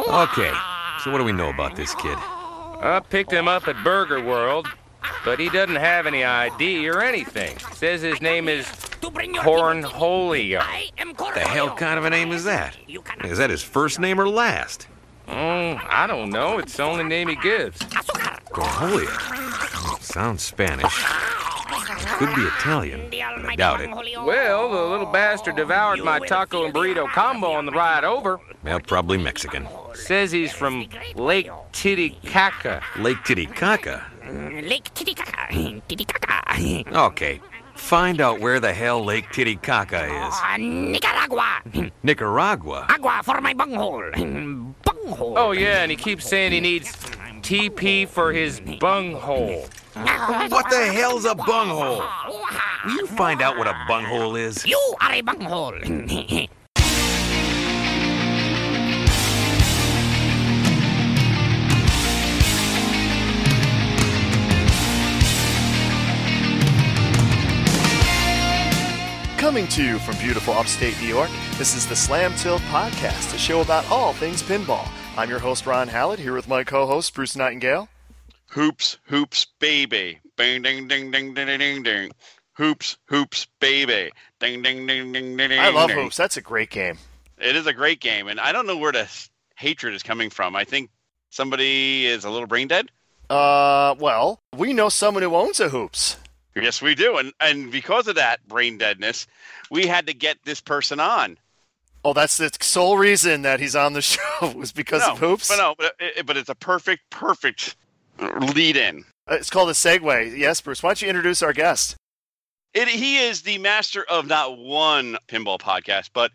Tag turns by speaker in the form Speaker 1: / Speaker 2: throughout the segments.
Speaker 1: Okay, so what do we know about this kid?
Speaker 2: I picked him up at Burger World, but he doesn't have any ID or anything. Says his name is
Speaker 3: To bring your people to-
Speaker 2: Cornholio.
Speaker 3: I am
Speaker 1: The hell kind of a name is that?
Speaker 3: You cannot-
Speaker 1: Is that his first name or last?
Speaker 2: Mm, I don't know. It's the only name he gives.
Speaker 3: Azúcar.
Speaker 1: Cornholio. Sounds Spanish. Could be Italian,
Speaker 3: The
Speaker 1: but I
Speaker 3: almighty
Speaker 1: doubt it.
Speaker 3: Cornholio.
Speaker 2: Well, the little bastard devoured my taco and burrito combo on the ride over.
Speaker 1: Well, probably Mexican.
Speaker 2: Says he's from Lake Titicaca.
Speaker 1: Lake Titicaca.
Speaker 3: Lake
Speaker 1: Hmm.
Speaker 3: Titicaca. Titicaca.
Speaker 1: Okay, find out where the hell Lake Titicaca is.
Speaker 3: Ah, Nicaragua.
Speaker 1: Hmm. Nicaragua.
Speaker 3: Agua for my bunghole. Hmm. Bunghole.
Speaker 2: Oh, yeah, and he keeps saying he needs TP for his bunghole.
Speaker 1: What the hell's a bunghole? Will you find out what a bunghole is?
Speaker 3: Ah, You are a
Speaker 1: Hmm.
Speaker 3: bunghole.
Speaker 4: Coming to you from beautiful upstate New York, this is the Slam Tilt Podcast, a show about all things pinball. I'm your host, Ron Hallett, here with my co host, Bruce Nightingale.
Speaker 5: Hoops, hoops, baby. Bang, ding, ding, ding, ding, ding, ding, ding. Hoops, hoops, baby. Ding, ding, ding, ding, ding, ding.
Speaker 4: I love
Speaker 5: ding.
Speaker 4: hoops. That's a great game.
Speaker 5: It is a great game, and I don't know where the s- hatred is coming from. I think somebody is a little brain dead.
Speaker 4: Uh, well, we know someone who owns a hoops.
Speaker 5: Yes, we do, and and because of that brain deadness, we had to get this person on.
Speaker 4: Oh, that's the sole reason that he's on the show was because
Speaker 5: no,
Speaker 4: of hoops.
Speaker 5: but no, but, it, but it's a perfect, perfect lead in.
Speaker 4: Uh, It's called a segue. Yes, Bruce. Why don't you introduce our guest?
Speaker 5: It, he is the master of not one pinball podcast, but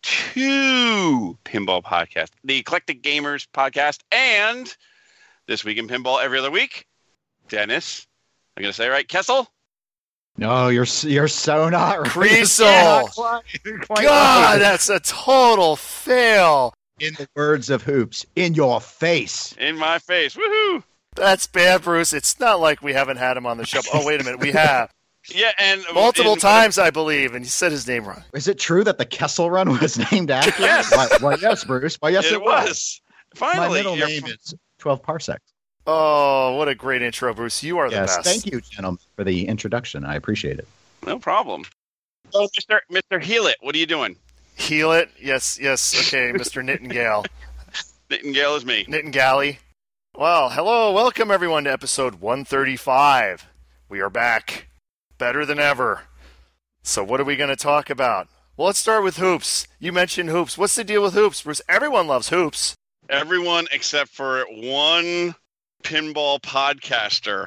Speaker 5: two pinball podcasts the Eclectic Gamers podcast and This Week in Pinball every other week. Dennis, I'm going to say it right, Kessel.
Speaker 6: No, you're s- you're so not right.
Speaker 4: Creasel.
Speaker 6: Not quite- quite
Speaker 4: God,
Speaker 6: right.
Speaker 4: that's a total fail.
Speaker 6: In the words of Hoops, in your face.
Speaker 5: In my face. Woohoo.
Speaker 4: That's bad, Bruce. It's not like we haven't had him on the show. Oh, wait a minute. We have.
Speaker 5: Yeah, and
Speaker 4: Multiple
Speaker 5: in-
Speaker 4: times, I believe, and you said his name wrong.
Speaker 6: Is it true that the Kessel Run was named after? you?
Speaker 5: Yes.
Speaker 6: Why, why, yes, Bruce. Why, yes,
Speaker 5: It,
Speaker 6: it,
Speaker 5: was.
Speaker 6: My
Speaker 5: Finally.
Speaker 6: middle
Speaker 5: you're-
Speaker 6: name is Twelve Parsecs.
Speaker 4: Oh, what a great intro, Bruce. You are the
Speaker 6: Yes,
Speaker 4: best.
Speaker 6: thank you, gentlemen, for the introduction. I appreciate it.
Speaker 5: No problem. So, Mr. Mr. Hewlett, what are you doing?
Speaker 4: Heal it. Yes, yes. Okay, Mr. Nightingale.
Speaker 5: Nightingale is me.
Speaker 4: Nightingale. Well, hello. Welcome, everyone, to episode 135. We are back. Better than ever. So, what are we going to talk about? Well, let's start with hoops. You mentioned hoops. What's the deal with hoops, Bruce? Everyone loves hoops.
Speaker 5: Everyone except for one pinball podcaster.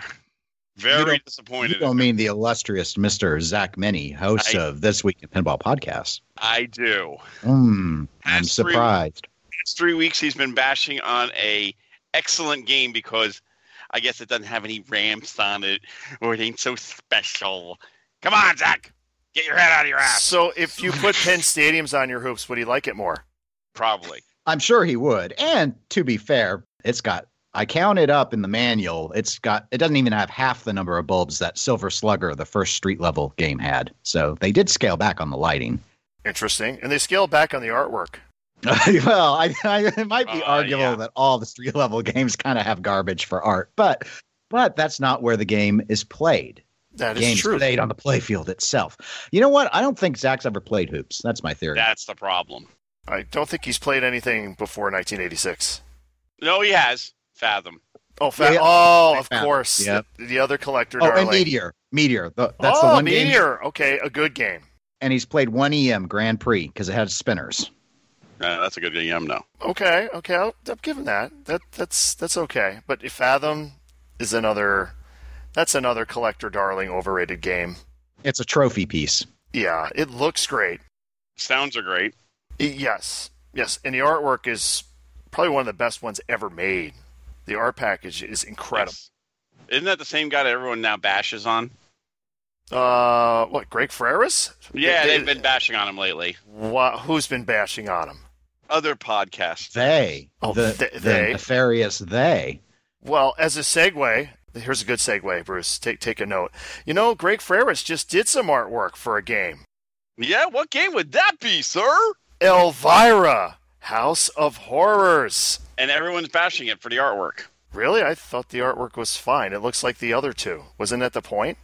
Speaker 5: Very
Speaker 6: don't-
Speaker 5: disappointed.
Speaker 6: You
Speaker 5: in
Speaker 6: don't mean the illustrious Mr. Zach Minnie, host
Speaker 5: I-
Speaker 6: of This Week in Pinball podcast.
Speaker 5: I do.
Speaker 6: Mm, I'm
Speaker 5: That's three-
Speaker 6: surprised.
Speaker 5: It's three weeks he's been bashing on a excellent game because I guess it doesn't have any ramps on it or it ain't so special. Come on, Zach. Get your head out of your ass.
Speaker 4: So, if you put Penn Stadiums on your hoops, would he like it more?
Speaker 5: Probably.
Speaker 6: I'm sure he would. And to be fair, it's got I counted up in the manual. It's got it doesn't even have half the number of bulbs that Silver Slugger, the first street level game had. So they did scale back on the lighting.
Speaker 4: Interesting. And they scale back on the artwork.
Speaker 6: well, I, I it might be
Speaker 5: Uh,
Speaker 6: arguable
Speaker 5: yeah.
Speaker 6: that all the street level games kind of have garbage for art, but but that's not where the game is played.
Speaker 4: That is
Speaker 6: Games
Speaker 4: true.
Speaker 6: played on the playfield itself. You know what? I don't think Zach's ever played hoops. That's my theory.
Speaker 5: That's the problem.
Speaker 4: I don't think he's played anything before 1986.
Speaker 5: No, he has. Fathom.
Speaker 4: Oh, fa-
Speaker 6: Yeah.
Speaker 4: oh, of
Speaker 6: Yeah.
Speaker 4: course.
Speaker 6: Yeah.
Speaker 4: The, the other collector,
Speaker 6: oh,
Speaker 4: darling.
Speaker 6: and Meteor. Meteor. The- that's
Speaker 4: Oh,
Speaker 6: the one game-
Speaker 4: Meteor. Okay, a good game.
Speaker 6: and he's played one EM Grand Prix because it had spinners.
Speaker 5: Uh, that's a good yum no.
Speaker 4: Okay, okay, I'll, I'll give him that. That that's that's okay. But if Fathom is another, that's another collector, darling, overrated game.
Speaker 6: It's a trophy piece.
Speaker 4: Yeah, it looks great.
Speaker 5: Sounds are great.
Speaker 4: Y- yes, yes, and the artwork is probably one of the best ones ever made. The art package is incredible.
Speaker 5: Yes. Isn't that the same guy that everyone now bashes on?
Speaker 4: Uh, what? Greg Ferris?
Speaker 5: Yeah, they've been bashing on him lately.
Speaker 4: Wha- who's been bashing on him?
Speaker 5: Other podcasts.
Speaker 6: They,
Speaker 4: Oh,
Speaker 6: the,
Speaker 4: th-
Speaker 6: the
Speaker 4: they.
Speaker 6: nefarious they.
Speaker 4: Well, as a segue, here's a good segue, Bruce. Take take a note. You know, Greg Ferris just did some artwork for a game.
Speaker 5: Yeah, what game would that be, sir?
Speaker 4: Elvira. House of Horrors.
Speaker 5: And everyone's bashing it for the artwork.
Speaker 4: Really? I thought the artwork was fine. It looks like the other two. Wasn't that the point?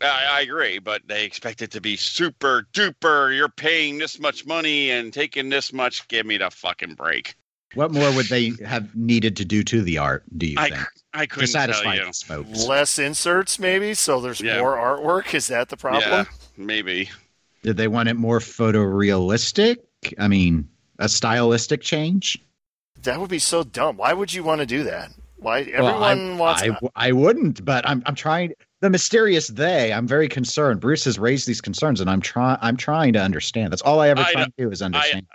Speaker 5: I, I agree, but they expect it to be super duper. You're paying this much money and taking this much. Give me the fucking break.
Speaker 6: What more would they have needed to do to the art, do you
Speaker 5: I,
Speaker 6: think?
Speaker 5: I
Speaker 6: To
Speaker 5: couldn't tell
Speaker 6: satisfy
Speaker 5: you.
Speaker 6: these folks.
Speaker 4: Less inserts, maybe? So there's
Speaker 5: Yeah.
Speaker 4: more artwork? Is that the problem?
Speaker 5: Yeah, maybe.
Speaker 6: Did they want it more photorealistic? I mean, a stylistic change?
Speaker 4: That would be so dumb. Why would you want to do that? Why
Speaker 6: Well,
Speaker 4: everyone
Speaker 6: I'm-
Speaker 4: wants?
Speaker 6: I, w- I wouldn't, but I'm I'm trying the mysterious they. I'm very concerned. Bruce has raised these concerns, and I'm trying I'm trying to understand. That's all I ever
Speaker 5: I
Speaker 6: try to do is understand.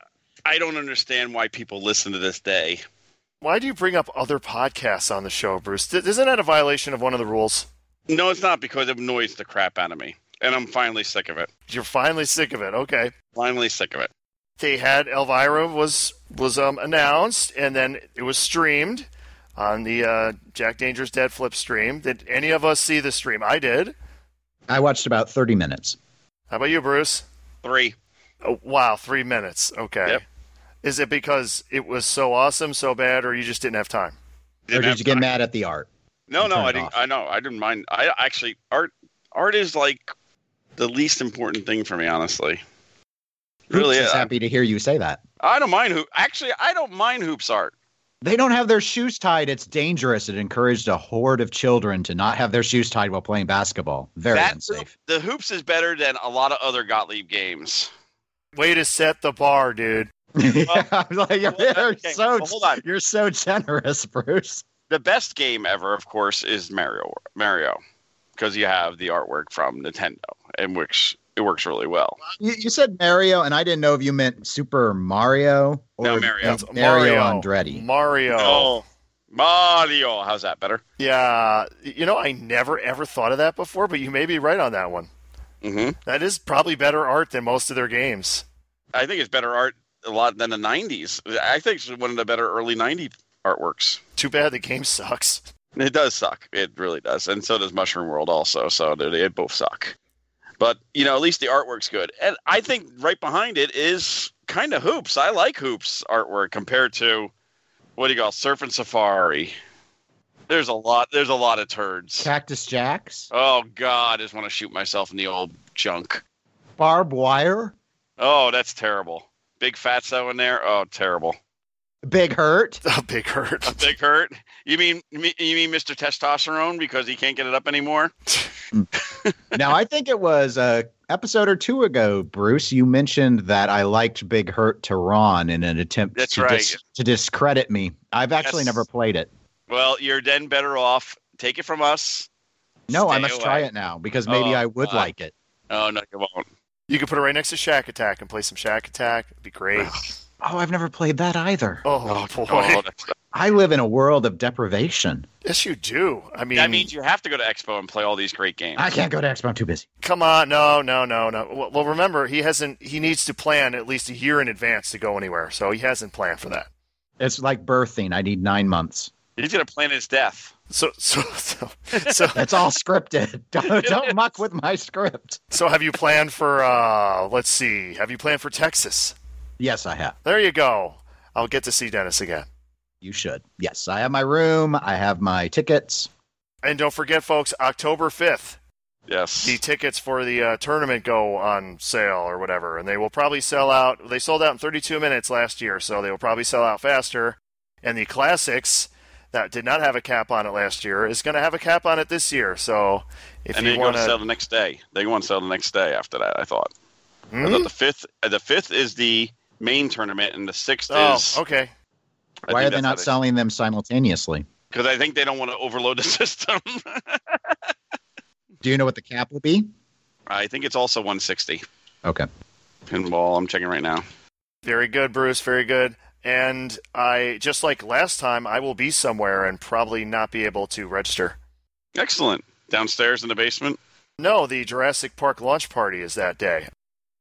Speaker 5: I don't understand why people listen to this day.
Speaker 4: why do you bring up other podcasts on the show, Bruce? Th- isn't that a violation of one of the rules?
Speaker 5: No, it's not because it annoys the crap out of me. And I'm finally sick of it.
Speaker 4: You're finally sick of it. Okay.
Speaker 5: Finally sick of it.
Speaker 4: They had Elvira was was um, announced, and then it was streamed on the uh, Jack Danger's Dead Flip stream. Did any of us see the stream? I did.
Speaker 6: I watched about thirty minutes.
Speaker 4: How about you, Bruce?
Speaker 5: Three.
Speaker 4: Oh, wow, three minutes. Okay.
Speaker 5: Yep.
Speaker 4: Is it because it was so awesome, so bad, or you just didn't have time?
Speaker 6: Or
Speaker 5: Didn't
Speaker 6: did
Speaker 5: have
Speaker 6: you get
Speaker 5: time.
Speaker 6: mad at the art?
Speaker 5: No,
Speaker 6: and
Speaker 5: no,
Speaker 6: turn
Speaker 5: I
Speaker 6: it
Speaker 5: didn't.
Speaker 6: off?
Speaker 5: I know. I didn't mind. I actually art art is like the least important thing for me, honestly. Really,
Speaker 6: Hoops is
Speaker 5: I-
Speaker 6: happy to hear you say that.
Speaker 5: I don't mind who. Actually, I don't mind hoops art.
Speaker 6: They don't have their shoes tied. It's dangerous. It encouraged a horde of children to not have their shoes tied while playing basketball. Very
Speaker 5: That-
Speaker 6: unsafe.
Speaker 5: The hoops is better than a lot of other Gottlieb games.
Speaker 4: Way to set the bar, dude.
Speaker 6: I was like, you're,
Speaker 5: well, okay,
Speaker 6: so,
Speaker 5: well, hold on.
Speaker 6: you're so generous, Bruce.
Speaker 5: The best game ever, of course, is Mario. Mario, because you have the artwork from Nintendo, and which it works really well.
Speaker 6: You, you said Mario, and I didn't know if you meant Super Mario or
Speaker 5: No, Mario.
Speaker 6: uh,
Speaker 4: It's
Speaker 6: Mario Andretti.
Speaker 4: Mario.
Speaker 5: Oh, Mario, how's that better?
Speaker 4: Yeah. You know, I never ever thought of that before, but you may be right on that one.
Speaker 5: hmm
Speaker 4: That is probably better art than most of their games.
Speaker 5: I think it's better art a lot than the '90s. I think it's one of the better early '90s artworks.
Speaker 4: Too bad the game sucks.
Speaker 5: It does suck. It really does. And so does Mushroom World also. So they, they both suck. But, you know, at least the artwork's good. And I think right behind it is kind of Hoops. I like Hoops artwork compared to what do you call it? Surf and Safari. There's a lot there's a lot of turds.
Speaker 6: Cactus Jacks,
Speaker 5: Oh god, I just want to shoot myself in the old junk.
Speaker 6: Barb Wire,
Speaker 5: Oh, that's terrible. Big fatso in there. Oh, terrible.
Speaker 6: Big Hurt.
Speaker 4: A big hurt.
Speaker 5: Big hurt. You mean you mean Mr. Testosterone because he can't get it up anymore?
Speaker 6: now, I think it was a episode or two ago, Bruce. You mentioned that I liked Big Hurt to Ron in an attempt
Speaker 5: That's
Speaker 6: to,
Speaker 5: right.
Speaker 6: to discredit me. I've actually
Speaker 5: Yes.
Speaker 6: never played it.
Speaker 5: Well, you're then better off. Take it from us.
Speaker 6: No, I
Speaker 5: Stay
Speaker 6: must try
Speaker 5: away.
Speaker 6: it now because maybe
Speaker 5: Oh,
Speaker 6: I would
Speaker 5: God.
Speaker 6: like it.
Speaker 5: Oh no, you won't.
Speaker 4: You could put it right next to Shack Attack and play some Shack Attack. It'd be great.
Speaker 6: Oh, I've never played that either.
Speaker 4: Oh, boy.
Speaker 5: Oh, that's-
Speaker 6: I live in a world of deprivation.
Speaker 4: Yes, you do. I mean,
Speaker 5: that means you have to go to Expo and play all these great games.
Speaker 6: I can't go to Expo. I'm too busy.
Speaker 4: come on. No, no, no, no. Well- Well, remember, he hasn't. He needs to plan at least a year in advance to go anywhere, so he hasn't planned for that.
Speaker 6: It's like birthing. I need nine months.
Speaker 5: He's gonna plan his death.
Speaker 4: So, so, so, so,
Speaker 6: That's all scripted. Don't, don't muck with my script.
Speaker 4: so, have you planned for? uh Let's see. Have you planned for Texas?
Speaker 6: Yes, I have.
Speaker 4: There you go. I'll get to see Dennis again.
Speaker 6: You should. Yes, I have my room. I have my tickets.
Speaker 4: And don't forget, folks, October 5th,
Speaker 5: Yes.
Speaker 4: the tickets for the uh, tournament go on sale or whatever. And they will probably sell out. They sold out in 32 minutes last year, so they will probably sell out faster. And the Classics, that did not have a cap on it last year, is going to have a cap on it this year. So if
Speaker 5: and
Speaker 4: you
Speaker 5: they
Speaker 4: want
Speaker 5: want to sell the next day. They want to sell the next day after that. I thought.
Speaker 4: Hmm?
Speaker 5: I thought the fifth. uh, The fifth is the main tournament, and the sixth
Speaker 4: Oh,
Speaker 5: is.
Speaker 4: okay.
Speaker 6: Why are they not selling them simultaneously?
Speaker 5: Because I think they don't want to overload the system.
Speaker 6: Do you know what the cap will be?
Speaker 5: I think it's also 160
Speaker 6: Okay.
Speaker 5: pinball. I'm checking right now.
Speaker 4: Very good, Bruce. Very good. And I, just like last time, I will be somewhere and probably not be able to register.
Speaker 5: Excellent. Downstairs in the basement.
Speaker 4: No, the Jurassic Park launch party is that day.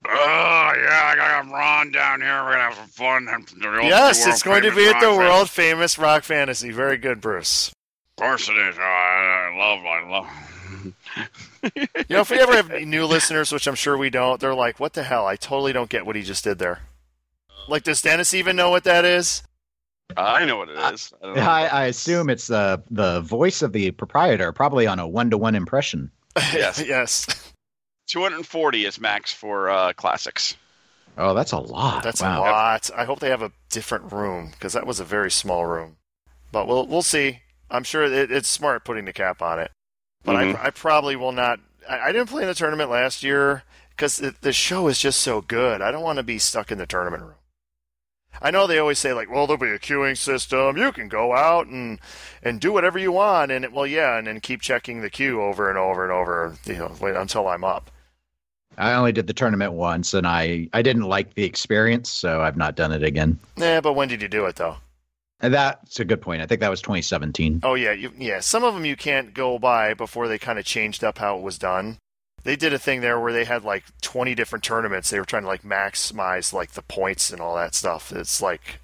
Speaker 5: Oh yeah, I got Ron down here. We're gonna have some fun.
Speaker 4: Yes, it's going to be at the world famous rock fantasy. Very good, Bruce.
Speaker 5: Of course it is. Oh, I, I love, I love.
Speaker 4: You know, if we ever have new listeners, which I'm sure we don't, they're like, "What the hell? I totally don't get what he just did there." Like, does Dennis even know what that is?
Speaker 5: I know what it is. I, don't know.
Speaker 6: I, I assume it's the the voice of the proprietor, probably on a one to one impression.
Speaker 5: Yes.
Speaker 4: yes.
Speaker 5: 240 is max for uh, classics.
Speaker 6: Oh, that's a lot.
Speaker 4: That's a
Speaker 6: wow.
Speaker 4: lot. I hope they have a different room because that was a very small room. But we'll we'll see. I'm sure it, it's smart putting the cap on it. But
Speaker 5: Mhm.
Speaker 4: I, I probably will not. I, I didn't play in the tournament last year because the, the show is just so good. I don't want to be stuck in the tournament room. I know they always say like, well, there'll be a queuing system. You can go out and and do whatever you want. And it, well, yeah, and then keep checking the queue over and over and over, you know, wait until I'm up.
Speaker 6: I only did the tournament once, and I I didn't like the experience, so I've not done it again.
Speaker 4: Yeah, but when did you do it though?
Speaker 6: And that's a good point. I think that was 2017.
Speaker 4: Oh yeah, you, yeah. Some of them you can't go by before they kind of changed up how it was done. They did a thing there where they had like 20 different tournaments. They were trying to like maximize like the points and all that stuff. It's like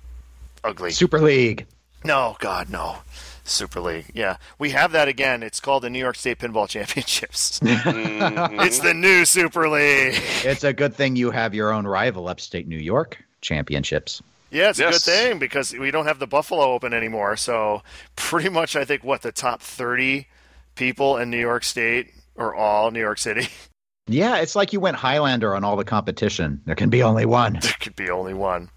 Speaker 4: ugly.
Speaker 6: Super League.
Speaker 4: No, God, no. Super League. Yeah, we have that again. It's called the New York State Pinball Championships.
Speaker 5: Mhm.
Speaker 4: it's the new Super League.
Speaker 6: It's a good thing you have your own rival, Upstate New York championships.
Speaker 4: Yeah, it's a good
Speaker 5: Yes.
Speaker 4: thing because we don't have the Buffalo Open anymore. So pretty much, I think what the top 30 people in New York State or all New York City
Speaker 6: Yeah, it's like you went Highlander on all the competition. There can be only one.
Speaker 4: There could be only one.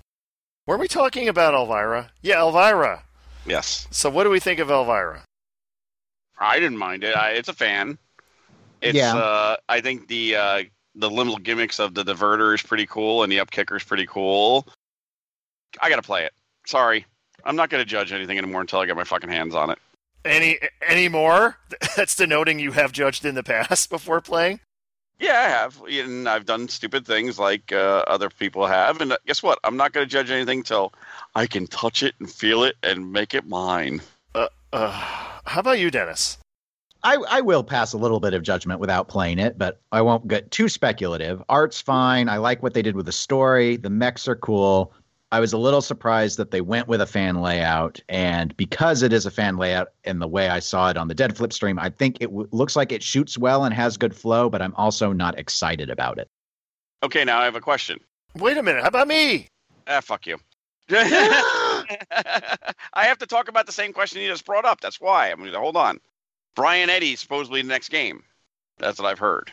Speaker 4: Were we talking about Elvira? Yeah, Elvira.
Speaker 5: yes.
Speaker 4: So, what do we think of Elvira?
Speaker 5: I didn't mind it. I, it's a fan. It's
Speaker 6: Yeah.
Speaker 5: uh I think the uh the little gimmicks of the diverter is pretty cool and the up kicker is pretty cool. I gotta play it. Sorry. I'm not gonna judge anything anymore until I get my fucking hands on it.
Speaker 4: Any any more? That's denoting you have judged in the past before playing.
Speaker 5: Yeah, I have. And I've done stupid things like uh, other people have. And uh, guess what? I'm not gonna judge anything till I can touch it and feel it and make it mine.
Speaker 4: Uh, how about you, Dennis?
Speaker 6: I, I will pass a little bit of judgment without playing it, but I won't get too speculative. Art's fine. I like what they did with the story. The mechs are cool. I was a little surprised that they went with a fan layout. And because it is a fan layout and the way I saw it on the Dead Flip stream, I think it w- looks like it shoots well and has good flow, but I'm also not excited about it.
Speaker 5: Okay, now I have a question.
Speaker 4: Wait a minute. How about me?
Speaker 5: Ah, fuck you. I have to talk about the same question you just brought up. That's why. I'm going to hold on. Brian Eddy supposedly the next game. That's what I've heard.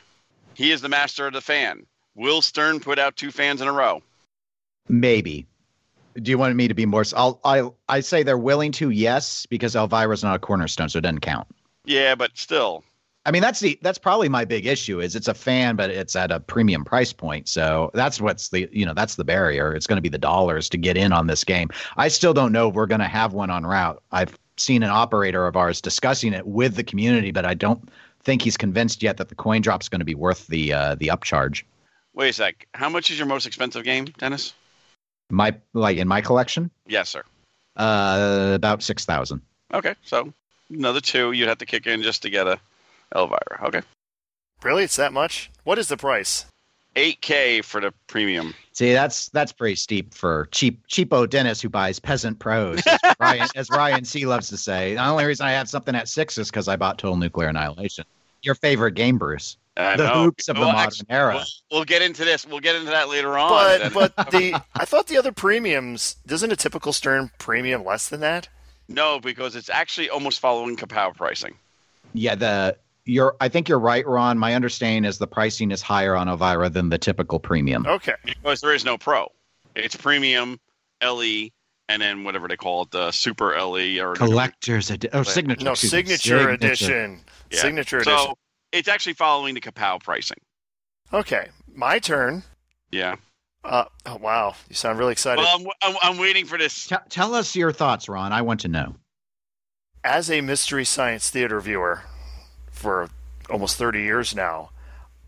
Speaker 5: He is the master of the fan. Will Stern put out two fans in a row.
Speaker 6: Maybe. Do you want me to be more? s- I'll, I, I say they're willing to, yes, because Elvira's not a cornerstone, so it doesn't count.
Speaker 5: Yeah, but still.
Speaker 6: I mean, that's the that's probably my big issue is it's a fan, but it's at a premium price point. So that's what's the you know that's the barrier. It's going to be the dollars to get in on this game. I still don't know if we're going to have one on route. I've seen an operator of ours discussing it with the community, but I don't think he's convinced yet that the coin drop's going to be worth the uh, the upcharge.
Speaker 5: Wait a sec. How much is your most expensive game, Dennis?
Speaker 6: My like in my collection,
Speaker 5: Yes, sir.
Speaker 6: uh, about six thousand.
Speaker 5: Okay, so another two you'd have to kick in just to get a Elvira. Okay.
Speaker 4: Really? It's that much? What is the price?
Speaker 5: 8K for the premium.
Speaker 6: See, that's that's pretty steep for cheap cheapo Dennis who buys peasant pros, as Ryan, as Ryan C loves to say. The only reason I have something at six is because I bought Total Nuclear Annihilation, your favorite game, Bruce.
Speaker 5: I
Speaker 6: the
Speaker 5: know.
Speaker 6: hoops of the
Speaker 5: Well,
Speaker 6: modern
Speaker 5: actually,
Speaker 6: era.
Speaker 5: We'll, we'll get into this. We'll get into that later on.
Speaker 4: But
Speaker 5: Dennis.
Speaker 4: but the I thought the other premiums doesn't a typical Stern premium less than that?
Speaker 5: No, because it's actually almost following Kapow pricing.
Speaker 6: yeah, the you're. I think you're right, Ron. My understanding is the pricing is higher on Elvira than the typical premium.
Speaker 4: Okay.
Speaker 5: Because there is no pro. It's premium, LE, and then whatever they call it, the super LE or
Speaker 6: Collectors edi- oh,
Speaker 5: Right.
Speaker 6: signature
Speaker 4: No
Speaker 6: excuse me,
Speaker 4: signature, edition.
Speaker 5: Yeah.
Speaker 4: Signature edition.
Speaker 5: So it's actually following the Kapow pricing.
Speaker 4: Okay, my turn.
Speaker 5: Yeah.
Speaker 4: Uh, oh, wow, you sound really excited.
Speaker 5: Well, I'm, I'm, I'm waiting for this.
Speaker 6: T- tell us your thoughts, Ron. I want to know.
Speaker 4: as a mystery science theater viewer for almost 30 years now,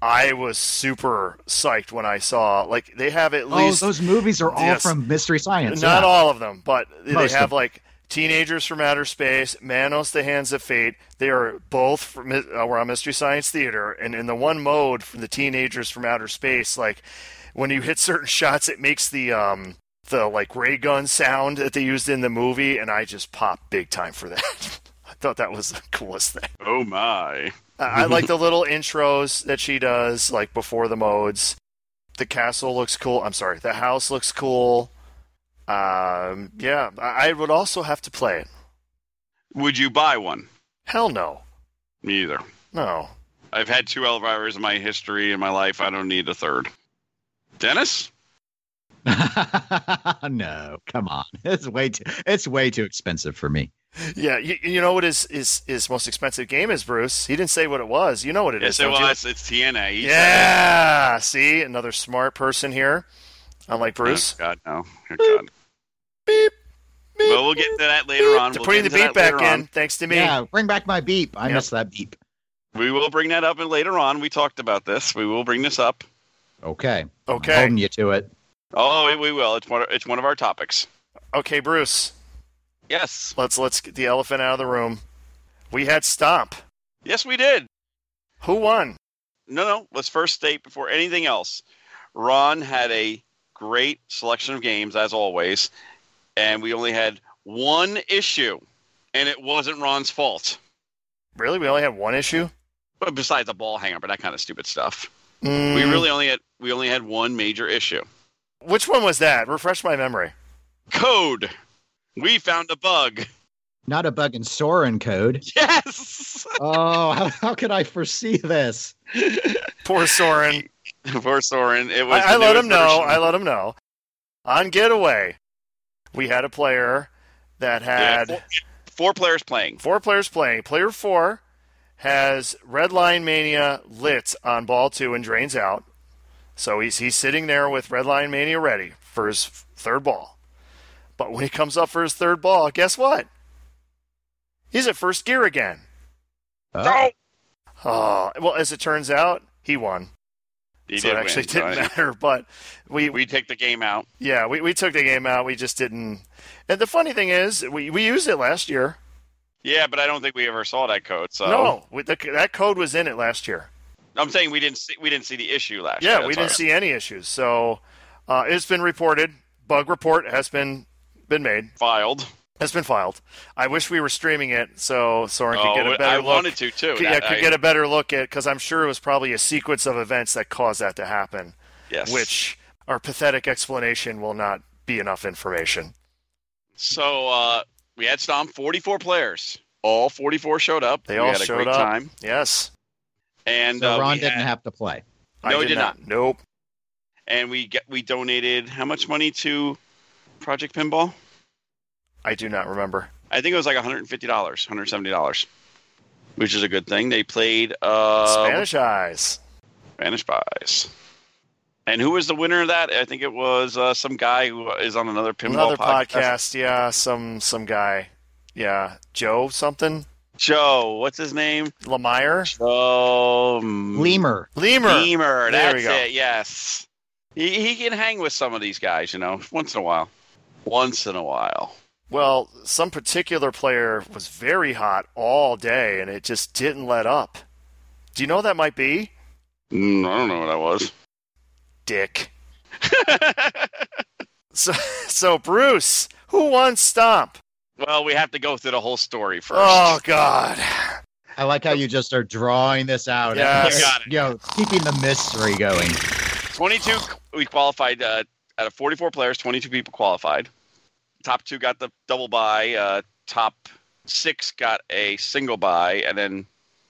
Speaker 4: I was super psyched when I saw like they have at least
Speaker 6: oh, those movies are all
Speaker 4: Yes.
Speaker 6: from Mystery Science.
Speaker 4: not
Speaker 6: yeah.
Speaker 4: all of them, but they
Speaker 6: Most of
Speaker 4: have
Speaker 6: them.
Speaker 4: like teenagers from outer space, Manos, the Hands of Fate. They are both from, uh, were on Mystery Science Theater, and in the one mode from the teenagers from outer space, like when you hit certain shots, it makes the um the like ray gun sound that they used in the movie, and I just popped big time for that. I thought that was the coolest thing.
Speaker 5: Oh, my.
Speaker 4: I I like the little intros that she does, like before the modes. The castle looks cool. I'm sorry, the house looks cool. Um, yeah, I I would also have to play it.
Speaker 5: Would you buy one?
Speaker 4: Hell no,
Speaker 5: Me either.
Speaker 4: no.
Speaker 5: I've had two Elvira's in my history in my life. I don't need a third. Dennis?
Speaker 6: no, come on. It's way too it's way too expensive for me.
Speaker 4: Yeah, you, you know what his, his his most expensive game is, Bruce. He didn't say what it was. You know what it is,
Speaker 5: Yes, it
Speaker 4: don't you?
Speaker 5: was. It's TNA. He said it.
Speaker 4: Yeah. See, another smart person here. Unlike Bruce.
Speaker 5: Oh, God, no. Good God. Well, we'll get to that later on.
Speaker 4: They're
Speaker 5: We'll
Speaker 4: putting
Speaker 5: get
Speaker 4: the
Speaker 5: into
Speaker 4: beat
Speaker 5: that
Speaker 4: back
Speaker 5: later on.
Speaker 4: in. Thanks to me.
Speaker 6: Yeah, bring back my beep. I
Speaker 4: Yep.
Speaker 6: miss that beep.
Speaker 5: We will bring that up and later on. We talked about this. We will bring this up.
Speaker 6: Okay. I'm
Speaker 4: Okay.
Speaker 6: holding you to it.
Speaker 5: Oh, we will. It's one. It's one of our topics.
Speaker 4: Okay, Bruce.
Speaker 5: Yes.
Speaker 4: Let's let's get the elephant out of the room. We had Stomp.
Speaker 5: Yes, we did.
Speaker 4: Who won?
Speaker 5: No, no. Let's first state before anything else. Ron had a great selection of games as always, and we only had one issue, and it wasn't Ron's fault.
Speaker 4: Really? We only had one issue?
Speaker 5: But besides the ball hanger, but that kind of stupid stuff.
Speaker 4: Mm,
Speaker 5: We really only had we only had one major issue.
Speaker 4: Which one was that? Refresh my memory.
Speaker 5: Code. We found a bug.
Speaker 6: Not a bug in Soren code.
Speaker 5: Yes.
Speaker 6: Oh, how, how could I foresee this?
Speaker 4: Poor Soren.
Speaker 5: Poor Soren. It was.
Speaker 4: I, I
Speaker 5: the
Speaker 4: let
Speaker 5: newest
Speaker 4: him know.
Speaker 5: version.
Speaker 4: I let him know. On getaway, we had a player that
Speaker 5: Yeah,
Speaker 4: had
Speaker 5: four, four players playing.
Speaker 4: four players playing. Player four has Red Line Mania lit on ball two and drains out. So he's he's sitting there with Red Line Mania ready for his third ball. But when he comes up for his third ball, guess what? He's at first gear again.
Speaker 6: Oh,
Speaker 4: Oh, well, as it turns out, he won.
Speaker 5: He
Speaker 4: so
Speaker 5: did
Speaker 4: it actually
Speaker 5: win,
Speaker 4: didn't
Speaker 5: so I-
Speaker 4: matter. But we,
Speaker 5: We take the game out.
Speaker 4: yeah, we, we took the game out. We just didn't. And the funny thing is, we, we used it last year.
Speaker 5: Yeah, but I don't think we ever saw that code. So
Speaker 4: No, we, the, that code was in it last year.
Speaker 5: I'm saying we didn't see we didn't see the issue last. year,
Speaker 4: Yeah, we
Speaker 5: that's
Speaker 4: didn't
Speaker 5: all.
Speaker 4: see any issues. So uh, it's been reported. Bug report has been been made.
Speaker 5: filed.
Speaker 4: Has been filed. I wish we were streaming it so Soren
Speaker 5: Oh,
Speaker 4: could get a better
Speaker 5: I
Speaker 4: look.
Speaker 5: wanted to too.
Speaker 4: could, yeah,
Speaker 5: That-
Speaker 4: could
Speaker 5: I-
Speaker 4: get a better look at because I'm sure it was probably a sequence of events that caused that to happen,
Speaker 5: yes.
Speaker 4: which our pathetic explanation will not be enough information.
Speaker 5: so uh, we had Stomp 44 players. All 44 showed up.
Speaker 4: They
Speaker 5: We
Speaker 4: all
Speaker 5: had a
Speaker 4: showed
Speaker 5: great
Speaker 4: up.
Speaker 5: time.
Speaker 4: Yes.
Speaker 5: And
Speaker 6: so
Speaker 5: uh, we
Speaker 6: Ron didn't
Speaker 5: had-
Speaker 6: have to play.
Speaker 4: I
Speaker 5: No, he did
Speaker 4: Nope.
Speaker 5: and we get we donated how much money to Project Pinball?
Speaker 4: I do not remember.
Speaker 5: I think it was like $150, $170, which is a good thing. They played uh,
Speaker 4: Spanish eyes.
Speaker 5: Spanish Spies. And who was the winner of that? I think it was uh, some guy who is on another pinball
Speaker 4: Another podcast. Yeah, some some guy. Yeah, Joe something.
Speaker 5: Joe, what's his name?
Speaker 4: Lemire.
Speaker 5: Joe Lemur.
Speaker 6: Lemur.
Speaker 4: Lemur. There
Speaker 5: That's
Speaker 4: we go.
Speaker 5: it. Yes, he, he can hang with some of these guys, you know, once in a while. Once in a while.
Speaker 4: Well, some particular player was very hot all day and it just didn't let up. Do you know who that might be?
Speaker 5: Mm, I don't know what that was.
Speaker 4: Dick. So, so Bruce, who won Stomp?
Speaker 5: well, we have to go through the whole story first.
Speaker 4: Oh God.
Speaker 6: I like how you just are drawing this out.
Speaker 4: Yes.
Speaker 5: You got it.
Speaker 6: You know, keeping the mystery going.
Speaker 5: 22 we qualified uh, out of 44 players 22 people qualified top two got the double buy uh, top six got a single buy and then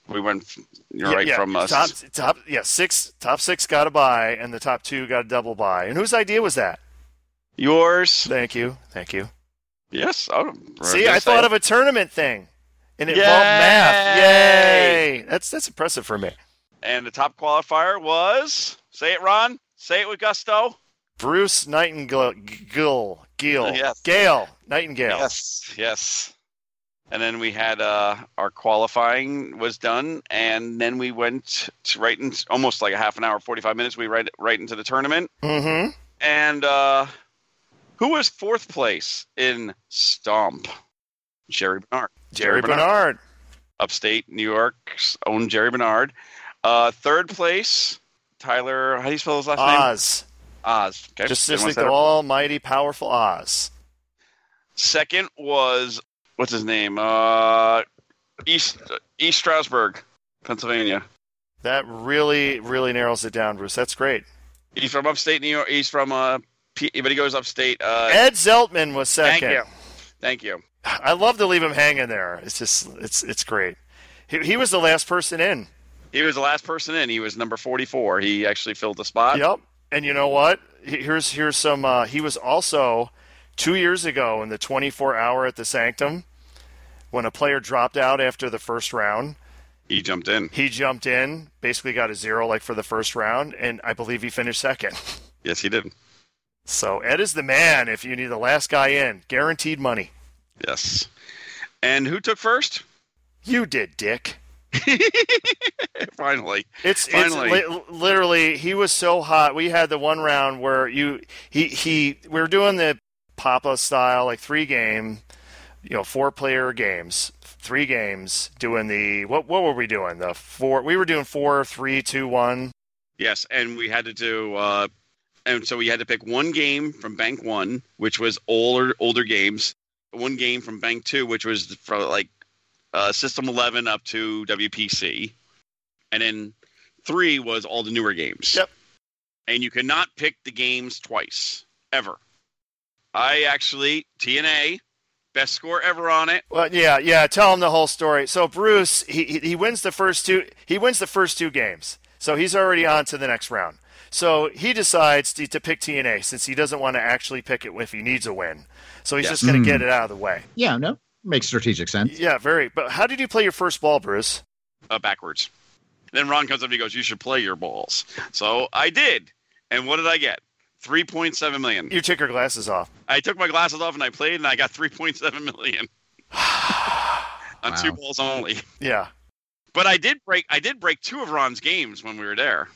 Speaker 5: we went f- you're
Speaker 4: Yeah,
Speaker 5: right
Speaker 4: yeah.
Speaker 5: from us
Speaker 4: top top yeah, six top six got a buy and the top two got a double buy. And whose idea was that?
Speaker 5: yours
Speaker 4: Thank you. Thank you.
Speaker 5: yes oh, I don't-
Speaker 4: See, I
Speaker 5: yes,
Speaker 4: thought of a tournament thing. And it
Speaker 5: Yay!
Speaker 4: involved math. Yay. That's that's impressive for me.
Speaker 5: and the top qualifier was say it ron say it with gusto
Speaker 4: Bruce Nightingale Gill. Gill.
Speaker 5: Yes.
Speaker 4: Gale. Nightingale.
Speaker 5: yes yes and then we had uh, our qualifying was done and then we went to right in almost like a half an hour 45 minutes we right right into the tournament
Speaker 4: Mm-hmm.
Speaker 5: And uh, who was fourth place in Stomp? Jerry Bernard.
Speaker 4: Jerry Bernard.
Speaker 5: Upstate New York's own Jerry Bernard. Uh, third place, Tyler, how do you spell his last
Speaker 4: Uh,
Speaker 5: name?
Speaker 4: Oz.
Speaker 5: Oz. Okay.
Speaker 4: Just,
Speaker 5: Didn't
Speaker 4: just
Speaker 5: want
Speaker 4: like
Speaker 5: to say
Speaker 4: the
Speaker 5: that.
Speaker 4: almighty, powerful Oz.
Speaker 5: Second was, what's his name? Uh, East, East Strasburg, Pennsylvania.
Speaker 4: That really, really narrows it down, Bruce. That's great.
Speaker 5: He's from upstate New York. He's from uh, P- but he goes upstate. Uh,
Speaker 4: Ed Zeltman was
Speaker 5: thank
Speaker 4: second.
Speaker 5: you, thank you.
Speaker 4: I love to leave him hanging there. It's just it's it's great. He, he was the last person in.
Speaker 5: He was the last person in. He was number forty-four. He actually filled the spot.
Speaker 4: Yep. And you know what? He- Here's here's some. Uh, he was also two years ago in the 24 hour at the Sanctum when a player dropped out after the first round.
Speaker 5: He jumped in.
Speaker 4: He jumped in, basically got a zero like for the first round, and I believe he finished second.
Speaker 5: Yes, he did.
Speaker 4: So Ed is the man. If you need the last guy in, guaranteed money.
Speaker 5: Yes. And who took first?
Speaker 4: You did, Dick.
Speaker 5: Finally.
Speaker 4: It's
Speaker 5: Finally.
Speaker 4: it's li- literally he was so hot. We had the one round where you he he we were doing the Papa style like three game, you know, four player games, three games doing the what what were we doing? The four we were doing four, three, two, one.
Speaker 5: Yes, and we had to do, uh, and so we had to pick one game from Bank One, which was older older games. One game from Bank Two, which was from like uh, System Eleven up to WPC, and then three was all the newer games.
Speaker 4: Yep.
Speaker 5: And you cannot pick the games twice ever. I actually TNA best score ever on it.
Speaker 4: Well, yeah, yeah. Tell him the whole story. So Bruce, he he- he wins the first two. He wins the first two games. So he's already on to the next round. So he decides to, to pick TNA since he doesn't want to actually pick it if he needs a win. So he's
Speaker 5: Yeah. Hmm.
Speaker 4: just going to
Speaker 6: Mm.
Speaker 4: get it out of the way.
Speaker 6: Yeah, no, makes strategic sense.
Speaker 4: Yeah, very. But how did you play your first ball, Bruce?
Speaker 5: uh, backwards. Then Ron comes up and he goes, "You should play your balls." So I did, and what did I get? Three point seven million.
Speaker 4: You took your glasses off.
Speaker 5: I took my glasses off and I played, and I got three point seven million on two
Speaker 6: Wow.
Speaker 5: balls only.
Speaker 4: Yeah.
Speaker 5: But I did break. I did break two of Ron's games when we were there.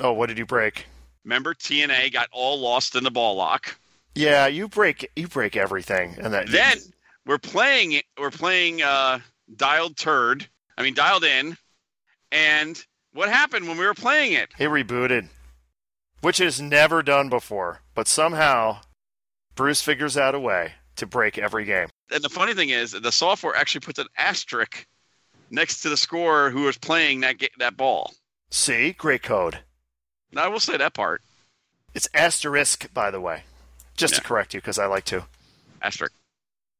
Speaker 4: Oh, what did you break?
Speaker 5: Remember, TNA got all lost in the ball lock.
Speaker 4: Yeah, you break you break everything, and that
Speaker 5: Then we're playing. it- We're playing uh, dialed turd. I mean, dialed in. And what happened when we were playing it?
Speaker 4: it rebooted, which is never done before. But somehow, Bruce figures out a way to break every game.
Speaker 5: and the funny thing is the software actually puts an asterisk next to the scorer who was playing that ga- that ball.
Speaker 4: See, great code.
Speaker 5: Now I will say that part
Speaker 4: It's asterisk, by the way, just to
Speaker 5: Yeah.
Speaker 4: correct you because I like to.
Speaker 5: asterisk.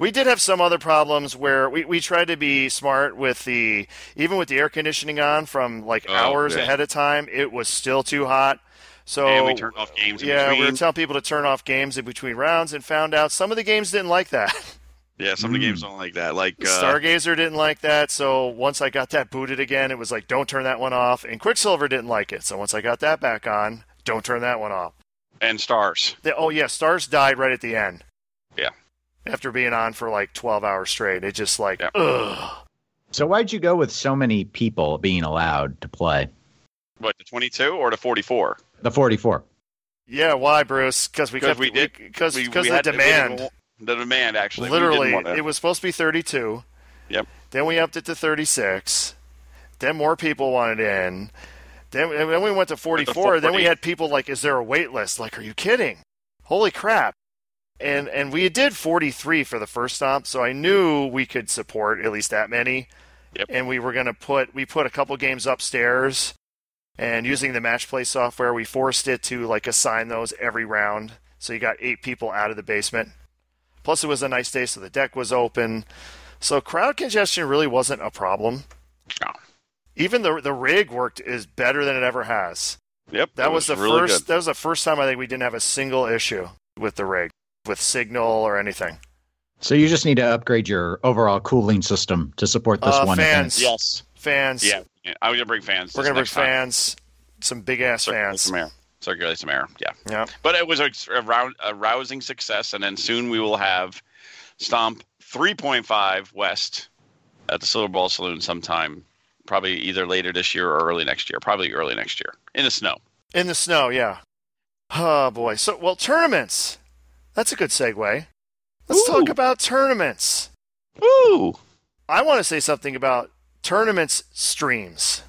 Speaker 4: We did have some other problems where we, we tried to be smart with the even with the air conditioning on from like
Speaker 5: Oh,
Speaker 4: hours
Speaker 5: yeah.
Speaker 4: ahead of time, it was still too hot. So
Speaker 5: and we turned off games. In
Speaker 4: yeah, we
Speaker 5: between.
Speaker 4: were telling people to turn off games in between rounds, and found out some of the games didn't like that.
Speaker 5: yeah. Some of the games don't like that. Like uh,
Speaker 4: Stargazer didn't like that, so once I got that booted again, it was like don't turn that one off. And Quicksilver didn't like it, so once I got that back on, don't turn that one off.
Speaker 5: and stars.
Speaker 4: The, oh yeah, Stars died right at the end.
Speaker 5: Yeah.
Speaker 4: After being on for like twelve hours straight, it just like
Speaker 5: Yeah.
Speaker 4: ugh.
Speaker 6: So why'd you go with so many people being allowed to play
Speaker 5: What the twenty-two or the forty-four?
Speaker 6: the 44?
Speaker 4: Yeah, why, Bruce? Because we
Speaker 5: 'Cause
Speaker 4: kept
Speaker 5: we did-
Speaker 4: because
Speaker 5: We-
Speaker 4: because
Speaker 5: we
Speaker 4: the
Speaker 5: had to- we
Speaker 4: demand.
Speaker 5: didn't wa- The demand actually. We didn't
Speaker 4: Literally,
Speaker 5: want to-
Speaker 4: it was supposed to be thirty-two.
Speaker 5: Yep.
Speaker 4: Then we upped it to thirty-six. Then more people wanted in. Then and then we went to forty-four. Then we
Speaker 5: 40.
Speaker 4: had people like, "Is there a wait list?" Like, are you kidding? Holy crap! And and we did forty-three for the first stop, so I knew we could support at least that many.
Speaker 5: Yep.
Speaker 4: And we were gonna put we put a couple games upstairs, and using the match play software, we forced it to like assign those every round. So you got eight people out of the basement. Plus, it was a nice day, so the deck was open. So crowd congestion really wasn't a problem.
Speaker 5: No.
Speaker 4: Even the the rig worked is better than it ever has.
Speaker 5: Yep.
Speaker 4: That
Speaker 5: it
Speaker 4: was, the
Speaker 5: really
Speaker 4: first.
Speaker 5: good.
Speaker 4: That was the first time I think we didn't have a single issue with the rig, with signal or anything.
Speaker 6: So you just need to upgrade your overall cooling system to support this
Speaker 4: Uh,
Speaker 6: one.
Speaker 4: fans,
Speaker 6: event.
Speaker 5: Yes.
Speaker 4: Fans,
Speaker 5: Yeah. yeah. I was gonna bring fans.
Speaker 4: we're
Speaker 5: this
Speaker 4: gonna bring
Speaker 5: next time.
Speaker 4: fans, some big ass
Speaker 5: Circulate
Speaker 4: fans.
Speaker 5: some air. Circulate some air. Yeah.
Speaker 4: Yeah,
Speaker 5: But it was a, a, round, a rousing success, and then soon we will have Stomp 3.5 West at the Silver Ball Saloon sometime, probably either later this year or early next year. Probably early next year in the snow.
Speaker 4: in the snow. Yeah. Oh boy. So well, tournaments. That's a good segue. Let's talk
Speaker 5: Ooh.
Speaker 4: about tournaments.
Speaker 5: Woo!
Speaker 4: I want to say something about tournaments streams.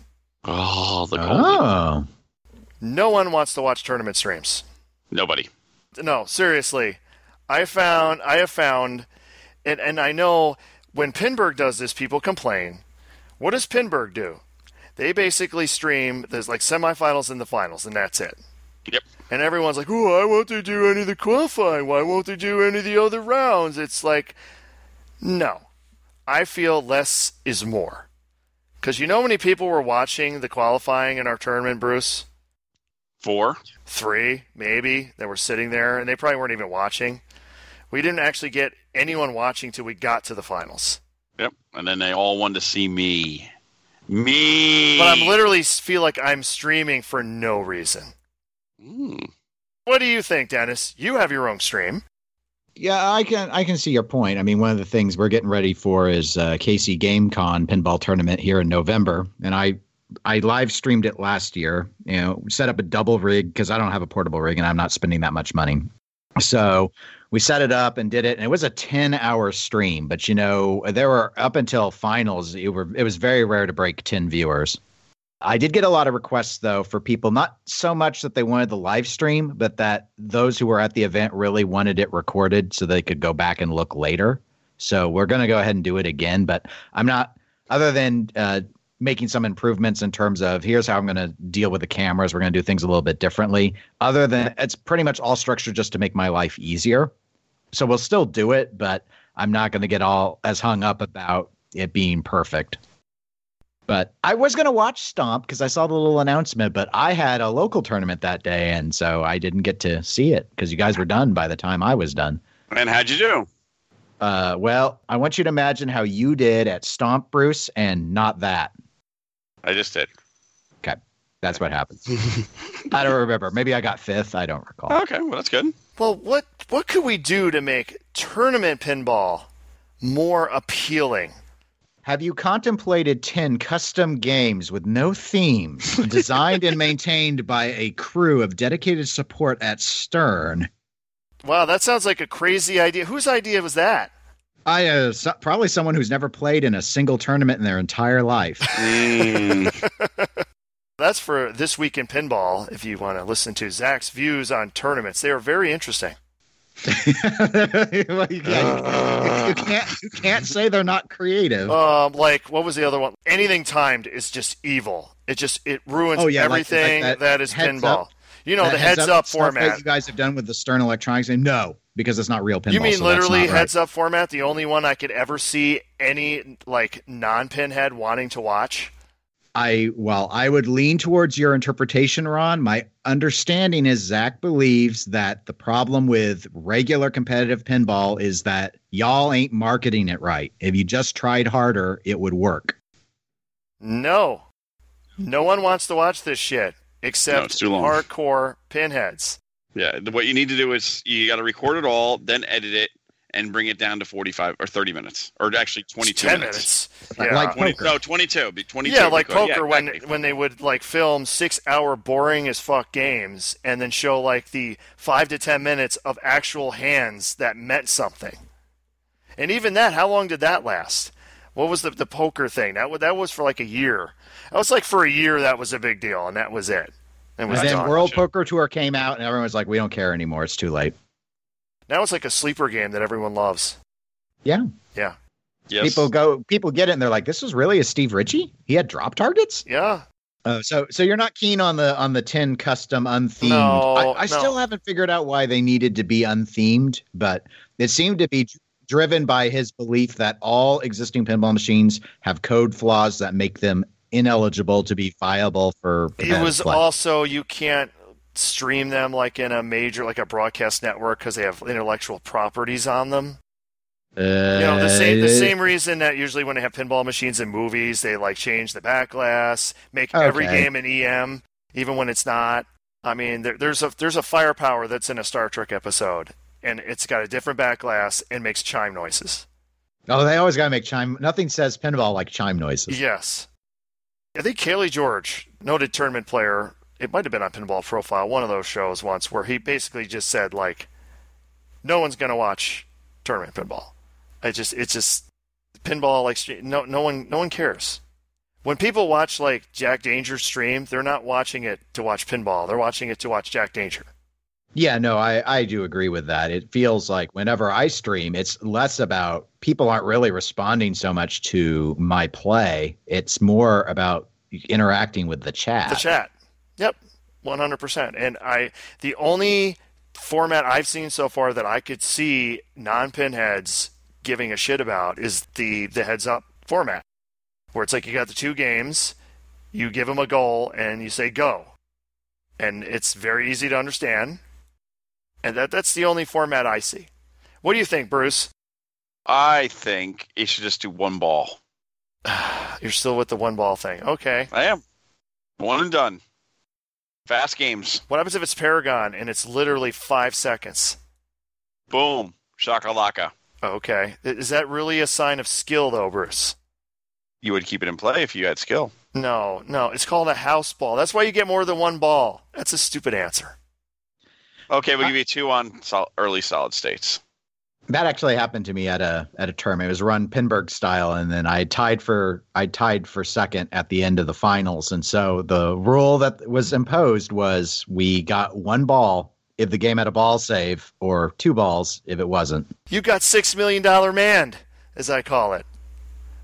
Speaker 5: Oh, the cold.
Speaker 6: Oh,
Speaker 4: No one wants to watch tournament streams.
Speaker 5: Nobody.
Speaker 4: No, seriously. I found I have found and and I know when Pinberg does this people complain. What does Pinberg do? They basically stream there's like semifinals and the finals and that's it.
Speaker 5: Yep.
Speaker 4: And everyone's like, "Oh, why won't they do any of the qualifying? Why won't they do any of the other rounds?" It's like, no, I feel less is more. Because you know how many people were watching the qualifying in our tournament, Bruce?
Speaker 5: Four.
Speaker 4: Three, maybe, that were sitting there, and they probably weren't even watching. We didn't actually get anyone watching till we got to the finals.
Speaker 5: Yep. And then they all wanted to see me. Me.
Speaker 4: But I'm literally s- feel like I'm streaming for no reason.
Speaker 5: Mm.
Speaker 4: What do you think, Dennis? You have your own stream.
Speaker 6: Yeah, I can I can see your point. I mean, one of the things we're getting ready for is uh, KC GameCon pinball tournament here in November, and I I live streamed it last year. You know, set up a double rig because I don't have a portable rig and I'm not spending that much money. So we set it up and did it, and it was a ten hour stream. But you know, there were up until finals, it were it was very rare to break ten viewers. I did get a lot of requests though for people, not so much that they wanted the live stream, but that those who were at the event really wanted it recorded so they could go back and look later. So we're going to go ahead and do it again, but I'm not, other than uh, making some improvements in terms of here's how I'm going to deal with the cameras, we're going to do things a little bit differently. Other than it's pretty much all structured just to make my life easier. So we'll still do it, but I'm not going to get all as hung up about it being perfect. But I was going to watch Stomp because I saw the little announcement, but I had a local tournament that day. And so I didn't get to see it because you guys were done by the time I was done.
Speaker 5: And how'd you do?
Speaker 6: Uh, well, I want you to imagine how you did at Stomp, Bruce, and not that.
Speaker 5: I just did.
Speaker 6: That's what happened. I don't remember. Maybe I got fifth. I don't recall.
Speaker 5: Okay. Well, that's good.
Speaker 4: Well, what what could we do to make tournament pinball more appealing?
Speaker 6: Have you contemplated 10 custom games with no themes, designed and maintained by a crew of dedicated support at Stern?
Speaker 4: Wow, that sounds like a crazy idea. Whose idea was that?
Speaker 6: I uh, so, probably someone who's never played in a single tournament in their entire life.
Speaker 5: Mm.
Speaker 4: That's for this week in pinball. If you want to listen to Zach's views on tournaments, they are very interesting.
Speaker 6: Well, you, can't, you can't you can't say they're not creative.
Speaker 4: Um, like what was the other one? Anything timed is just evil. It just it ruins
Speaker 6: Oh, yeah, like- like
Speaker 4: everything
Speaker 6: that
Speaker 4: that is
Speaker 6: heads
Speaker 4: pinball.
Speaker 6: up-
Speaker 4: you know
Speaker 6: That
Speaker 4: the heads, up,
Speaker 6: stuff that
Speaker 4: format.
Speaker 6: you guys have done with the Stern Electronics. game? No, because it's not real pinball.
Speaker 4: You mean
Speaker 6: so that's
Speaker 4: literally
Speaker 6: not right.
Speaker 4: heads up format? The only one I could ever see any like non pinhead wanting to watch.
Speaker 6: I while I would lean towards your interpretation, Ron, my understanding is Zach believes that the problem with regular competitive pinball is that y'all ain't marketing it right. If you just tried harder, it would work.
Speaker 4: No, no one wants to watch this shit except
Speaker 5: it's too long.
Speaker 4: hardcore pinheads.
Speaker 5: yeah. the- What you need to do is you got to record it all, then edit it, and bring it down to 45 or 30 minutes, or actually
Speaker 4: It's
Speaker 5: 22
Speaker 4: 10
Speaker 5: minutes.
Speaker 4: minutes.
Speaker 6: Like-
Speaker 4: Yeah.
Speaker 6: like
Speaker 5: 20,
Speaker 6: Poker.
Speaker 5: No, 22. Be 22.
Speaker 4: yeah, like
Speaker 5: because-
Speaker 4: poker
Speaker 5: yeah, exactly.
Speaker 4: when when they would like film six hour boring as fuck games and then show like the five to ten minutes of actual hands that meant something. And even that, how long did that last? What was the the poker thing? That wa- that was for like a year. That was like for a year. That was a big deal, and that was it. It was
Speaker 6: And then
Speaker 4: done.
Speaker 6: World Poker Tour came out, and everyone was like, "We don't care anymore. It's too late."
Speaker 4: now it's like a sleeper game that everyone loves.
Speaker 6: Yeah,
Speaker 4: Yeah,
Speaker 5: Yes.
Speaker 6: people go, people get it, and they're like, "This was really a Steve Ritchie? He had drop targets."
Speaker 4: yeah.
Speaker 6: Oh, so so you're not keen on the on the ten custom unthemed?
Speaker 4: No,
Speaker 6: I, I
Speaker 4: no.
Speaker 6: still haven't figured out why they needed to be unthemed, but it seemed to be driven by his belief that all existing pinball machines have code flaws that make them ineligible to be viable for.
Speaker 4: it
Speaker 6: competitive
Speaker 4: was
Speaker 6: play.
Speaker 4: also you can't stream them like in a major like a broadcast network because they have intellectual properties on them
Speaker 6: uh,
Speaker 4: you know the same the same reason that usually when they have pinball machines in movies they like change the back glass make every
Speaker 6: Okay.
Speaker 4: game an em even when it's not i mean there, there's a there's a firepower that's in a star trek episode and it's got a different back glass and makes chime noises
Speaker 6: Oh, they always gotta make chime. Nothing says pinball like chime noises.
Speaker 4: yes i think kaylee george noted tournament player it might have been on pinball profile one of those shows once where he basically just said like no one's going to watch tournament pinball. I just it's just pinball like stre- no no one no one cares. When people watch like Jack Danger stream, they're not watching it to watch pinball. They're watching it to watch Jack Danger.
Speaker 6: Yeah, no, I, I do agree with that. It feels like whenever I stream, it's less about people aren't really responding so much to my play. It's more about interacting with the chat.
Speaker 4: The chat. Yep. 100%. And I the only format I've seen so far that I could see non-pinheads giving a shit about is the the heads up format where it's like you got the two games, you give them a goal and you say go. And it's very easy to understand. And that that's the only format I see. What do you think, Bruce?
Speaker 5: I think it should just do one ball.
Speaker 4: You're still with the one ball thing. Okay.
Speaker 5: I am. One and done. Fast games.
Speaker 4: What happens if it's Paragon and it's literally five seconds?
Speaker 5: Boom. Shakalaka.
Speaker 4: Okay. Is that really a sign of skill, though, Bruce?
Speaker 5: You would keep it in play if you had skill.
Speaker 4: No, no. It's called a house ball. That's why you get more than one ball. That's a stupid answer.
Speaker 5: Okay, we'll give you two on sol- early solid states.
Speaker 6: That actually happened to me at a at a term. It was run Pinberg style, and then I tied for I tied for second at the end of the finals. And so the rule that was imposed was we got one ball if the game had a ball save, or two balls if it wasn't.
Speaker 4: You got $6 million man, as I call it.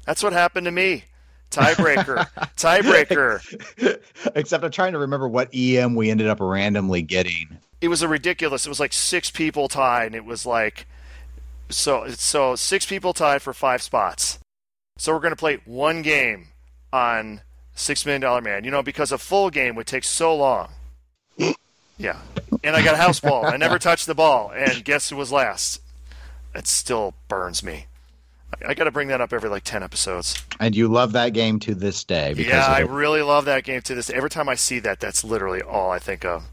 Speaker 4: That's what happened to me. Tiebreaker. Tiebreaker.
Speaker 6: Except I'm trying to remember what EM we ended up randomly getting.
Speaker 4: it was a ridiculous. It was like six people tied, and it was like so so six people tied for five spots. So we're going to play one game on Six Million Dollar Man. You know, because a full game would take so long. yeah, and I got a house ball. I never touched the ball, and guess who was last? It still burns me. I- I got to bring that up every like ten episodes.
Speaker 6: And you love that game to this day because
Speaker 4: yeah,
Speaker 6: of
Speaker 4: I
Speaker 6: it.
Speaker 4: really love that game to this. Every time I see that, that's literally all I think of.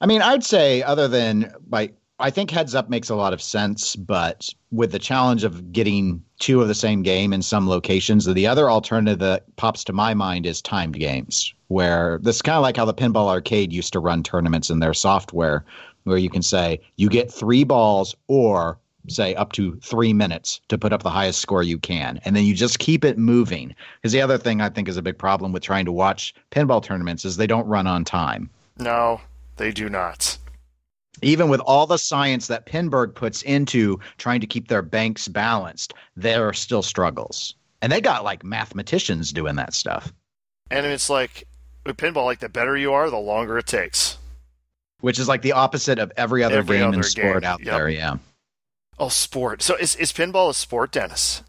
Speaker 6: I mean, I'd say other than like I think heads up makes a lot of sense, but with the challenge of getting two of the same game in some locations, the other alternative that pops to my mind is timed games, where this is kind of like how the pinball arcade used to run tournaments in their software, where you can say you get three balls or say up to three minutes to put up the highest score you can. And then you just keep it moving. Because the other thing I think is a big problem with trying to watch pinball tournaments is they don't run on time
Speaker 4: No, they do not.
Speaker 6: even with all the science that Pinberg puts into trying to keep their banks balanced, there are still struggles. And they got like mathematicians doing that stuff,
Speaker 4: And it's like with pinball, like the better you are, the longer it takes.
Speaker 6: which is like the opposite of every other
Speaker 4: Every
Speaker 6: game
Speaker 4: other
Speaker 6: and sport
Speaker 4: game,
Speaker 6: out
Speaker 4: yep.
Speaker 6: there. Yeah.
Speaker 4: Oh, sport. So is is pinball a sport, Dennis?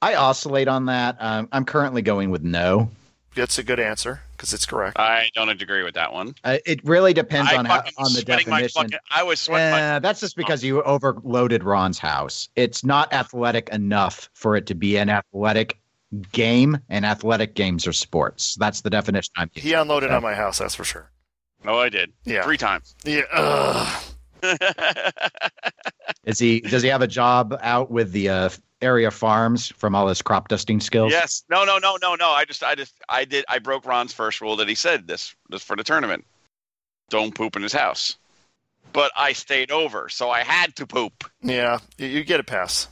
Speaker 6: I oscillate on that. Um, I'm currently going with no.
Speaker 4: That's a good answer because it's correct.
Speaker 5: I don't agree with that one.
Speaker 6: Uh, it really depends
Speaker 5: I
Speaker 6: on how,
Speaker 5: fucking
Speaker 6: on the
Speaker 5: sweating my
Speaker 6: definition.
Speaker 5: fucking- I was sweating my
Speaker 6: Uh, that's just because you overloaded Ron's house. It's not athletic enough for it to be an athletic game, and athletic games are sports. That's the definition I'm using.
Speaker 4: He unloaded on my house, that's for sure.
Speaker 5: Oh, I did.
Speaker 4: Yeah.
Speaker 5: Three times.
Speaker 4: Yeah. Ugh.
Speaker 6: Is he? Does he have a job out with the uh, area farms from all his crop dusting skills?
Speaker 5: yes. No, no, no, no, no. I just I just I did I broke Ron's first rule that he said this this for the tournament. Don't poop in his house. But I stayed over, so I had to poop.
Speaker 4: Yeah. You, you get a pass.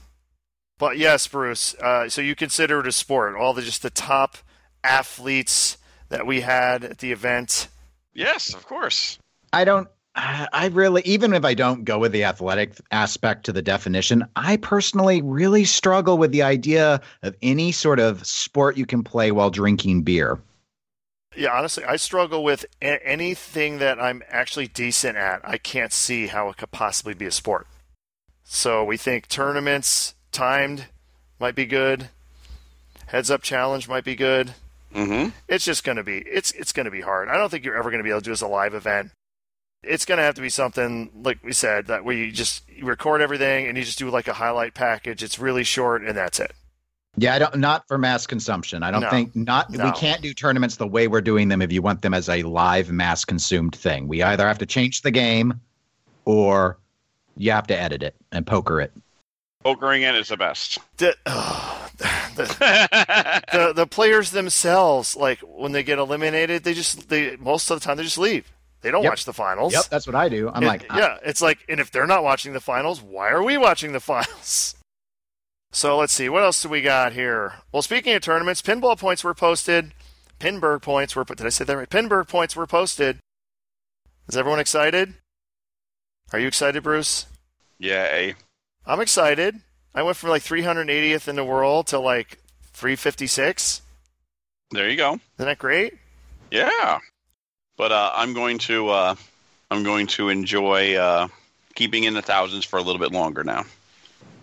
Speaker 4: But yes, Bruce. Uh, so you consider it a sport? All the just the top athletes that we had at the event.
Speaker 5: Yes, of course.
Speaker 6: I don't. I I really, even if I don't go with the athletic aspect to the definition, I personally really struggle with the idea of any sort of sport you can play while drinking beer.
Speaker 4: Yeah, honestly, I struggle with a- anything that I'm actually decent at. I can't see how it could possibly be a sport. So we think tournaments, timed, might be good. Heads up challenge might be good.
Speaker 5: Mm-hmm.
Speaker 4: It's just gonna be it's it's gonna be hard. I don't think you're ever gonna be able to do this a live event. It's gonna have to be something like we said that where you just you record everything and you just do like a highlight package. It's really short and that's it.
Speaker 6: Yeah, I don't. Not for mass consumption. I don't
Speaker 4: No.
Speaker 6: think. Not
Speaker 4: No.
Speaker 6: we can't do tournaments the way we're doing them. If you want them as a live mass consumed thing, we either have to change the game, or you have to edit it and poker it.
Speaker 5: Pokering in is the best.
Speaker 4: The- ugh. The-
Speaker 5: I
Speaker 4: the the players themselves, like when they get eliminated, they just they most of the time they just leave. They don't
Speaker 6: Yep.
Speaker 4: watch the finals.
Speaker 6: Yep, that's what I do. I'm
Speaker 4: It-
Speaker 6: like, "Ah."
Speaker 4: yeah, it's like, and if they're not watching the finals, why are we watching the finals? So let's see, what else do we got here? Well, speaking of tournaments, pinball points were posted. Pinburg points were. Did I say that right? Pinburg points were posted. Is everyone excited? Are you excited, Bruce?
Speaker 5: Yay.
Speaker 4: I'm excited. I went from like 380th in the world to like 356.
Speaker 5: There you go.
Speaker 4: Isn't that great?
Speaker 5: Yeah. But uh, I'm going to uh, I'm going to enjoy uh, keeping in the thousands for a little bit longer now.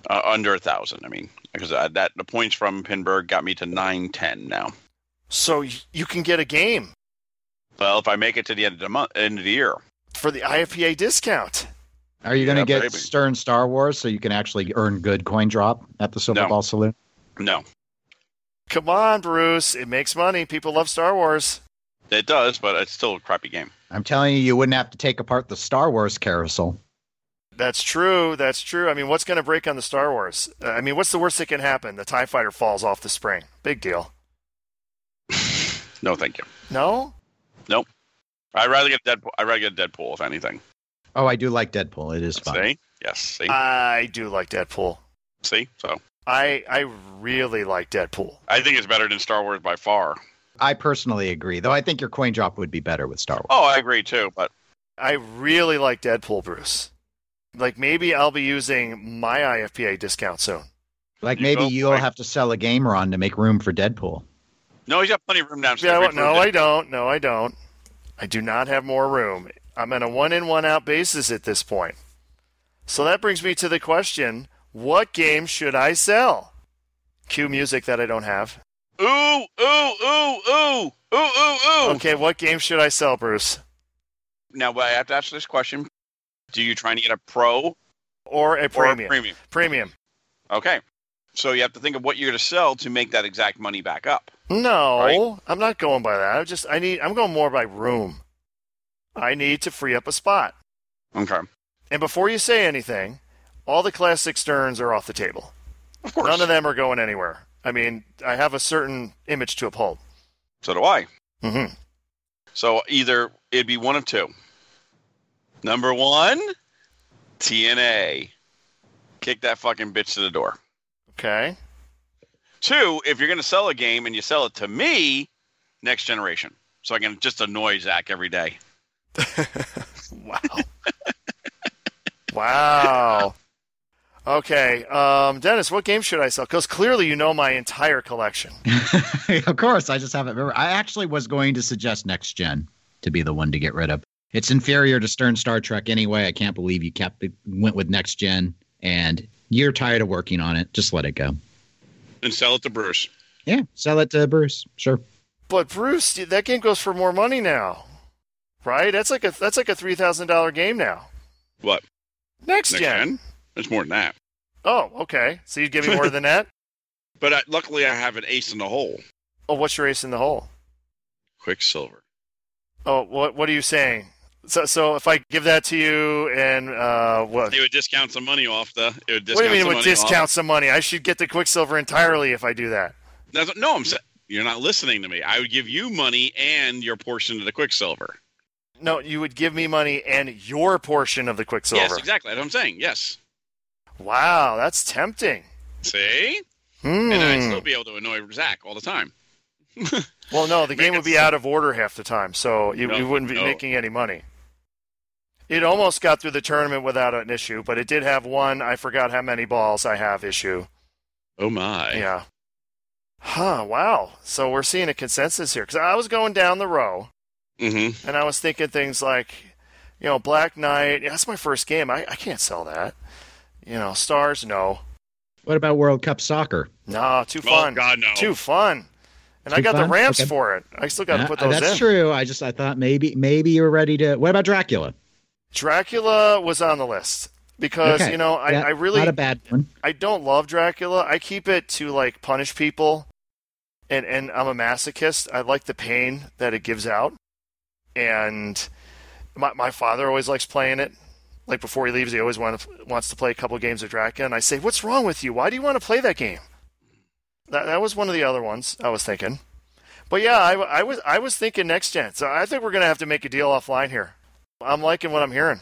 Speaker 5: Uh, under a thousand, I mean, because uh, that the points from Pinberg got me to nine ten now.
Speaker 4: So y- you can get a game
Speaker 5: Well, if I make it to the end of the month, end of the year,
Speaker 4: for the IFPA discount.
Speaker 6: Are you going to
Speaker 5: Yeah,
Speaker 6: get
Speaker 5: maybe.
Speaker 6: Stern Star Wars so you can actually earn good coin drop at the Silver
Speaker 5: No.
Speaker 6: Ball Saloon?
Speaker 5: no,
Speaker 4: Come on, Bruce. It makes money. People love Star Wars.
Speaker 5: it does, but it's still a crappy game.
Speaker 6: I'm telling you, you wouldn't have to take apart the Star Wars carousel.
Speaker 4: That's true. That's true. I mean, what's going to break on the Star Wars? Uh, I mean, what's the worst that can happen? The TIE fighter falls off the spring. Big deal.
Speaker 5: No, thank you.
Speaker 4: No?
Speaker 5: I'd rather get Deadpool. I'd rather get Deadpool if anything.
Speaker 6: Oh, I do like Deadpool. It is fun.
Speaker 5: See, yes, see,
Speaker 4: Uh, I do like Deadpool.
Speaker 5: see. So
Speaker 4: I I really like Deadpool.
Speaker 5: I think it's better than Star Wars by far.
Speaker 6: I personally agree, though I think your coin drop would be better with Star Wars.
Speaker 5: Oh, I agree too. But
Speaker 4: I really like Deadpool, Bruce. Like maybe I'll be using my IFPA discount soon.
Speaker 6: like
Speaker 5: you
Speaker 6: maybe
Speaker 5: go
Speaker 6: you'll
Speaker 5: back.
Speaker 6: have to sell a gamer on to make room for Deadpool.
Speaker 5: no, he's got plenty of room downstairs.
Speaker 4: Yeah, well,
Speaker 5: We
Speaker 4: no,
Speaker 5: proved
Speaker 4: I
Speaker 5: it.
Speaker 4: don't. No, I don't. I do not have more room. I'm on a one in, one out basis at this point. So that brings me to the question what game should I sell? Cue music that I don't have.
Speaker 5: Ooh, ooh, ooh, ooh, ooh, ooh, ooh.
Speaker 4: Okay, what game should I sell, Bruce?
Speaker 5: Now, I have to ask this question: Do you trying to get a pro
Speaker 4: Or a
Speaker 5: or a
Speaker 4: premium?
Speaker 5: premium?
Speaker 4: premium.
Speaker 5: Okay, so you have to think of what you're going to sell to make that exact money back up.
Speaker 4: No,
Speaker 5: Right.
Speaker 4: I'm not going by that. I just I need I'm going more by room. I need to free up a spot.
Speaker 5: Okay,
Speaker 4: And before you say anything, all the classic Sterns are off the table.
Speaker 5: of course.
Speaker 4: None of them are going anywhere. I mean, I have a certain image to uphold.
Speaker 5: So do I.
Speaker 4: Mm-hmm.
Speaker 5: So either it'd be one of two. Number one, TNA, kick that fucking bitch to the door.
Speaker 4: Okay.
Speaker 5: Two, if you're going to sell a game and you sell it to me, next generation. So I can just annoy Zach every day.
Speaker 4: Wow. wow. Okay. Um, Dennis, what game should I sell? Because clearly you know my entire collection.
Speaker 6: of course, I just haven't remembered. I actually was going to suggest Next Gen to be the one to get rid of. It's inferior to Stern Star Trek anyway. I can't believe you kept went with Next Gen, and you're tired of working on it. Just let it go.
Speaker 5: And sell it to Bruce.
Speaker 6: Yeah, sell it to Bruce. Sure.
Speaker 4: But Bruce, that game goes for more money now, right? That's like a that's like a three thousand dollar game now.
Speaker 5: What?
Speaker 4: Next,
Speaker 5: Next
Speaker 4: gen.
Speaker 5: gen? It's more than that.
Speaker 4: Oh, okay. So you'd give me more than that.
Speaker 5: But I, luckily, I have an ace in the hole.
Speaker 4: Oh, what's your ace in the hole?
Speaker 5: Quicksilver.
Speaker 4: Oh, what what are you saying? So so if I give that to you and uh, what?
Speaker 5: It would discount some money off the. It would discount
Speaker 4: What do you mean
Speaker 5: some
Speaker 4: with
Speaker 5: money off-
Speaker 4: discount some money? I should get the Quicksilver entirely if I do that.
Speaker 5: That's, no, I'm saying you're not listening to me. I would give you money and your portion of the Quicksilver.
Speaker 4: No, you would give me money and your portion of the Quicksilver.
Speaker 5: Yes, exactly. That's what I'm saying. Yes.
Speaker 4: Wow, that's tempting.
Speaker 5: See?
Speaker 4: Hmm.
Speaker 5: And I'd still be able to annoy Zach all the time.
Speaker 4: Well, no, the game would be out of order half the time, so you,
Speaker 5: No,
Speaker 4: you wouldn't be
Speaker 5: no.
Speaker 4: making any money. It almost got through the tournament without an issue, but it did have one. I forgot how many balls I have issue.
Speaker 5: Oh, my.
Speaker 4: Yeah. Huh. Wow. So we're seeing a consensus here because I was going down the row
Speaker 5: Mm-hmm.
Speaker 4: and I was thinking things like, you know, Black Knight. yeah, That's my first game. I, I can't sell that. You know, Stars. No.
Speaker 6: What about World Cup soccer?
Speaker 4: No. Too
Speaker 5: Oh,
Speaker 4: fun.
Speaker 5: God, no.
Speaker 4: Too fun. And I
Speaker 6: Too
Speaker 4: got
Speaker 6: fun?
Speaker 4: the ramps
Speaker 6: Okay.
Speaker 4: for it. I still got to
Speaker 6: Uh,
Speaker 4: put those
Speaker 6: that's
Speaker 4: in.
Speaker 6: true. I just I thought maybe maybe you're ready to. What about Dracula?
Speaker 4: Dracula was on the list because
Speaker 6: Okay.
Speaker 4: you know I,
Speaker 6: Yeah,
Speaker 4: I really
Speaker 6: not a bad one.
Speaker 4: I don't love Dracula. I keep it to like punish people, and and I'm a masochist. I like the pain that it gives out, and my my father always likes playing it. Like before he leaves, he always want, wants to play a couple games of Dracula, and I say, "What's wrong with you? Why do you want to play that game?" That that was one of the other ones I was thinking, but yeah, I, I was I was thinking next gen. So I think we're gonna have to make a deal offline here. I'm liking what I'm hearing.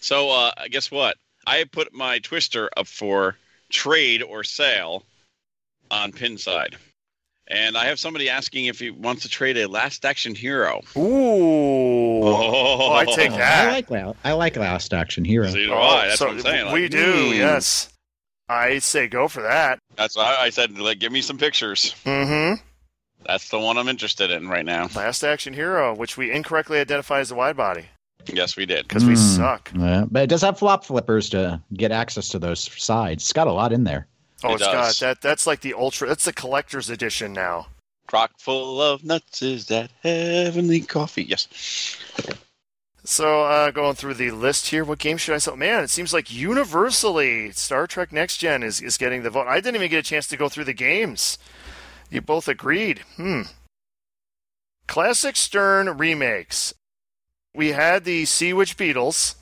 Speaker 5: So uh, guess what? I put my twister up for trade or sale on Pinside. And I have somebody asking if he wants to trade a last action hero.
Speaker 4: Ooh.
Speaker 5: Oh,
Speaker 4: I take
Speaker 6: Oh,
Speaker 4: that.
Speaker 6: I like La- I like Last Action Hero.
Speaker 5: So you know,
Speaker 4: Oh,
Speaker 5: I- that's
Speaker 4: so
Speaker 5: what I'm saying. Like,
Speaker 4: we do,
Speaker 5: hmm.
Speaker 4: yes. I say go for that.
Speaker 5: That's why I said, like, give me some pictures.
Speaker 4: Mm-hmm.
Speaker 5: That's the one I'm interested in right now.
Speaker 4: Last Action Hero, which we incorrectly identify as a wide body
Speaker 5: Yes, we did.
Speaker 4: because we
Speaker 6: Hmm.
Speaker 4: suck.
Speaker 6: Yeah, but it does have flop flippers to get access to those sides. It's got a lot in there.
Speaker 4: Oh,
Speaker 5: It
Speaker 4: it's got
Speaker 5: does.
Speaker 4: that. That's like the ultra. That's the collector's edition now.
Speaker 5: Crock full of nuts is that heavenly coffee. Yes.
Speaker 4: So uh, going through the list here, what game should I sell? Man, it seems like universally Star Trek Next Gen is, is getting the vote. I didn't even get a chance to go through the games. You both agreed. Hmm. Classic Stern remakes. We had the Sea Witch Beatles.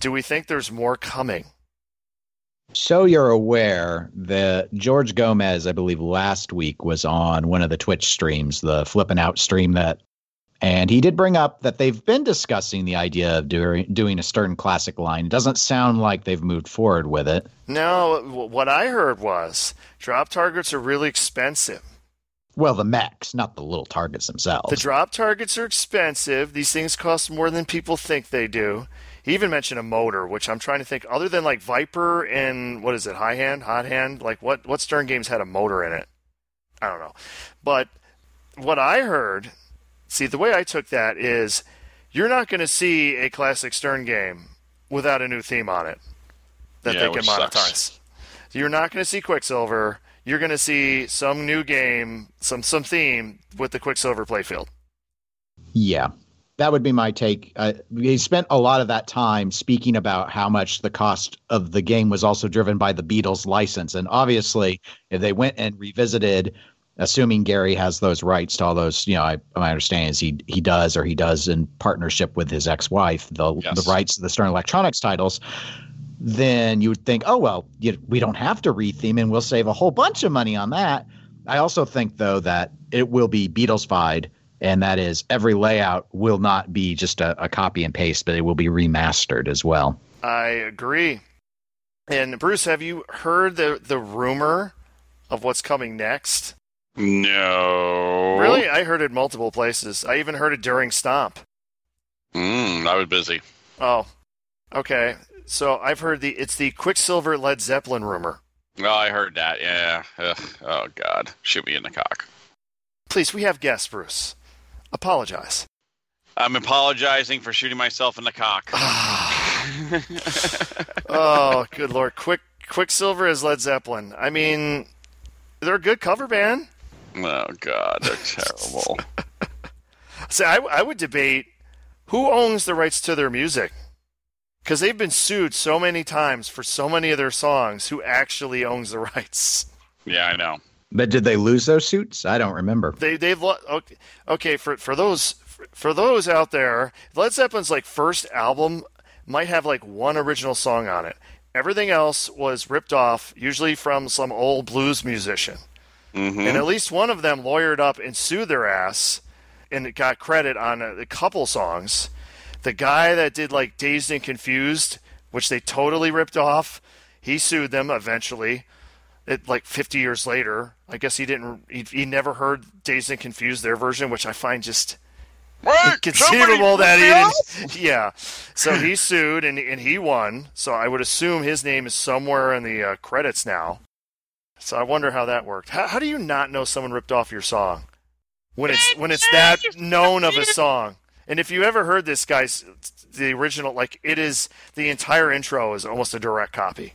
Speaker 4: Do we think there's more coming?
Speaker 6: So you're aware that George Gomez, I believe last week was on one of the Twitch streams, the flipping out stream that and he did bring up that they've been discussing the idea of doing doing a Stern classic line. It doesn't sound like they've moved forward with it.
Speaker 4: No, w- what I heard was drop targets are really expensive.
Speaker 6: Well, the mechs, not the little targets themselves.
Speaker 4: The drop targets are expensive. These things cost more than people think they do. He even mentioned a motor, which I'm trying to think. Other than like Viper and what is it, High Hand, Hot Hand? Like what? What Stern games had a motor in it? I don't know. But what I heard, see, the way I took that is, you're not going to see a classic Stern game without a new theme on it that
Speaker 5: Yeah,
Speaker 4: they can
Speaker 5: which
Speaker 4: monetize.
Speaker 5: sucks.
Speaker 4: You're not going to see Quicksilver. You're going to see some new game, some some theme with the Quicksilver playfield.
Speaker 6: Yeah, that would be my take. Uh, he spent a lot of that time speaking about how much the cost of the game was also driven by the Beatles license, and obviously, if they went and revisited, assuming Gary has those rights to all those, you know, I, my understanding is he he does or he does in partnership with his ex-wife the
Speaker 5: Yes.
Speaker 6: the rights to the Stern Electronics titles. Then you would think, oh well, you, we don't have to retheme, and we'll save a whole bunch of money on that. I also think though that it will be Beatlesified, and that is every layout will not be just a, a copy and paste, but it will be remastered as well.
Speaker 4: I agree. And Bruce, have you heard the the rumor of what's coming next?
Speaker 5: No.
Speaker 4: Really, I heard it multiple places. I even heard it during Stomp.
Speaker 5: Mm, I was busy.
Speaker 4: Oh, okay. So I've heard the it's the Quicksilver Led Zeppelin rumor.
Speaker 5: Oh, I heard that. Yeah. Ugh. Oh God. Shoot me in the cock.
Speaker 4: Please, we have guests, Bruce. Apologize.
Speaker 5: I'm apologizing for shooting myself in the cock.
Speaker 4: oh, good lord! Quick Quicksilver is Led Zeppelin. I mean, they're a good cover band.
Speaker 5: Oh God, they're terrible.
Speaker 4: See, I, I would debate who owns the rights to their music because they've been sued so many times for so many of their songs. Who actually owns the rights?
Speaker 5: yeah, I know.
Speaker 6: But did they lose those suits? I don't remember.
Speaker 4: They they've lo- okay, okay for for those for those out there, Led Zeppelin's like first album might have like one original song on it. Everything else was ripped off, usually from some old blues musician.
Speaker 5: Mm-hmm.
Speaker 4: and at least one of them lawyered up and sued their ass and it got credit on a, a couple songs the guy that did like dazed and confused which they totally ripped off he sued them eventually it, like 50 years later i guess he didn't he, he never heard dazed and confused their version which i find just inconceivable that even yeah so he sued and, and he won so i would assume his name is somewhere in the uh, credits now so i wonder how that worked how, how do you not know someone ripped off your song when it's when it's that known of a song and if you ever heard this guy's the original like it is the entire intro is almost a direct copy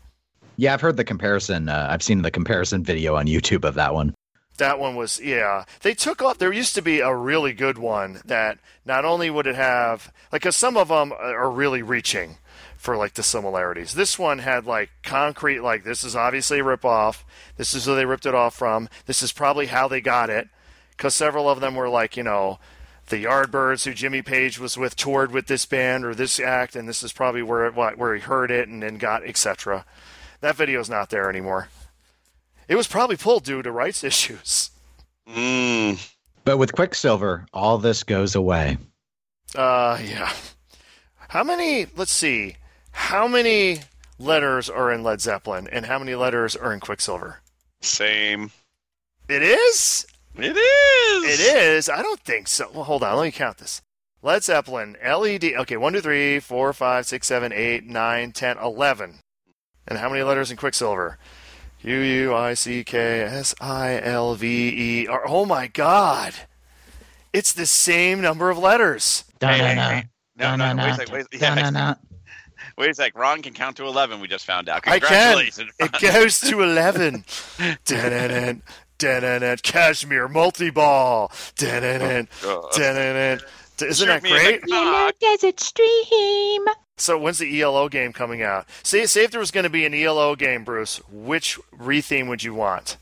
Speaker 6: Yeah, I've heard the comparison. Uh, I've seen the comparison video on YouTube of that one.
Speaker 4: That one was yeah. They took off. There used to be a really good one that not only would it have like 'cause some of them are really reaching for like the similarities. This one had like concrete like this is obviously a ripoff. This is who they ripped it off from. This is probably how they got it. Because several of them were like you know the Yardbirds who Jimmy Page was with toured with this band or this act, and this is probably where it, where he heard it and then got etc. That video's not there anymore. It was probably pulled due to rights issues.
Speaker 5: Mm.
Speaker 6: But with Quicksilver, all this goes away.
Speaker 4: Uh, yeah. How many? Let's see. How many letters are in Led Zeppelin, and how many letters are in Quicksilver?
Speaker 5: Same.
Speaker 4: It is.
Speaker 5: It is.
Speaker 4: It is. I don't think so. Well, hold on. Let me count this. Led Zeppelin, LED. Okay, one, two, three, four, five, six, seven, eight, nine, ten, eleven. And how many letters in Quicksilver? U U I C K S I L V E R. Oh my God. It's the same number of letters.
Speaker 5: Hey, hey,
Speaker 6: Dun-dun-dun.
Speaker 5: hey. No, no, no, wait a sec,
Speaker 6: Dun-dun-dun.
Speaker 5: wait a sec. Yeah,
Speaker 6: Dun-dun-dun.
Speaker 5: wait a sec. Ron can count to 11, we just found out.
Speaker 4: I can.
Speaker 5: Congratulations.
Speaker 4: It goes to 11. Dun-dun-dun, dun-dun-dun, Cashmere multi ball. Isn't that
Speaker 5: Shoot me in the
Speaker 4: great?
Speaker 5: cock.
Speaker 7: Desert Stream.
Speaker 4: So when's the ELO game coming out? Say, say if there was going to be an ELO game, Bruce, which retheme would you want?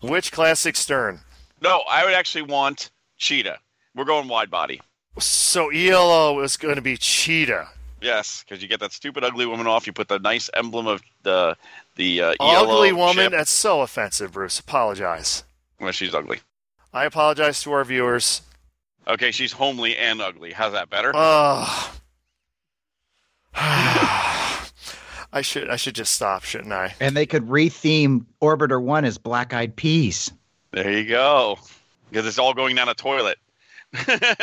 Speaker 4: Which classic Stern?
Speaker 5: No, I would actually want cheetah. We're going wide body.
Speaker 4: So ELO is going to be Cheetah.
Speaker 5: Yes, because you get that stupid ugly woman off. You put the nice emblem of the the uh,
Speaker 4: Ugly
Speaker 5: ELO
Speaker 4: woman.
Speaker 5: ship.
Speaker 4: That's so offensive, Bruce. Apologize.
Speaker 5: Well, she's ugly.
Speaker 4: I apologize to our viewers.
Speaker 5: Okay, she's homely and ugly. How's that better?
Speaker 4: Oh. I should I should just stop, shouldn't I?
Speaker 6: And they could retheme Orbiter One as Black Eyed Peas.
Speaker 5: there you go. Because it's all going down a toilet.
Speaker 4: Actually,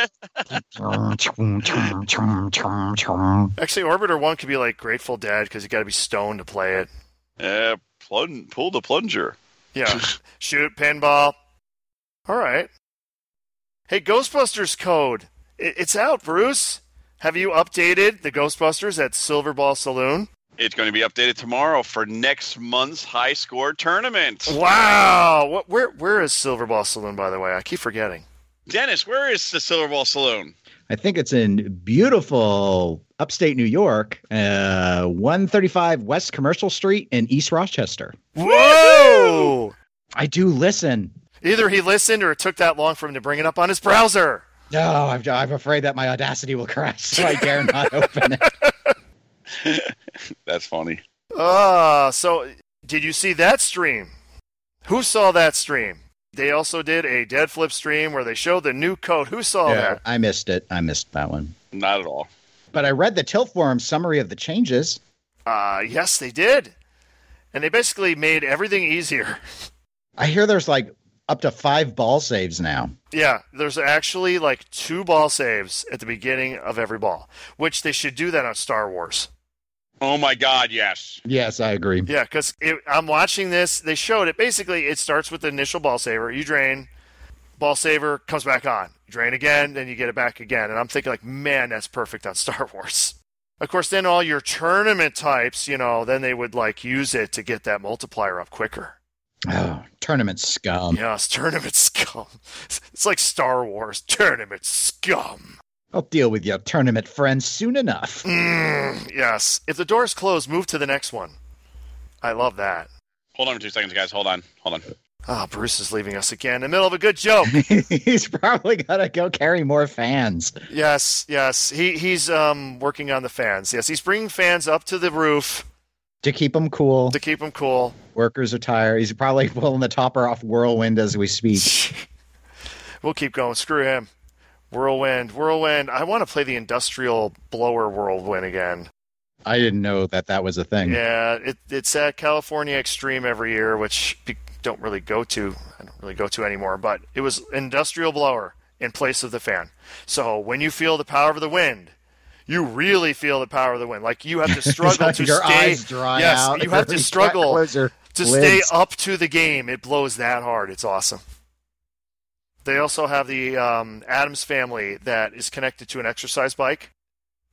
Speaker 4: Orbiter One could be like Grateful Dead because you got to be stoned to play it.
Speaker 5: uh, plun- pull the plunger.
Speaker 4: Yeah. Shoot pinball. All right. Hey, Ghostbusters code. I- It's out, Bruce. Have you updated the Ghostbusters at Silver Ball Saloon?
Speaker 5: It's going to be updated tomorrow for next month's high score tournament.
Speaker 4: Wow. What, where where is Silver Ball Saloon by the way? I keep forgetting.
Speaker 5: Dennis, where is the Silver Ball Saloon?
Speaker 6: I think it's in beautiful upstate New York, uh, 135 West Commercial Street in East Rochester.
Speaker 4: Whoa!
Speaker 6: I do listen.
Speaker 4: Either he listened or it took that long for him to bring it up on his browser.
Speaker 6: No, I'm, I'm afraid that my audacity will crash, so I dare not open it.
Speaker 5: That's funny.
Speaker 4: Ah, so did you see that stream? Who saw that stream? They also did a dead flip stream where they showed the new code. Who saw that?
Speaker 6: I missed it. I missed that one.
Speaker 5: Not at all.
Speaker 6: But I read the Tilt Forum summary of the changes.
Speaker 4: Uh, yes, they did. And they basically made everything easier.
Speaker 6: I hear there's like up to five ball saves now.
Speaker 4: Yeah, there's actually like two ball saves at the beginning of every ball, which they should do that on Star Wars.
Speaker 5: Oh my God, yes.
Speaker 6: Yes, I agree.
Speaker 4: Yeah, because I'm watching this. They showed it. Basically, it starts with the initial ball saver. You drain, ball saver comes back on. You drain again, then you get it back again. And I'm thinking, like, man, that's perfect on Star Wars. Of course, then all your tournament types, you know, then they would like use it to get that multiplier up quicker.
Speaker 6: Oh, tournament scum.
Speaker 4: Yes, tournament scum. It's like Star Wars tournament scum.
Speaker 6: I'll deal with your tournament friends soon enough.
Speaker 4: Mm, yes. If the door's closed, move to the next one. I love that.
Speaker 5: Hold on for two seconds, guys. Hold on. Hold on.
Speaker 4: Ah, Bruce is leaving us again in the middle of a good joke.
Speaker 6: He's probably gonna go carry more fans.
Speaker 4: yes, yes. He he's um working on the fans. Yes, he's bringing fans up to the roof
Speaker 6: to keep them cool.
Speaker 4: to keep them cool.
Speaker 6: Workers are tired. He's probably pulling the topper off Whirlwind as we speak.
Speaker 4: We'll keep going. Screw him. Whirlwind, whirlwind. I want to play the industrial blower whirlwind again.
Speaker 6: I didn't know that that was a thing.
Speaker 4: Yeah, it, it's at California Extreme every year, which pe- don't really go to. I don't really go to anymore, but it was industrial blower in place of the fan. So when you feel the power of the wind, you really feel the power of the wind. Like you have to struggle
Speaker 6: Like
Speaker 4: to
Speaker 6: your
Speaker 4: stay.
Speaker 6: eyes dry
Speaker 4: yes,
Speaker 6: out.
Speaker 4: you have to
Speaker 6: can't
Speaker 4: struggle
Speaker 6: close your
Speaker 4: to stay
Speaker 6: lids.
Speaker 4: up to the game. It blows that hard. It's awesome. They also have the um, Adams family that is connected to an exercise bike,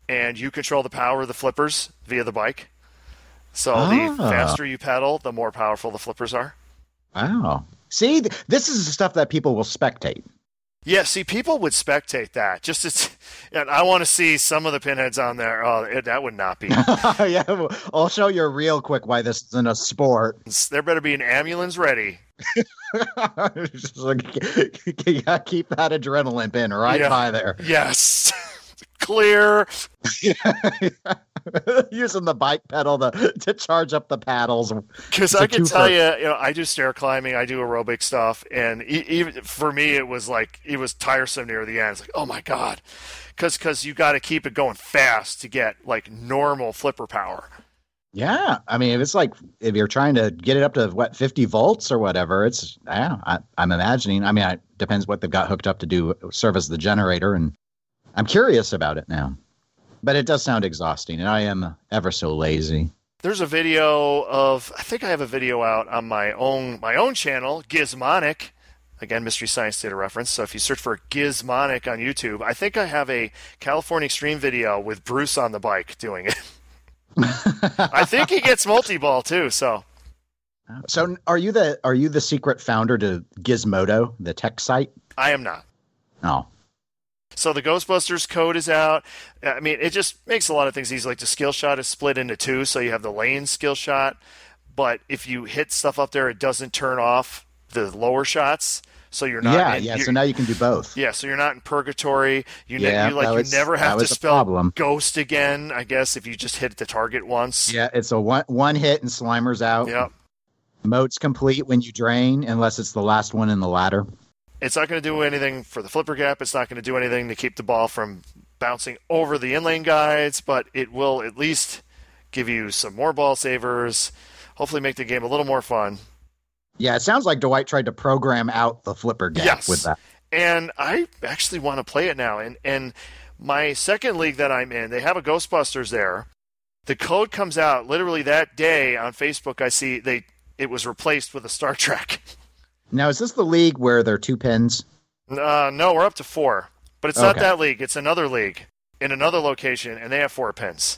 Speaker 4: and you control the power of the flippers via the bike. So the
Speaker 6: Ah.
Speaker 4: faster you pedal, the more powerful the flippers are.
Speaker 6: Wow. See, th- this is the stuff that people will spectate.
Speaker 4: Yeah, see, people would spectate that. Just as, and I want to see some of the pinheads on there. Oh, it, that would not be.
Speaker 6: yeah, well, I'll show you real quick why this isn't a sport.
Speaker 4: there better be an ambulance ready.
Speaker 6: Just like, you gotta keep that adrenaline in right
Speaker 4: Yeah.
Speaker 6: by there.
Speaker 4: Yes, clear.
Speaker 6: Using the bike pedal to, to charge up the paddles.
Speaker 4: Because
Speaker 6: It's
Speaker 4: I
Speaker 6: a
Speaker 4: can
Speaker 6: twofer.
Speaker 4: tell you, you know, I do stair climbing, I do aerobic stuff, and e- even for me, it was like it was tiresome near the end. It's like, oh my god, because you got to keep it going fast to get like normal flipper power.
Speaker 6: Yeah, I mean, if it's like if you're trying to get it up to what 50 volts or whatever, it's yeah, I, I'm imagining. I mean, it depends what they've got hooked up to do serve as the generator, and I'm curious about it now. But it does sound exhausting, and I am ever so lazy.
Speaker 4: There's a video of I think I have a video out on my own my own channel, Gizmonic. Again, Mystery Science Theater reference. So if you search for Gizmonic on YouTube, I think I have a California Extreme video with Bruce on the bike doing it. I think he gets multi ball too, so
Speaker 6: So are you the are you the secret founder to Gizmodo, the tech site?
Speaker 4: I am not.
Speaker 6: Oh,
Speaker 4: So the Ghostbusters code is out. I mean, it just makes a lot of things easy. Like the skill shot is split into two, so you have the lane skill shot. But if you hit stuff up there, it doesn't turn off the lower shots, so you're not.
Speaker 6: yeah,
Speaker 4: in,
Speaker 6: yeah.
Speaker 4: you're-
Speaker 6: So now you can do both.
Speaker 4: yeah, so you're not in purgatory. You, ne-
Speaker 6: Yeah,
Speaker 4: you like
Speaker 6: that
Speaker 4: you
Speaker 6: was-
Speaker 4: never
Speaker 6: that
Speaker 4: have to
Speaker 6: was a
Speaker 4: spell
Speaker 6: problem.
Speaker 4: ghost again. I guess if you just hit the target once.
Speaker 6: Yeah, it's a one one hit and Slimer's out.
Speaker 4: Yep.
Speaker 6: Moat's complete when you drain, unless it's the last one in the ladder.
Speaker 4: It's not going to do anything for the flipper gap. It's not going to do anything to keep the ball from bouncing over the inlane guides, but it will at least give you some more ball savers, hopefully make the game a little more fun.
Speaker 6: Yeah, it sounds like Dwight tried to program out the flipper gap
Speaker 4: Yes.
Speaker 6: with that.
Speaker 4: And I actually want to play it now. And and my second league that I'm in, they have a Ghostbusters there. The code comes out literally that day on Facebook. I see they it was replaced with a Star Trek.
Speaker 6: Now, is this the league where there are two pins?
Speaker 4: Uh, no, we're up to four, but it's not
Speaker 6: Okay.
Speaker 4: that league. It's another league in another location, and they have four pins.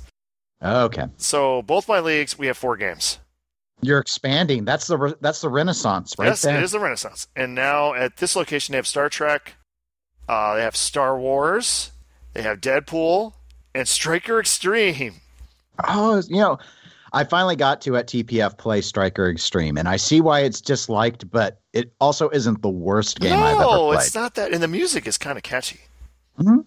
Speaker 6: Okay,
Speaker 4: So both my leagues, we have four games.
Speaker 6: you're expanding. That's the re- that's the Renaissance right
Speaker 4: yes,
Speaker 6: there.
Speaker 4: it is the Renaissance. And now at this location, they have Star Trek, uh, they have Star Wars, they have Deadpool, and Striker Extreme.
Speaker 6: Oh, you know, I finally got to at TPF play Striker Extreme, and I see why it's disliked, but it also isn't the worst game
Speaker 4: no,
Speaker 6: I've ever played.
Speaker 4: it's not that. And the music is kind of catchy.
Speaker 6: Mhm.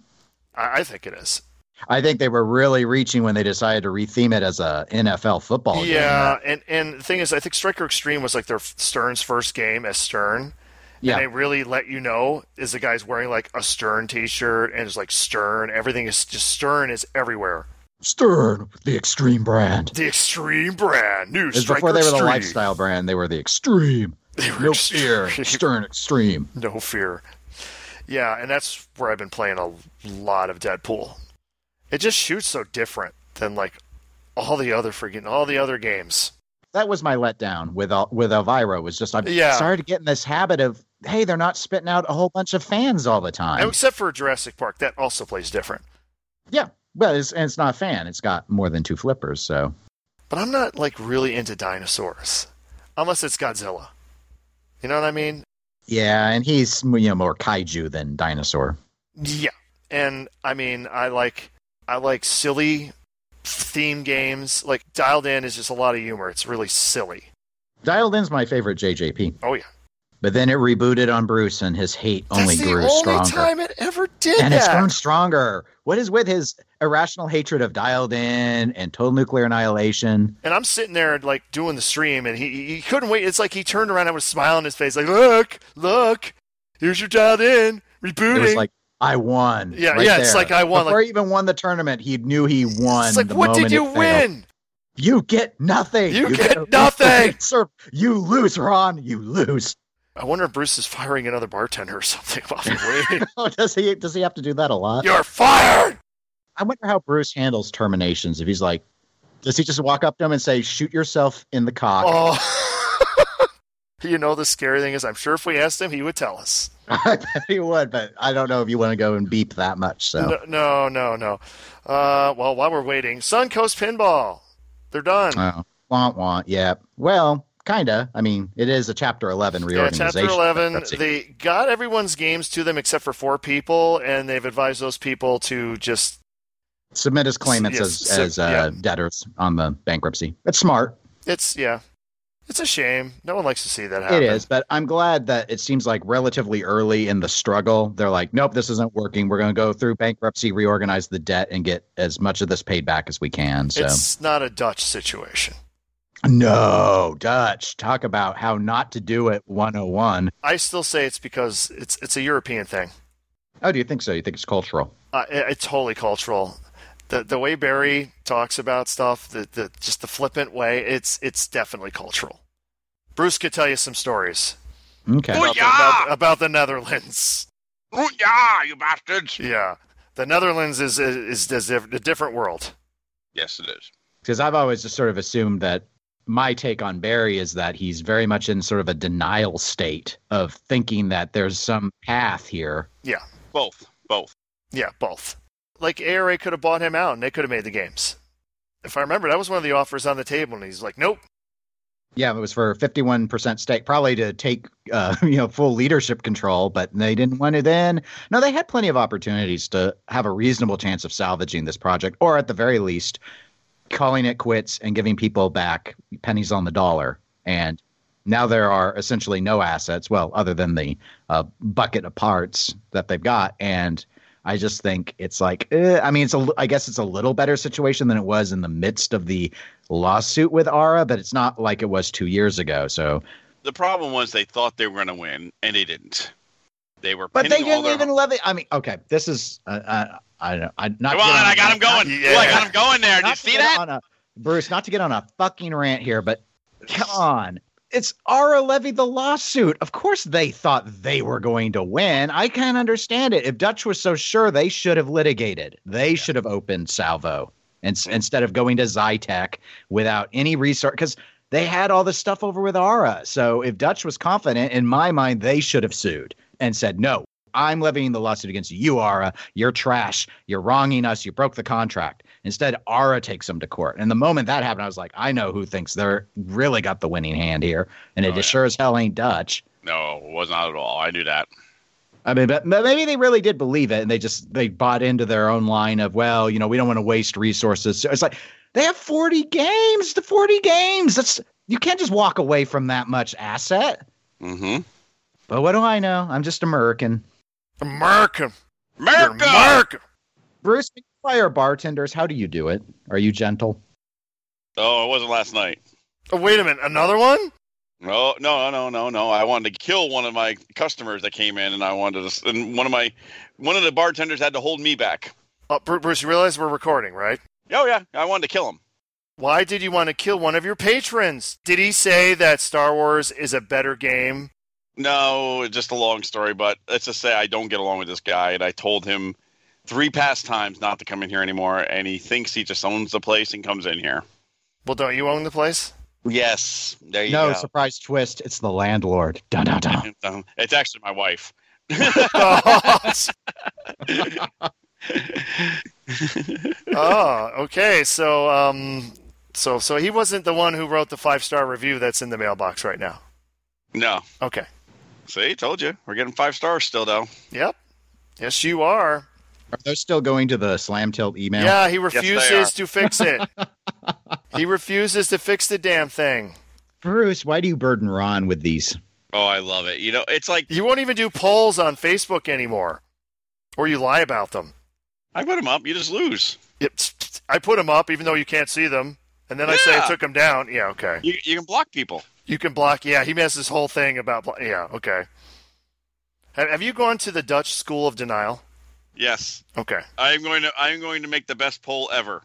Speaker 4: I, I think it is.
Speaker 6: I think they were really reaching when they decided to retheme it as a NFL football game.
Speaker 4: yeah, and and the thing is, I think Striker Extreme was like their Stern's first game as Stern.
Speaker 6: Yeah.
Speaker 4: And they really let you know is the guy's wearing like a Stern T-shirt and it's like Stern. Everything is just Stern is everywhere.
Speaker 6: Stern, the extreme brand.
Speaker 4: The Extreme brand, new
Speaker 6: It was
Speaker 4: Striker
Speaker 6: before they were the
Speaker 4: Extreme.
Speaker 6: lifestyle brand, they were the extreme. no
Speaker 4: extreme.
Speaker 6: fear. Stern extreme.
Speaker 4: No fear. Yeah, and that's where I've been playing a lot of Deadpool. It just shoots so different than like all the other freaking all the other games.
Speaker 6: That was my letdown with Al- with Elvira was just I'm
Speaker 4: Yeah.
Speaker 6: started to get in this habit of hey, they're not spitting out a whole bunch of fans all the time.
Speaker 4: Except for Jurassic Park, that also plays different.
Speaker 6: yeah. Well, it's and it's not a fan. It's got more than two flippers, so
Speaker 4: But I'm not like really into dinosaurs, unless it's Godzilla. You know what I mean?
Speaker 6: yeah, and he's you know more kaiju than dinosaur.
Speaker 4: Yeah. And I mean, I like I like silly theme games. Like Dialed In is just a lot of humor. It's really silly.
Speaker 6: Dialed In's my favorite JJP,
Speaker 4: Oh yeah.
Speaker 6: but then it rebooted on Bruce, and his hate only
Speaker 4: That's the
Speaker 6: grew
Speaker 4: only
Speaker 6: stronger.
Speaker 4: time it ever did
Speaker 6: and it's
Speaker 4: that.
Speaker 6: grown stronger. What is with his irrational hatred of dialed in and total nuclear annihilation?
Speaker 4: And I'm sitting there like doing the stream, and he- he he couldn't wait. It's like he turned around and was smiling on his face, like look, look, here's your dialed in rebooting.
Speaker 6: It was like I won.
Speaker 4: Mm-hmm. Yeah,
Speaker 6: right
Speaker 4: yeah, it's
Speaker 6: there.
Speaker 4: like, I won,
Speaker 6: Before he even won the tournament, he knew he won.
Speaker 4: It's like,
Speaker 6: the
Speaker 4: what did
Speaker 6: moment
Speaker 4: you
Speaker 6: it failed.
Speaker 4: win?
Speaker 6: You get nothing.
Speaker 4: You get
Speaker 6: a-
Speaker 4: nothing.
Speaker 6: Sir, you lose, Ron. You lose.
Speaker 4: I wonder if Bruce is firing another bartender or something while we're waiting.
Speaker 6: Oh, does he? Does he have to do that a lot?
Speaker 4: You're fired.
Speaker 6: I wonder how Bruce handles terminations. If he's like, does he just walk up to him and say, "Shoot yourself in the cock"?
Speaker 4: Oh. You know the scary thing is, I'm sure if we asked him, he would tell us.
Speaker 6: I bet he would, but I don't know if you want to go and beep that much. So
Speaker 4: No, no, no. no. Uh, well, while we're waiting, Suncoast Pinball, they're done.
Speaker 6: Oh, want want. Yeah. Well, kinda. I mean, it is a Chapter Eleven
Speaker 4: Yeah,
Speaker 6: reorganization.
Speaker 4: chapter 11.
Speaker 6: bankruptcy.
Speaker 4: They got everyone's games to them except for four people, and they've advised those people to just.
Speaker 6: submit as claimants
Speaker 4: Yes,
Speaker 6: as,
Speaker 4: so-
Speaker 6: as uh, debtors on the bankruptcy. That's smart.
Speaker 4: It's, yeah. It's a shame. No one likes to see that happen.
Speaker 6: It is, but I'm glad that it seems like relatively early in the struggle, they're like, nope, this isn't working. We're going to go through bankruptcy, reorganize the debt, and get as much of this paid back as we can. So,
Speaker 4: It's not a Dutch situation.
Speaker 6: no, Dutch, talk about how not to do it 101.
Speaker 4: I still say it's because it's it's a European thing.
Speaker 6: Oh, do you think so? You think it's cultural?
Speaker 4: Uh, it- it's totally cultural. The the way Barry talks about stuff, the, the just the flippant way, it's it's definitely cultural. Bruce could tell you some stories
Speaker 6: Okay.
Speaker 5: Boy-
Speaker 4: about, the,
Speaker 5: Booyah!
Speaker 4: about- about the Netherlands.
Speaker 5: Ooh, yeah, you bastards.
Speaker 4: Yeah, the Netherlands is is, is, is a different world.
Speaker 5: Yes, it is.
Speaker 6: Because I've always just sort of assumed that my take on Barry is that he's very much in sort of a denial state of thinking that there's some path here.
Speaker 5: Both. Both.
Speaker 4: Yeah, both. Like ARA could have bought him out and they could have made the games. If I remember, that was one of the offers on the table, and he's like, nope.
Speaker 6: Yeah, it was for 51% stake, probably to take uh, you know full leadership control, but they didn't want to. Then no, they had plenty of opportunities to have a reasonable chance of salvaging this project, or at the very least, calling it quits and giving people back pennies on the dollar. And now there are essentially no assets, well, other than the uh, bucket of parts that they've got. And I just think it's like, eh, I mean, it's a, li- I guess it's a little better situation than it was in the midst of the lawsuit with Ara, but it's not like it was two years ago. So,
Speaker 5: The problem was they thought they were going to win, and they didn't. They were.
Speaker 6: but they
Speaker 5: pinning all
Speaker 6: didn't
Speaker 5: their-
Speaker 6: even levy. I mean, okay, this is uh, uh, I don't, I not.
Speaker 5: Come on, I got him going.
Speaker 4: Yeah.
Speaker 5: Look, I got him going there. Did you
Speaker 6: Not to
Speaker 5: see
Speaker 6: get
Speaker 5: that?
Speaker 6: on a- Bruce? Not to get on a fucking rant here, but come on. It's Ara Levy the lawsuit. Of course, they thought they were going to win. I can't understand it. If Dutch was so sure, they should have litigated. They should have opened Salvo and, instead of going to Zytec without any research because they had all this stuff over with Ara. So if Dutch was confident, in my mind, they should have sued and said, no, I'm levying the lawsuit against you, Ara. You're trash. You're wronging us. You broke the contract. Instead, Ara takes them to court. And the moment that happened, I was like, I know who thinks they're really got the winning hand here. And it
Speaker 5: Oh, yeah.
Speaker 6: sure as hell ain't Dutch.
Speaker 5: No, it was not at all. I knew that.
Speaker 6: I mean, but but maybe they really did believe it, and they just they bought into their own line of, well, you know, we don't want to waste resources. So it's like they have forty games, the forty games. That's you can't just walk away from that much asset.
Speaker 5: Mm-hmm.
Speaker 6: But what do I know? I'm just American.
Speaker 4: America.
Speaker 5: America.
Speaker 4: America.
Speaker 6: Bruce, when you fire bartenders. How do you do it? Are you gentle?
Speaker 5: Oh, it wasn't last night.
Speaker 4: Oh, wait a minute. Another one?
Speaker 5: No, no, no, no, no. I wanted to kill one of my customers that came in, and I wanted to. And one of my, one of the bartenders had to hold me back.
Speaker 4: Uh, Bru- Bruce, you realize we're recording, right?
Speaker 5: Oh yeah, I wanted to kill him.
Speaker 4: Why did you want to kill one of your patrons? Did he say that Star Wars is a better game?
Speaker 5: No, it's just a long story, but let's just say I don't get along with this guy, and I told him three past times not to come in here anymore, and he thinks he just owns the place and comes in here.
Speaker 4: Well, don't you own the place?
Speaker 5: Yes, there you
Speaker 6: no,
Speaker 5: go.
Speaker 6: surprise twist. It's the landlord. Dun, dun, dun.
Speaker 5: Um, it's actually my wife.
Speaker 4: oh, Oh, okay. So, um, so, so he wasn't the one who wrote the five star review that's in the mailbox right now.
Speaker 5: no,
Speaker 4: Okay.
Speaker 5: see, told you we're getting five stars still, though.
Speaker 4: Yep. Yes, you are.
Speaker 6: Are those still going to the slam tilt email?
Speaker 4: Yeah, he
Speaker 5: they
Speaker 4: refuses
Speaker 5: are.
Speaker 4: to fix it. he refuses to fix the damn thing.
Speaker 6: Bruce, why do you burden Ron with these?
Speaker 5: Oh, I love it. You know, it's like
Speaker 4: You won't even do polls on Facebook anymore, or you lie about them.
Speaker 5: I put him up, you just lose.
Speaker 4: It, I put them up, even though you can't see them, and then I say I
Speaker 5: Yeah.
Speaker 4: took them down. Yeah, okay.
Speaker 5: You you can block people.
Speaker 4: You can block. Yeah, he has this whole thing about. Blo- yeah, okay. Have, have you gone to the Dutch School of Denial?
Speaker 5: Yes,
Speaker 4: Okay.
Speaker 5: I am going to. I am going to make the best poll ever.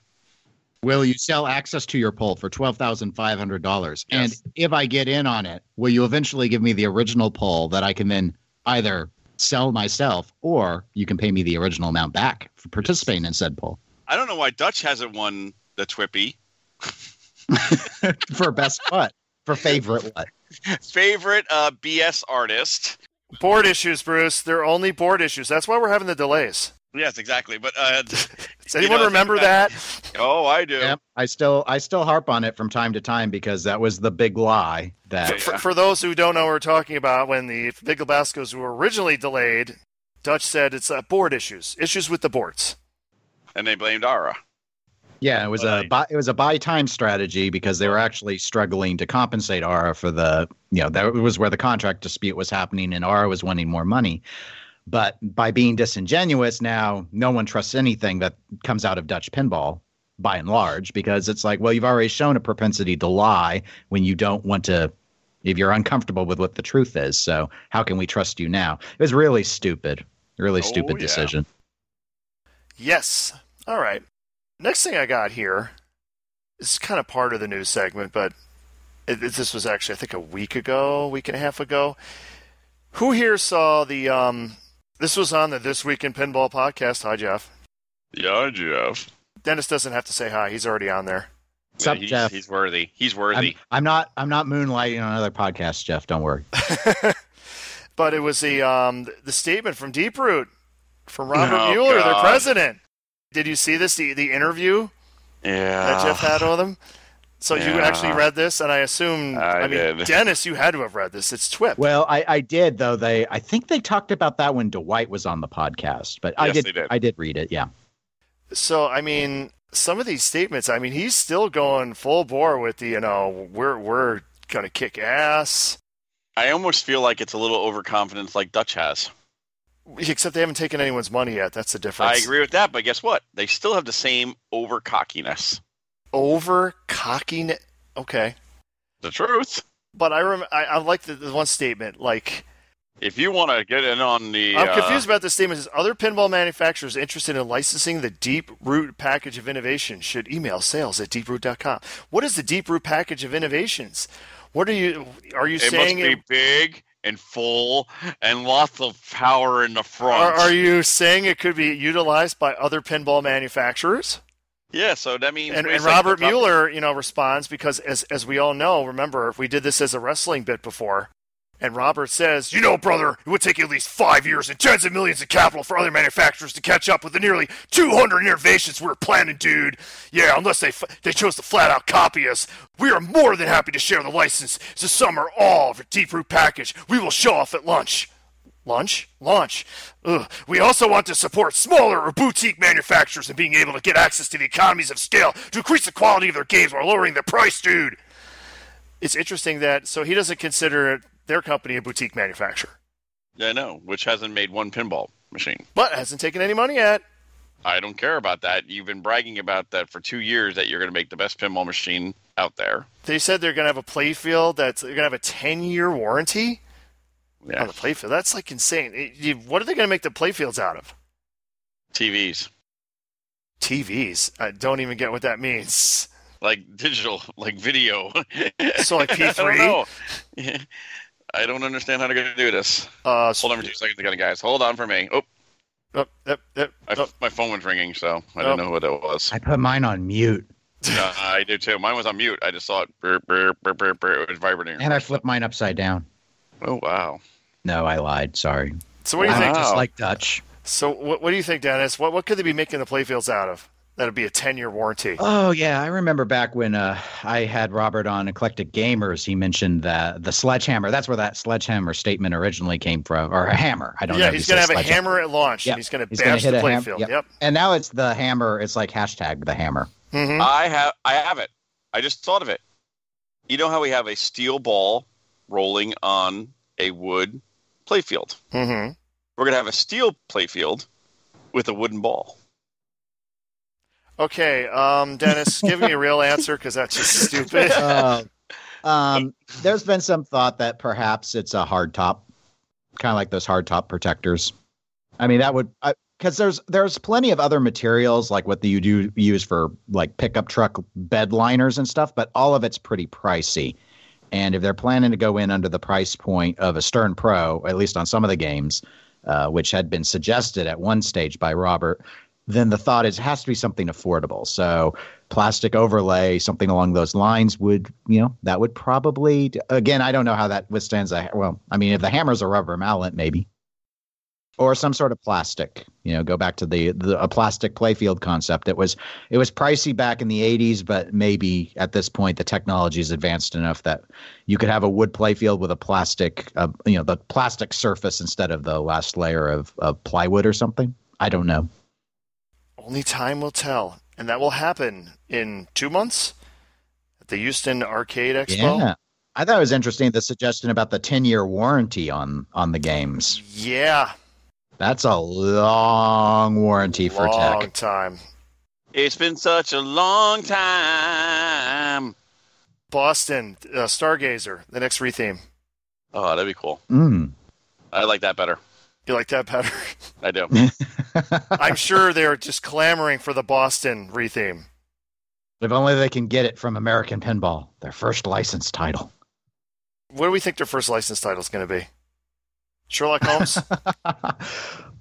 Speaker 6: Will you sell access to your poll for twelve thousand five hundred dollars?
Speaker 5: Yes.
Speaker 6: And if I get in on it, will you eventually give me the original poll that I can then either sell myself or you can pay me the original amount back for participating in said poll
Speaker 5: I don't know why Dutch hasn't won the Twippy
Speaker 6: for best what? For favorite what?
Speaker 5: favorite uh, BS artist.
Speaker 4: Board issues, Bruce. They're only board issues. That's why we're having the delays.
Speaker 5: Yes, exactly. But uh,
Speaker 4: Does anyone
Speaker 5: know,
Speaker 4: remember
Speaker 5: I-
Speaker 4: that?
Speaker 5: oh, I do.
Speaker 6: Yep. I still I still harp on it from time to time because that was the big lie that
Speaker 5: Yeah.
Speaker 4: For, for those who don't know what we're talking about, when the Big Lebowski's were originally delayed, Dutch said it's uh, board issues, issues with the boards.
Speaker 5: And they blamed Ara.
Speaker 6: Yeah, it was a
Speaker 5: Right.
Speaker 6: buy, it was a buy time strategy because they were actually struggling to compensate Ara for the you know that was where the contract dispute was happening and Ara was wanting more money. But by being disingenuous now, no one trusts anything that comes out of Dutch pinball by and large because it's like, well, you've already shown a propensity to lie when you don't want to if you're uncomfortable with what the truth is. So, how can we trust you now? It was really stupid. Really
Speaker 5: Oh,
Speaker 6: stupid
Speaker 5: yeah.
Speaker 6: decision.
Speaker 4: Yes. All right. Next thing I got here is kind of part of the news segment, but it, it- this was actually, I think, a week ago, week and a half ago. Who here saw the? Um, this was on the This Week in Pinball podcast. Hi, Jeff.
Speaker 5: Yeah, Jeff.
Speaker 4: Dennis doesn't have to say hi; he's already on there.
Speaker 6: What's up,
Speaker 5: he's,
Speaker 6: Jeff?
Speaker 5: he's worthy. He's
Speaker 6: I'm,
Speaker 5: worthy.
Speaker 6: I'm not. I'm not moonlighting on other podcasts, Jeff. Don't worry.
Speaker 4: But it was the um, the statement from Deep Root from Robert
Speaker 5: Oh,
Speaker 4: Mueller, their
Speaker 5: God.
Speaker 4: president. Did you see this? The, the interview
Speaker 5: yeah.
Speaker 4: that Jeff had with him. So you
Speaker 5: Uh, Yeah.
Speaker 4: actually read this, and I assume.
Speaker 5: I
Speaker 4: mean,
Speaker 5: did.
Speaker 4: Dennis, you had to have read this. It's Twip.
Speaker 6: Well, I, I did though. They. I think they talked about that when Dwight was on the podcast. But I
Speaker 5: Yes,
Speaker 6: did,
Speaker 5: they did.
Speaker 6: I did read it. Yeah.
Speaker 4: So I mean, some of these statements. I mean, he's still going full bore with the you know we're we're gonna kick ass.
Speaker 5: I almost feel like it's a little overconfidence, like Dutch has.
Speaker 4: Except they haven't taken anyone's money yet. That's the
Speaker 5: I
Speaker 4: difference.
Speaker 5: agree with that, but guess what? They still have the same over cockiness.
Speaker 4: Over cockiness. Okay,
Speaker 5: The truth.
Speaker 4: but I rem- I, I like the, the one statement. Like
Speaker 5: If you want to get in on the,
Speaker 4: I'm
Speaker 5: uh,
Speaker 4: confused about this statement. It Says other pinball manufacturers interested in licensing the Deep Root package of innovations should email sales at deeproot.com. What is the Deep Root package of innovations? What are you? Are you
Speaker 5: It must
Speaker 4: saying?
Speaker 5: be big and full and lots of power in the
Speaker 4: are,
Speaker 5: front.
Speaker 4: are you saying it could be utilized by other pinball manufacturers?
Speaker 5: Yeah, so that means
Speaker 4: And,
Speaker 5: it's
Speaker 4: and
Speaker 5: like
Speaker 4: Robert
Speaker 5: the top-
Speaker 4: Mueller, you know, responds because, as as we all know, remember we did this as a wrestling bit before, and Robert says, "You know, brother, it would take at least five years and tens of millions of capital for other manufacturers to catch up with the nearly 200 innovations we were planning, dude. Yeah, unless they f- they chose to flat out copy us, we are more than happy to share the license to some or all of your deep root package. We will show off at lunch." Lunch? Launch. Ugh. We also want to support smaller or boutique manufacturers in being able to get access to the economies of scale to increase the quality of their games while lowering the price, dude. It's interesting that so he doesn't consider their company a boutique manufacturer,
Speaker 5: Yeah, I know, which hasn't made one pinball machine.
Speaker 4: but hasn't taken any money yet.
Speaker 5: I don't care about that. You've been bragging about that for two years that you're going to make the best pinball machine out there.
Speaker 4: They said they're going to have a playfield that's they're going to have a 10 year warranty
Speaker 5: Yeah,
Speaker 4: on the playfield. That's like insane. It- you- what are they going to make the playfields out of?
Speaker 5: TVs
Speaker 4: TVs. I don't even get what that means.
Speaker 5: like digital, like video.
Speaker 4: So, like,
Speaker 5: I don't
Speaker 4: P3?
Speaker 5: know. I don't understand how they're going to do this.
Speaker 4: Uh,
Speaker 5: Hold on for two seconds, again, guys. Hold on for me. Oh,
Speaker 4: up, up, up,
Speaker 5: I,
Speaker 4: up.
Speaker 5: my phone was ringing, so I
Speaker 4: Oh.
Speaker 5: didn't know who that was.
Speaker 6: I put mine on mute
Speaker 5: Uh, I do too. Mine was on mute. I just saw it. Brr, brr, brr, brr, brr. It was vibrating.
Speaker 6: and I flipped mine upside down.
Speaker 5: Oh wow.
Speaker 6: No, I lied. Sorry.
Speaker 4: So what do you think? Oh.
Speaker 5: Wow.
Speaker 6: Just like Dutch.
Speaker 4: So what, what do you think, Dennis? What what could they be making the playfields out of? That'd be a ten year warranty.
Speaker 6: Oh yeah, I remember back when uh, I had Robert on Eclectic Gamers. He mentioned that the sledgehammer. That's where that sledgehammer statement originally came from, or a hammer. I don't know.
Speaker 4: yeah,
Speaker 6: if
Speaker 4: he's
Speaker 6: you
Speaker 4: gonna have
Speaker 6: say
Speaker 4: a
Speaker 6: sledgehammer.
Speaker 4: hammer at launch,
Speaker 6: Yep.
Speaker 4: and he's gonna
Speaker 6: He's gonna
Speaker 4: bash
Speaker 6: hit
Speaker 4: the
Speaker 6: a ham-
Speaker 4: playfield.
Speaker 6: yep.
Speaker 4: Yep.
Speaker 6: And now it's the hammer. It's like hashtag the hammer.
Speaker 4: hmm
Speaker 5: I have. I have it. I just thought of it. You know how we have a steel ball rolling on a wood playfield.
Speaker 4: hmm
Speaker 5: We're gonna have a steel playfield with a wooden ball.
Speaker 4: Okay, um, Dennis, give me a real answer because that's just stupid.
Speaker 6: Uh, um, there's been some thought that perhaps it's a hard top, kind of like those hard top protectors. I mean, that would because there's there's plenty of other materials like what you do use for like pickup truck bed liners and stuff, but all of it's pretty pricey. And if they're planning to go in under the price point of a Stern Pro, at least on some of the games, uh, which had been suggested at one stage by Robert, then the thought is it has to be something affordable. So plastic overlay, something along those lines would, you know, that would probably, again, I don't know how that withstands a, well, I mean, if the hammer's a rubber mallet, maybe, or some sort of plastic, you know, go back to the, the a plastic playfield concept. It was, it was pricey back in the 80s, but maybe at this point, the technology is advanced enough that you could have a wood playfield with a plastic, uh, you know, the plastic surface instead of the last layer of, of plywood or something. I don't know.
Speaker 4: Only time will tell, and that will happen in two months at the Houston Arcade Expo.
Speaker 6: Yeah. I thought it was interesting the suggestion about the 10 year warranty on on the games.
Speaker 4: Yeah,
Speaker 6: That's a long warranty for
Speaker 4: long
Speaker 6: tech.
Speaker 4: time.
Speaker 5: It's been such a long time.
Speaker 4: Boston uh, Stargazer, the next retheme.
Speaker 5: Oh, that'd be cool.
Speaker 6: Mm.
Speaker 5: I like that better.
Speaker 4: You like that better?
Speaker 5: I do.
Speaker 4: I'm sure they're just clamoring for the Boston retheme.
Speaker 6: If only they can get it from American Pinball, their first license title.
Speaker 4: What do we think their first license title is going to be? Sherlock Holmes.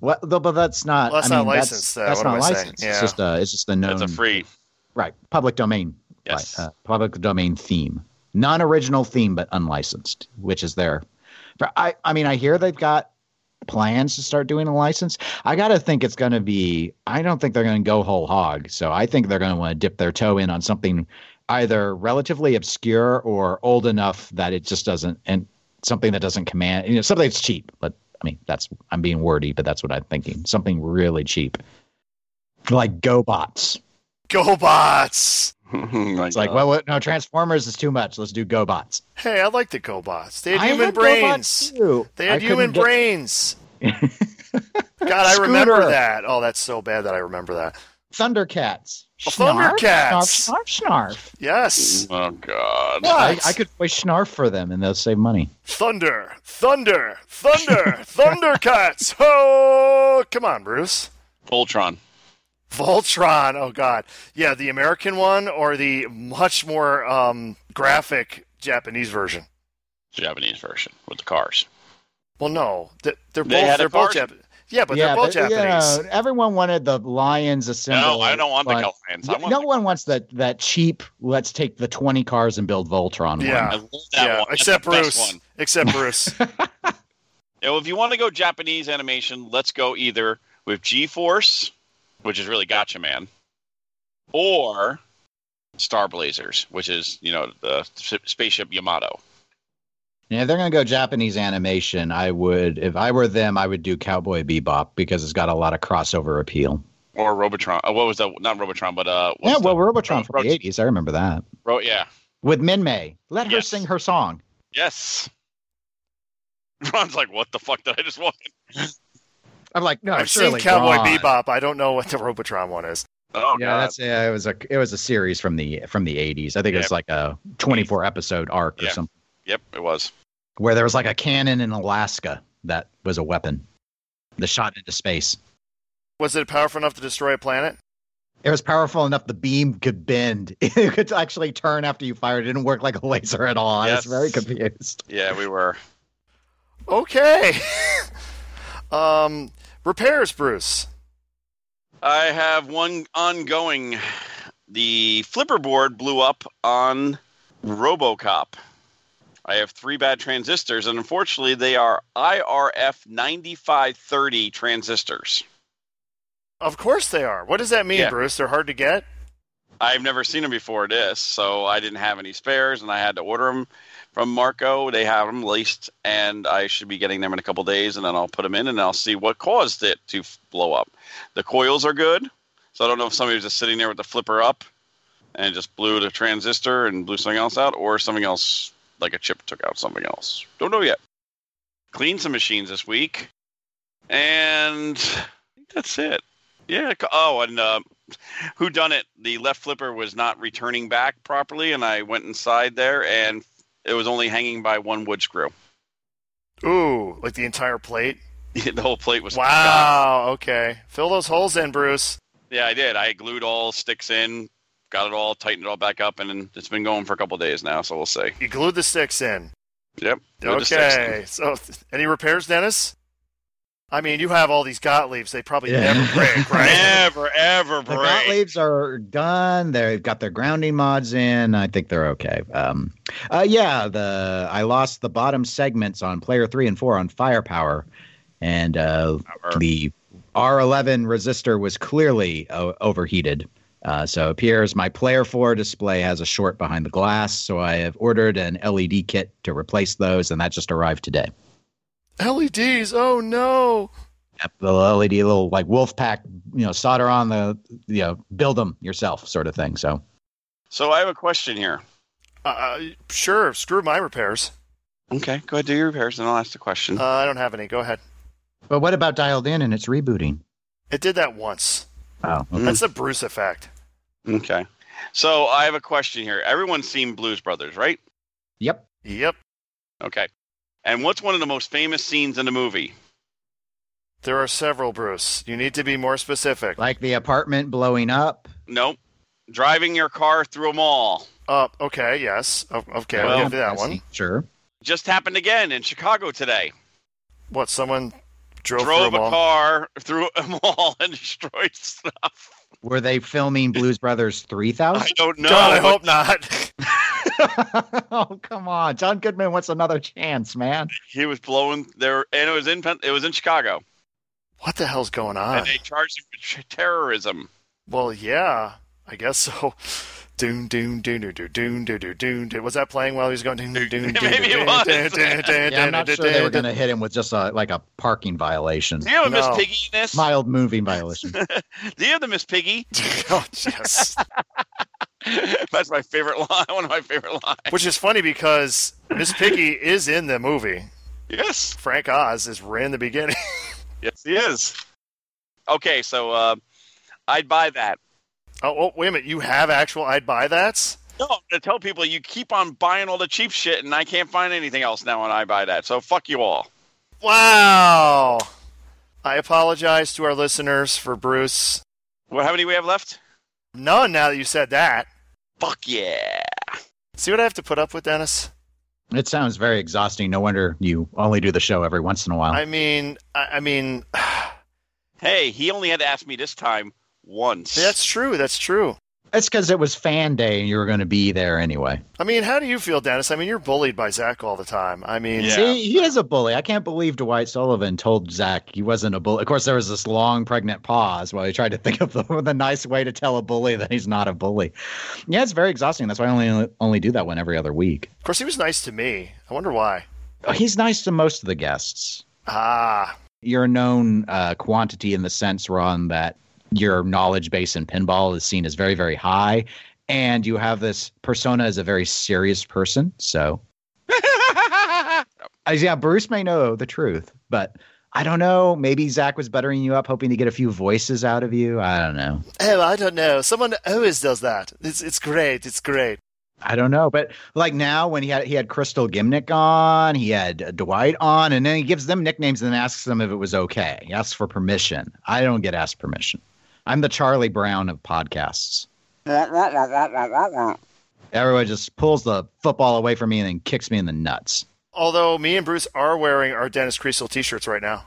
Speaker 6: well, though, but that's not.
Speaker 4: Well, that's
Speaker 6: I
Speaker 4: not
Speaker 6: mean,
Speaker 4: licensed,
Speaker 6: That's,
Speaker 4: uh,
Speaker 6: that's
Speaker 4: what
Speaker 6: not
Speaker 4: am I saying?
Speaker 6: licensed.
Speaker 4: Yeah.
Speaker 6: It's just a. It's just a known.
Speaker 5: That's a free.
Speaker 6: right public domain
Speaker 5: Yes.
Speaker 6: By, uh, public domain theme, non-original theme but unlicensed, which is their. but I I mean I hear they've got plans to start doing a license. I gotta think it's gonna be. I don't think they're gonna go whole hog. So I think they're gonna want to dip their toe in on something either relatively obscure or old enough that it just doesn't and something that doesn't command you know something that's cheap. But I mean that's I'm being wordy, but that's what I'm thinking. Something really cheap, like GoBots.
Speaker 4: GoBots.
Speaker 5: Oh My
Speaker 6: It's like,
Speaker 5: God.
Speaker 6: well, what- no, Transformers is too much. Let's do GoBots.
Speaker 4: Hey, I like the GoBots. They had
Speaker 6: I
Speaker 4: human
Speaker 6: had
Speaker 4: brains.
Speaker 6: GoBots too.
Speaker 4: They had
Speaker 6: I
Speaker 4: human
Speaker 6: couldn't get-
Speaker 4: brains. God, I remember
Speaker 6: Scooter.
Speaker 4: that. Oh, that's so bad that I remember that.
Speaker 6: Thundercats.
Speaker 4: Oh, Thundercats.
Speaker 6: Snarf, snarf, snarf.
Speaker 4: Yes.
Speaker 5: Oh God.
Speaker 4: What?
Speaker 6: I, I could voice snarf for them and they'll save money.
Speaker 4: Thunder, thunder, thunder, Thundercats. Oh, come on, Bruce.
Speaker 5: Voltron.
Speaker 4: Voltron. Oh God. Yeah, the American one or the much more um, graphic Japanese version.
Speaker 5: Japanese version with the cars.
Speaker 4: Well, no, th- they're both
Speaker 5: They had a
Speaker 4: they're both
Speaker 5: part-
Speaker 4: Jap- Yeah, but they're both
Speaker 6: but, you
Speaker 4: Japanese.
Speaker 6: know, everyone wanted the lions assembled.
Speaker 5: No, I don't want the
Speaker 6: but-
Speaker 5: Alliance. I
Speaker 6: Yeah,
Speaker 5: want
Speaker 6: no
Speaker 5: the-
Speaker 6: one wants that that cheap. Let's take the twenty cars and build Voltron.
Speaker 4: Yeah.
Speaker 6: one.
Speaker 5: I love that
Speaker 4: yeah,
Speaker 5: one. That's
Speaker 4: except
Speaker 5: the best
Speaker 4: Bruce.
Speaker 5: one.
Speaker 4: Except Bruce.
Speaker 5: You know, if you want to go Japanese animation, let's go either with G-Force, which is really Gotcha Man, or Star Blazers, which is you know the s- spaceship Yamato.
Speaker 6: Yeah, if they're gonna go Japanese animation. I would, if I were them, I would do Cowboy Bebop because it's got a lot of crossover appeal.
Speaker 5: Or Robotron. Oh, what was that? Not Robotron, but uh, what
Speaker 6: yeah,
Speaker 5: was
Speaker 6: well,
Speaker 5: the-
Speaker 6: Robotron from
Speaker 5: Roach-
Speaker 6: the eighties. I remember that
Speaker 5: Ro- yeah,
Speaker 6: with Min May. Let her
Speaker 5: Yes.
Speaker 6: sing her song.
Speaker 5: yes. Ron's like, what the fuck did I just watch?
Speaker 6: I'm like, no,
Speaker 4: I've seen
Speaker 6: surely
Speaker 4: Cowboy
Speaker 6: Ron.
Speaker 4: Bebop. I don't know what the Robotron one is.
Speaker 5: Oh
Speaker 6: yeah,
Speaker 5: God.
Speaker 6: that's yeah. It was a it was a series from the from the eighties. I think it was
Speaker 5: Yeah.
Speaker 6: like a twenty four episode arc or
Speaker 5: Yeah.
Speaker 6: something
Speaker 5: Yep, it was.
Speaker 6: where there was like a cannon in Alaska that was a weapon, that shot into space.
Speaker 4: Was it powerful enough to destroy a planet?
Speaker 6: It was powerful enough the beam could bend. It could actually turn after you fired. It didn't work like a laser at all.
Speaker 5: Yes.
Speaker 6: I was very confused.
Speaker 5: Yeah, we were.
Speaker 4: Okay. um, repairs, Bruce.
Speaker 5: I have one ongoing. The flipper board blew up on RoboCop. I have three bad transistors, and unfortunately, they are IRF 9530 transistors.
Speaker 4: Of course they are. What does that mean,
Speaker 5: Yeah.
Speaker 4: Bruce? They're hard to get.
Speaker 5: I've never seen them before this, so I didn't have any spares, and I had to order them from Marco. They have them leased, and I should be getting them in a couple days, and then I'll put them in, and I'll see what caused it to f- blow up. The coils are good, so I don't know if somebody was just sitting there with the flipper up and just blew the transistor and blew something else out, or something else like a chip took out something else. Don't know yet. Cleaned some machines this week, and I think that's it. Yeah. c- Oh, and uh, who done it the left flipper was not returning back properly and i went inside there and it was only hanging by one wood screw
Speaker 4: Ooh, like the entire plate.
Speaker 5: the whole plate was gone.
Speaker 4: Wow. Okay. Fill those holes in, Bruce.
Speaker 5: yeah i did i glued all sticks in got it all tightened it all back up and then it's been going for a couple days now so we'll see
Speaker 4: You glued the sticks in.
Speaker 5: yep glued the sticks in.
Speaker 4: Okay. So, th- any repairs, Dennis? I mean, you have all these Gottliebs. They probably
Speaker 6: Yeah.
Speaker 4: never break, right?
Speaker 5: never ever
Speaker 6: The
Speaker 5: break
Speaker 6: Gottliebs are done. They've got their grounding mods in. I think they're okay. Um, uh, yeah, the I lost the bottom segments on player three and four on firepower, and uh, the R11 resistor was clearly uh, overheated. Uh, so it appears my player four display has a short behind the glass. So I have ordered an LED kit to replace those, and that just arrived today.
Speaker 4: LEDs. Oh no.
Speaker 6: Yep, the LED little like wolf pack, you know, solder on the, you know, build them yourself sort of thing. So
Speaker 5: so i have a question here
Speaker 4: Uh, sure. Screw my repairs.
Speaker 5: okay go ahead do your repairs and i'll ask the question
Speaker 4: Uh, I don't have any. Go ahead.
Speaker 6: But what about dialed in and it's rebooting?
Speaker 4: It did that once.
Speaker 6: Oh,
Speaker 5: okay.
Speaker 4: That's the Bruce effect.
Speaker 5: okay so i have a question here everyone's seen blues brothers right
Speaker 6: yep.
Speaker 4: Yep.
Speaker 5: okay and what's one of the most famous scenes in the movie
Speaker 4: There are several, Bruce. You need to be more specific.
Speaker 6: Like the apartment blowing up.
Speaker 5: Nope. Driving your car through a mall.
Speaker 4: Uh, okay. Yes. O- Okay.
Speaker 5: Well,
Speaker 4: I'll give you that
Speaker 6: I see.
Speaker 4: one.
Speaker 6: Sure.
Speaker 5: Just happened again in Chicago today.
Speaker 4: What? Someone Drove,
Speaker 5: drove
Speaker 4: through
Speaker 5: a
Speaker 4: a mall.
Speaker 5: car through a mall and destroyed stuff.
Speaker 6: Were they filming Blues Brothers
Speaker 5: I
Speaker 6: 3000?
Speaker 5: don't know.
Speaker 4: God, I
Speaker 5: but
Speaker 4: hope not.
Speaker 6: oh, come on. John Goodman wants another chance, man.
Speaker 5: He was blowing there, and it was in Pen- it was in Chicago,
Speaker 4: what the hell's going
Speaker 5: and
Speaker 4: on?
Speaker 5: they charged him with ch- terrorism.
Speaker 4: Well, yeah, I guess so. Doon doon doon doon doon doon doon doon doon. doon. Was that playing while he was going doon doon doon?
Speaker 5: Maybe
Speaker 4: doon,
Speaker 5: it
Speaker 4: doon,
Speaker 5: was.
Speaker 4: doon, doon, doon,
Speaker 6: Yeah, I'm not
Speaker 4: doon,
Speaker 6: sure they were
Speaker 4: doon,
Speaker 6: going to hit him with just a, like a parking violation,
Speaker 5: Do you have a
Speaker 4: No.
Speaker 5: Miss Piggy in this?
Speaker 6: mild moving violation.
Speaker 5: Do you have the Miss Piggy?
Speaker 4: doon. Oh, yes.
Speaker 5: That's my favorite line. One of my favorite lines.
Speaker 4: Which is funny because Miss Piggy is in the movie.
Speaker 5: Yes,
Speaker 4: Frank Oz is right in the beginning.
Speaker 5: yes, he is. Okay, so uh, I'd buy that.
Speaker 4: Oh, oh, wait a minute. You have actual I'd buy that?
Speaker 5: No, I'm gonna tell people you keep on buying all the cheap shit, and I can't find anything else now. And I buy that, so fuck you all.
Speaker 4: Wow. I apologize to our listeners for Bruce.
Speaker 5: What? How many we have left?
Speaker 4: None now that you said that.
Speaker 5: Fuck yeah.
Speaker 4: See what I have to put up with, Dennis?
Speaker 6: It sounds very exhausting. No wonder you only do the show every once in a while.
Speaker 4: I mean, I, I mean,
Speaker 5: Hey, he only had to ask me this time once.
Speaker 4: that's true. That's true.
Speaker 6: It's because it was fan day and you were going to be there anyway.
Speaker 4: I mean, how do you feel, Dennis? I mean, you're bullied by Zach all the time. I mean,
Speaker 5: Yeah.
Speaker 6: See, he is a bully. I can't believe Dwight Sullivan told Zach he wasn't a bully. Of course, there was this long, pregnant pause while he tried to think of the, the nice way to tell a bully that he's not a bully. Yeah, it's very exhausting. That's why I only only do that one every other week. Oh,
Speaker 4: of course, he was nice to me. I wonder why.
Speaker 6: He's nice to most of the guests.
Speaker 4: Ah,
Speaker 6: You're a known uh, quantity in the sense, Ron, that your knowledge base in pinball is seen as very, very high, and you have this persona as a very serious person. So Uh, yeah, Bruce may know the truth, but I don't know. Maybe Zach was buttering you up, hoping to get a few voices out of you. I don't know.
Speaker 4: oh, I don't know. Someone always does that. It's it's great. It's great.
Speaker 6: I don't know. But like now, when he had he had Crystal Gimnick on, he had Dwight on, and then he gives them nicknames and then asks them if it was okay. He asks for permission. I don't get asked permission. I'm the Charlie Brown of podcasts. Everyone just pulls the football away from me and then kicks me in the nuts.
Speaker 4: Although me and Bruce are wearing our Dennis Creasel T-shirts right now.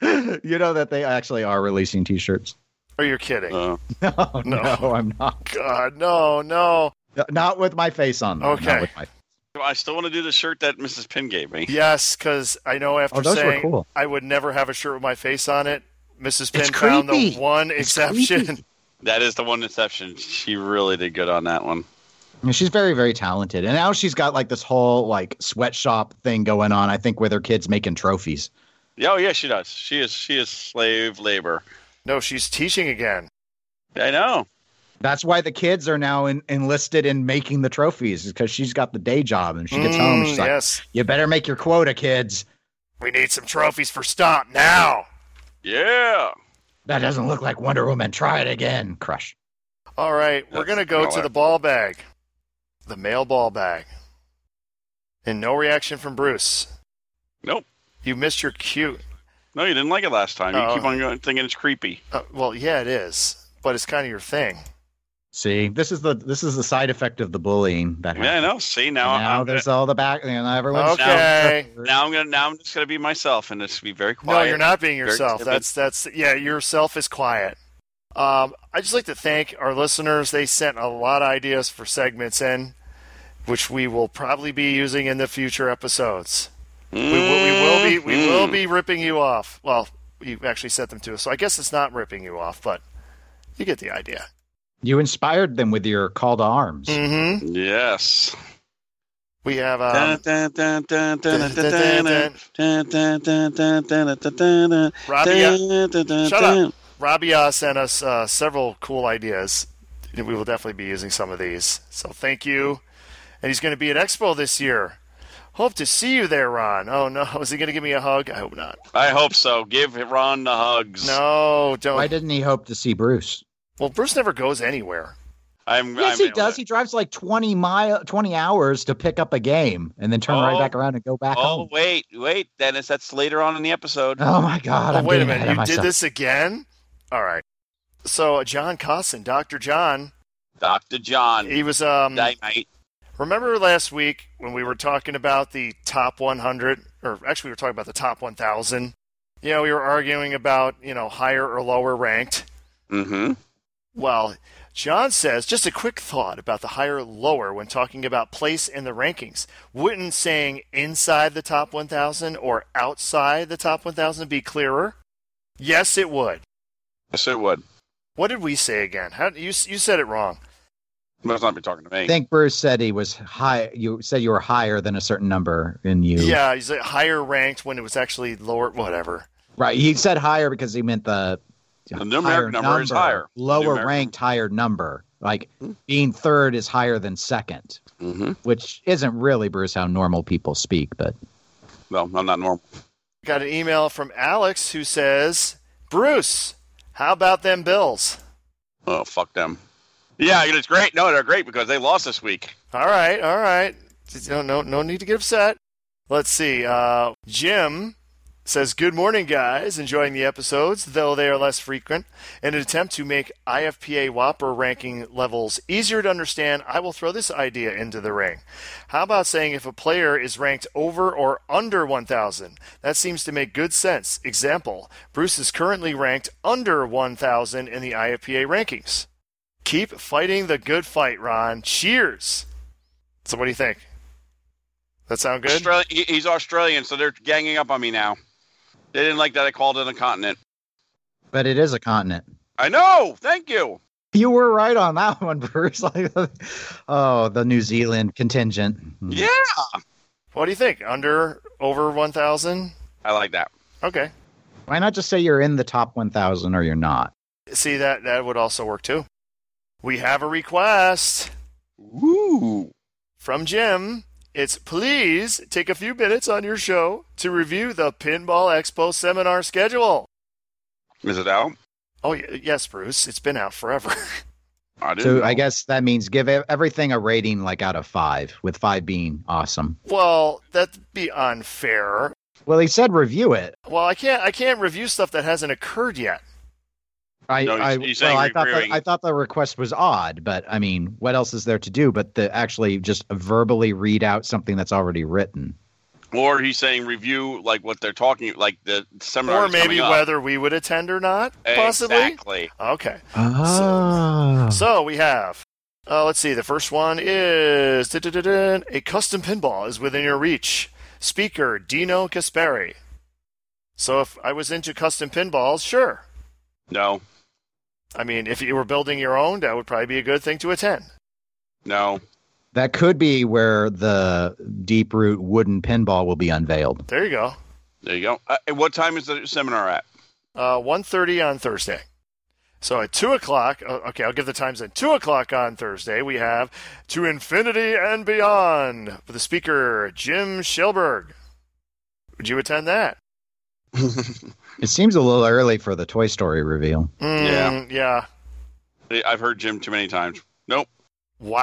Speaker 6: you know that they actually are releasing T-shirts.
Speaker 4: Are you kidding?
Speaker 5: Uh,
Speaker 4: No.
Speaker 6: No, no, I'm not.
Speaker 4: God, no, no.
Speaker 6: Not with my face on. Though.
Speaker 4: Okay.
Speaker 6: Not with my-
Speaker 5: I still want to do the shirt that Mrs. Pin gave me.
Speaker 4: Yes, because I know after
Speaker 6: Oh, those were
Speaker 4: saying
Speaker 6: cool.
Speaker 4: I would never have a shirt with my face on it, Mrs. Pin
Speaker 6: It's
Speaker 4: found the
Speaker 6: creepy.
Speaker 4: one
Speaker 6: It's
Speaker 4: exception.
Speaker 6: creepy.
Speaker 5: That is the one exception. She really did good on that one.
Speaker 6: And she's very, very talented. And now she's got like this whole like sweatshop thing going on, I think, with her kids making trophies.
Speaker 5: Yeah, Oh yeah, she does. She is she is slave labor.
Speaker 4: No, she's teaching again.
Speaker 5: I know.
Speaker 6: That's why the kids are now en- enlisted in making the trophies because she's got the day job and she gets home
Speaker 4: Mm,
Speaker 6: and she's like,
Speaker 4: yes,
Speaker 6: you better make your quota, kids.
Speaker 4: we need some trophies for Stomp now.
Speaker 5: Yeah.
Speaker 6: That doesn't look like Wonder Woman. Try it again. Crush.
Speaker 4: All right, we're
Speaker 5: That's
Speaker 4: gonna go
Speaker 5: not
Speaker 4: to
Speaker 5: what-
Speaker 4: the ball bag, the male ball bag, and no reaction from Bruce.
Speaker 5: Nope.
Speaker 4: You missed your cue.
Speaker 5: No, you didn't like it last time. You
Speaker 4: Oh.
Speaker 5: keep on going, thinking it's creepy.
Speaker 4: Uh, well, yeah, it is, but it's kind of your thing.
Speaker 6: See, this is the this is the side effect of the bullying that
Speaker 5: Yeah, I
Speaker 6: happens.
Speaker 5: know. See now,
Speaker 6: And now
Speaker 5: I'm
Speaker 6: there's all the back and everyone's
Speaker 4: Okay.
Speaker 5: now I'm gonna now I'm just gonna be myself and just be very
Speaker 4: No,
Speaker 5: quiet.
Speaker 4: you're not being
Speaker 5: Very
Speaker 4: yourself.
Speaker 5: timid.
Speaker 4: That's that's yeah, yourself is quiet. Um, I just like to thank our listeners. They sent a lot of ideas for segments in, which we will probably be using in the future episodes. We, will- we will be we will
Speaker 5: Mm-hmm.
Speaker 4: be ripping you off. Well, you actually sent them to us, so I guess it's not ripping you off, but you get the idea.
Speaker 6: you inspired them with your call to arms.
Speaker 5: Mm,
Speaker 4: hmm
Speaker 5: Yes.
Speaker 4: We have um,
Speaker 5: Shut
Speaker 4: Rabia. Shut up. Rabia sent us uh, several cool ideas. and We will definitely be using some of these. So thank you. And he's going to be at Expo this year. Hope to see you there, Ron. Oh no, is he going to give me a hug? I hope not.
Speaker 5: I hope so. Give Ron the hugs.
Speaker 4: No,
Speaker 6: Why
Speaker 5: oh.
Speaker 4: don't.
Speaker 6: didn't he hope to see Bruce?
Speaker 4: well, Bruce never goes anywhere.
Speaker 5: I'm,
Speaker 6: Yes,
Speaker 5: I'm
Speaker 6: he does. He drives like twenty mile, twenty hours to pick up a game, and then turn
Speaker 5: Oh.
Speaker 6: right back around and go back
Speaker 5: Oh
Speaker 6: home.
Speaker 5: wait, wait, Dennis. That's later on in the episode.
Speaker 6: Oh my God!
Speaker 4: Oh,
Speaker 6: I'm
Speaker 4: wait a
Speaker 6: getting ahead
Speaker 4: minute,
Speaker 6: of
Speaker 4: you
Speaker 6: myself.
Speaker 4: did this again? All right. So uh, John Cosson, Doctor John,
Speaker 5: Doctor John.
Speaker 4: he was um.
Speaker 5: Dynamite.
Speaker 4: Remember last week when we were talking about the top 100 or actually we were talking about the top 1000. You know, we were arguing about, you know, higher or lower ranked.
Speaker 5: Mm-hmm.
Speaker 4: Well, John says, just a quick thought about the higher lower when talking about place in the rankings. Wouldn't saying inside the top 1000 or outside the top 1000 be clearer? Yes, it would.
Speaker 5: Yes, it would.
Speaker 4: What did we say again? How, you, you said it wrong.
Speaker 5: Must not be talking to me.
Speaker 6: I think Bruce said he was high. You said you were higher than a certain number, and you
Speaker 4: Yeah, he's like higher ranked when it was actually lower, whatever.
Speaker 6: right. He said higher because he meant the,
Speaker 5: The numeric number is higher.
Speaker 6: lower
Speaker 5: Numeric-
Speaker 6: ranked, higher number. Like
Speaker 5: Hmm.
Speaker 6: being third is higher than second,
Speaker 5: mm-hmm.
Speaker 6: which isn't really Bruce how normal people speak, but
Speaker 5: No, I'm not normal.
Speaker 4: Got an email from Alex who says, Bruce, how about them Bills?
Speaker 5: Oh, fuck them. Yeah, it's great. No, they're great because they lost this week.
Speaker 4: All right, all right. Just No, no, no need to get upset. Let's see. Uh, Jim says, Good morning, guys. Enjoying the episodes, though they are less frequent. In an attempt to make IFPA Whopper ranking levels easier to understand, I will throw this idea into the ring. How about saying if a player is ranked over or under 1,000? That seems to make good sense. Example Bruce is currently ranked under 1,000 in the IFPA rankings. Keep fighting the good fight, Ron. Cheers. So, what do you think? That sound good?
Speaker 5: Australia, he- he's Australian, so they're ganging up on me now. They didn't like that I called it a continent.
Speaker 6: but it is a continent.
Speaker 5: I know. Thank you.
Speaker 6: You were right on that one, Bruce. Like, oh, the New Zealand contingent. Hmm.
Speaker 5: Yeah,
Speaker 4: What do you think? Under, over 1,000?
Speaker 5: I like that.
Speaker 4: Okay.
Speaker 6: Why not just say you're in the top 1,000 or you're not?
Speaker 4: See that that would also work too. We have a request
Speaker 5: Ooh.
Speaker 4: from Jim. It's please take a few minutes on your show to review the Pinball Expo seminar schedule.
Speaker 5: Is it out?
Speaker 4: Oh y- yes, Bruce, it's been out forever.
Speaker 5: I didn't.
Speaker 6: So
Speaker 5: know.
Speaker 6: I guess that means give e- everything a rating like out of five, with five being awesome.
Speaker 4: well, that'd be unfair.
Speaker 6: Well, he said review it.
Speaker 4: Well, I can't I can't review stuff that hasn't occurred yet.
Speaker 6: I,
Speaker 5: No, he's-
Speaker 6: I,
Speaker 5: he's
Speaker 6: well,
Speaker 5: saying
Speaker 6: I thought that,
Speaker 5: reviewing.
Speaker 6: I thought the request was odd, but I mean, what else is there to do but to actually just verbally read out something that's already written?
Speaker 5: Or he's saying review like what they're talking, like the
Speaker 4: Or
Speaker 5: seminar. that's coming
Speaker 4: maybe
Speaker 5: up.
Speaker 4: whether we would attend or not, possibly.
Speaker 5: Exactly.
Speaker 4: Okay.
Speaker 6: Oh,
Speaker 4: So we have. Uh, let's see. The first one is da-da-da-da, a custom pinball is within your reach. Speaker Dino Caspari. So if I was into custom pinballs, sure.
Speaker 5: No,
Speaker 4: I mean, if you were building your own, that would probably be a good thing to attend.
Speaker 5: no.
Speaker 6: that could be where the deep root wooden pinball will be unveiled.
Speaker 4: There you go.
Speaker 5: There you go. Uh, and what time is the seminar at?
Speaker 4: Uh, 1.30 on Thursday. So at 2 o'clock, uh, okay, I'll give the times at 2 o'clock on Thursday, we have To Infinity and Beyond with the speaker Jim Shilberg. Would you attend that?
Speaker 6: It seems a little early for the Toy Story reveal.
Speaker 4: Mm, Yeah.
Speaker 5: I've heard Jim too many times. Nope.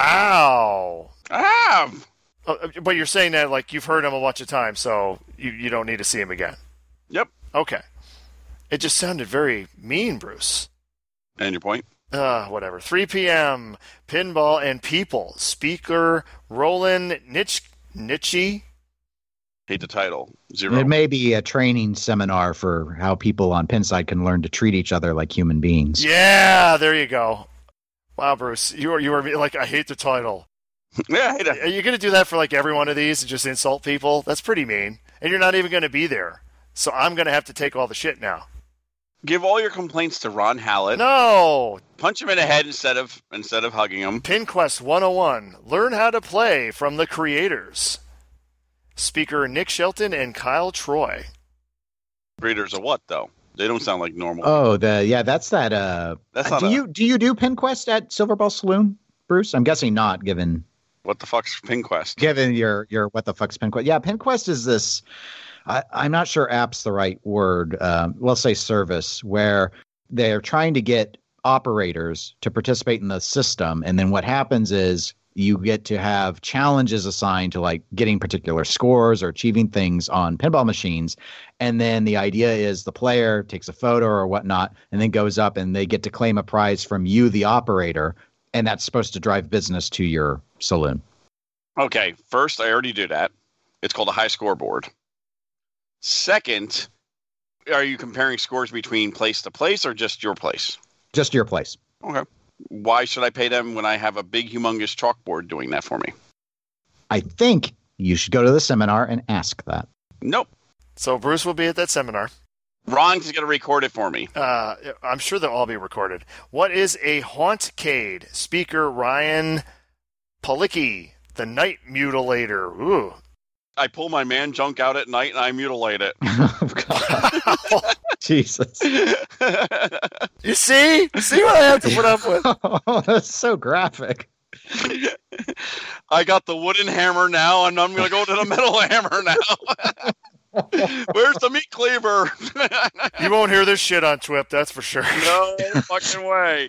Speaker 4: Wow.
Speaker 5: Ah,
Speaker 4: Uh, but you're saying that like you've heard him a bunch of times, so you, you don't need to see him again.
Speaker 5: Yep.
Speaker 4: Okay. It just sounded very mean, Bruce.
Speaker 5: and your point.
Speaker 4: Uh, whatever. 3 p.m. Pinball and People. Speaker Roland Nitsch Nitschy.
Speaker 5: Hate the title. Zero.
Speaker 6: It may be a training seminar for how people on Pinside can learn to treat each other like human beings.
Speaker 4: Yeah, there you go. Wow, Bruce, you are you are like I hate the title.
Speaker 5: yeah, I hate it.
Speaker 4: Are you going to do that for like every one of these and just insult people? That's pretty mean. And you're not even going to be there. So I'm going to have to take all the shit now.
Speaker 5: Give all your complaints to Ron Hallett.
Speaker 4: No!
Speaker 5: Punch him in the head instead of instead of hugging him.
Speaker 4: PinQuest 101 Learn how to play from the creators. Speaker Nick Shelton and Kyle Troy.
Speaker 5: Breeders of what though? They don't sound like normal.
Speaker 6: Oh, the yeah, that's that. Uh,
Speaker 5: That's not
Speaker 6: uh, do
Speaker 5: a-
Speaker 6: you do you do PinQuest at Silver Ball Saloon, Bruce? I'm guessing not, given
Speaker 5: what the fuck's Pinquest?
Speaker 6: given your your what the fuck's PinQuest? Yeah, PinQuest is this. I, I'm not sure app's the right word. Um, we'll say service where they're trying to get operators to participate in the system, and then what happens is you get to have challenges assigned to like getting particular scores or achieving things on pinball machines and then the idea is the player takes a photo or whatnot and then goes up and they get to claim a prize from you the operator and that's supposed to drive business to your saloon
Speaker 5: Okay, first I already do that. It's called a high scoreboard. Second, are you comparing scores between place to place or just your place?
Speaker 6: Just your place.
Speaker 5: Why should I pay them when I have a big, humongous chalkboard doing that for me?
Speaker 6: I think you should go to the seminar and ask that.
Speaker 5: Nope.
Speaker 4: So Bruce will be at that seminar.
Speaker 5: Ron's going to record it for me.
Speaker 4: Uh, I'm sure they'll all be recorded. What is a hauntcade? Speaker Ryan Palicki, the Night Mutilator. Ooh,
Speaker 5: I pull my man junk out at night and I mutilate it.
Speaker 6: Oh, God. Jesus.
Speaker 4: you see, see what I have to put up with.
Speaker 6: Oh, that's so graphic.
Speaker 5: I got the wooden hammer now, and I'm going to go to the metal hammer now. Where's the meat cleaver?
Speaker 4: You won't hear this shit on Twip, that's for sure.
Speaker 5: no fucking way.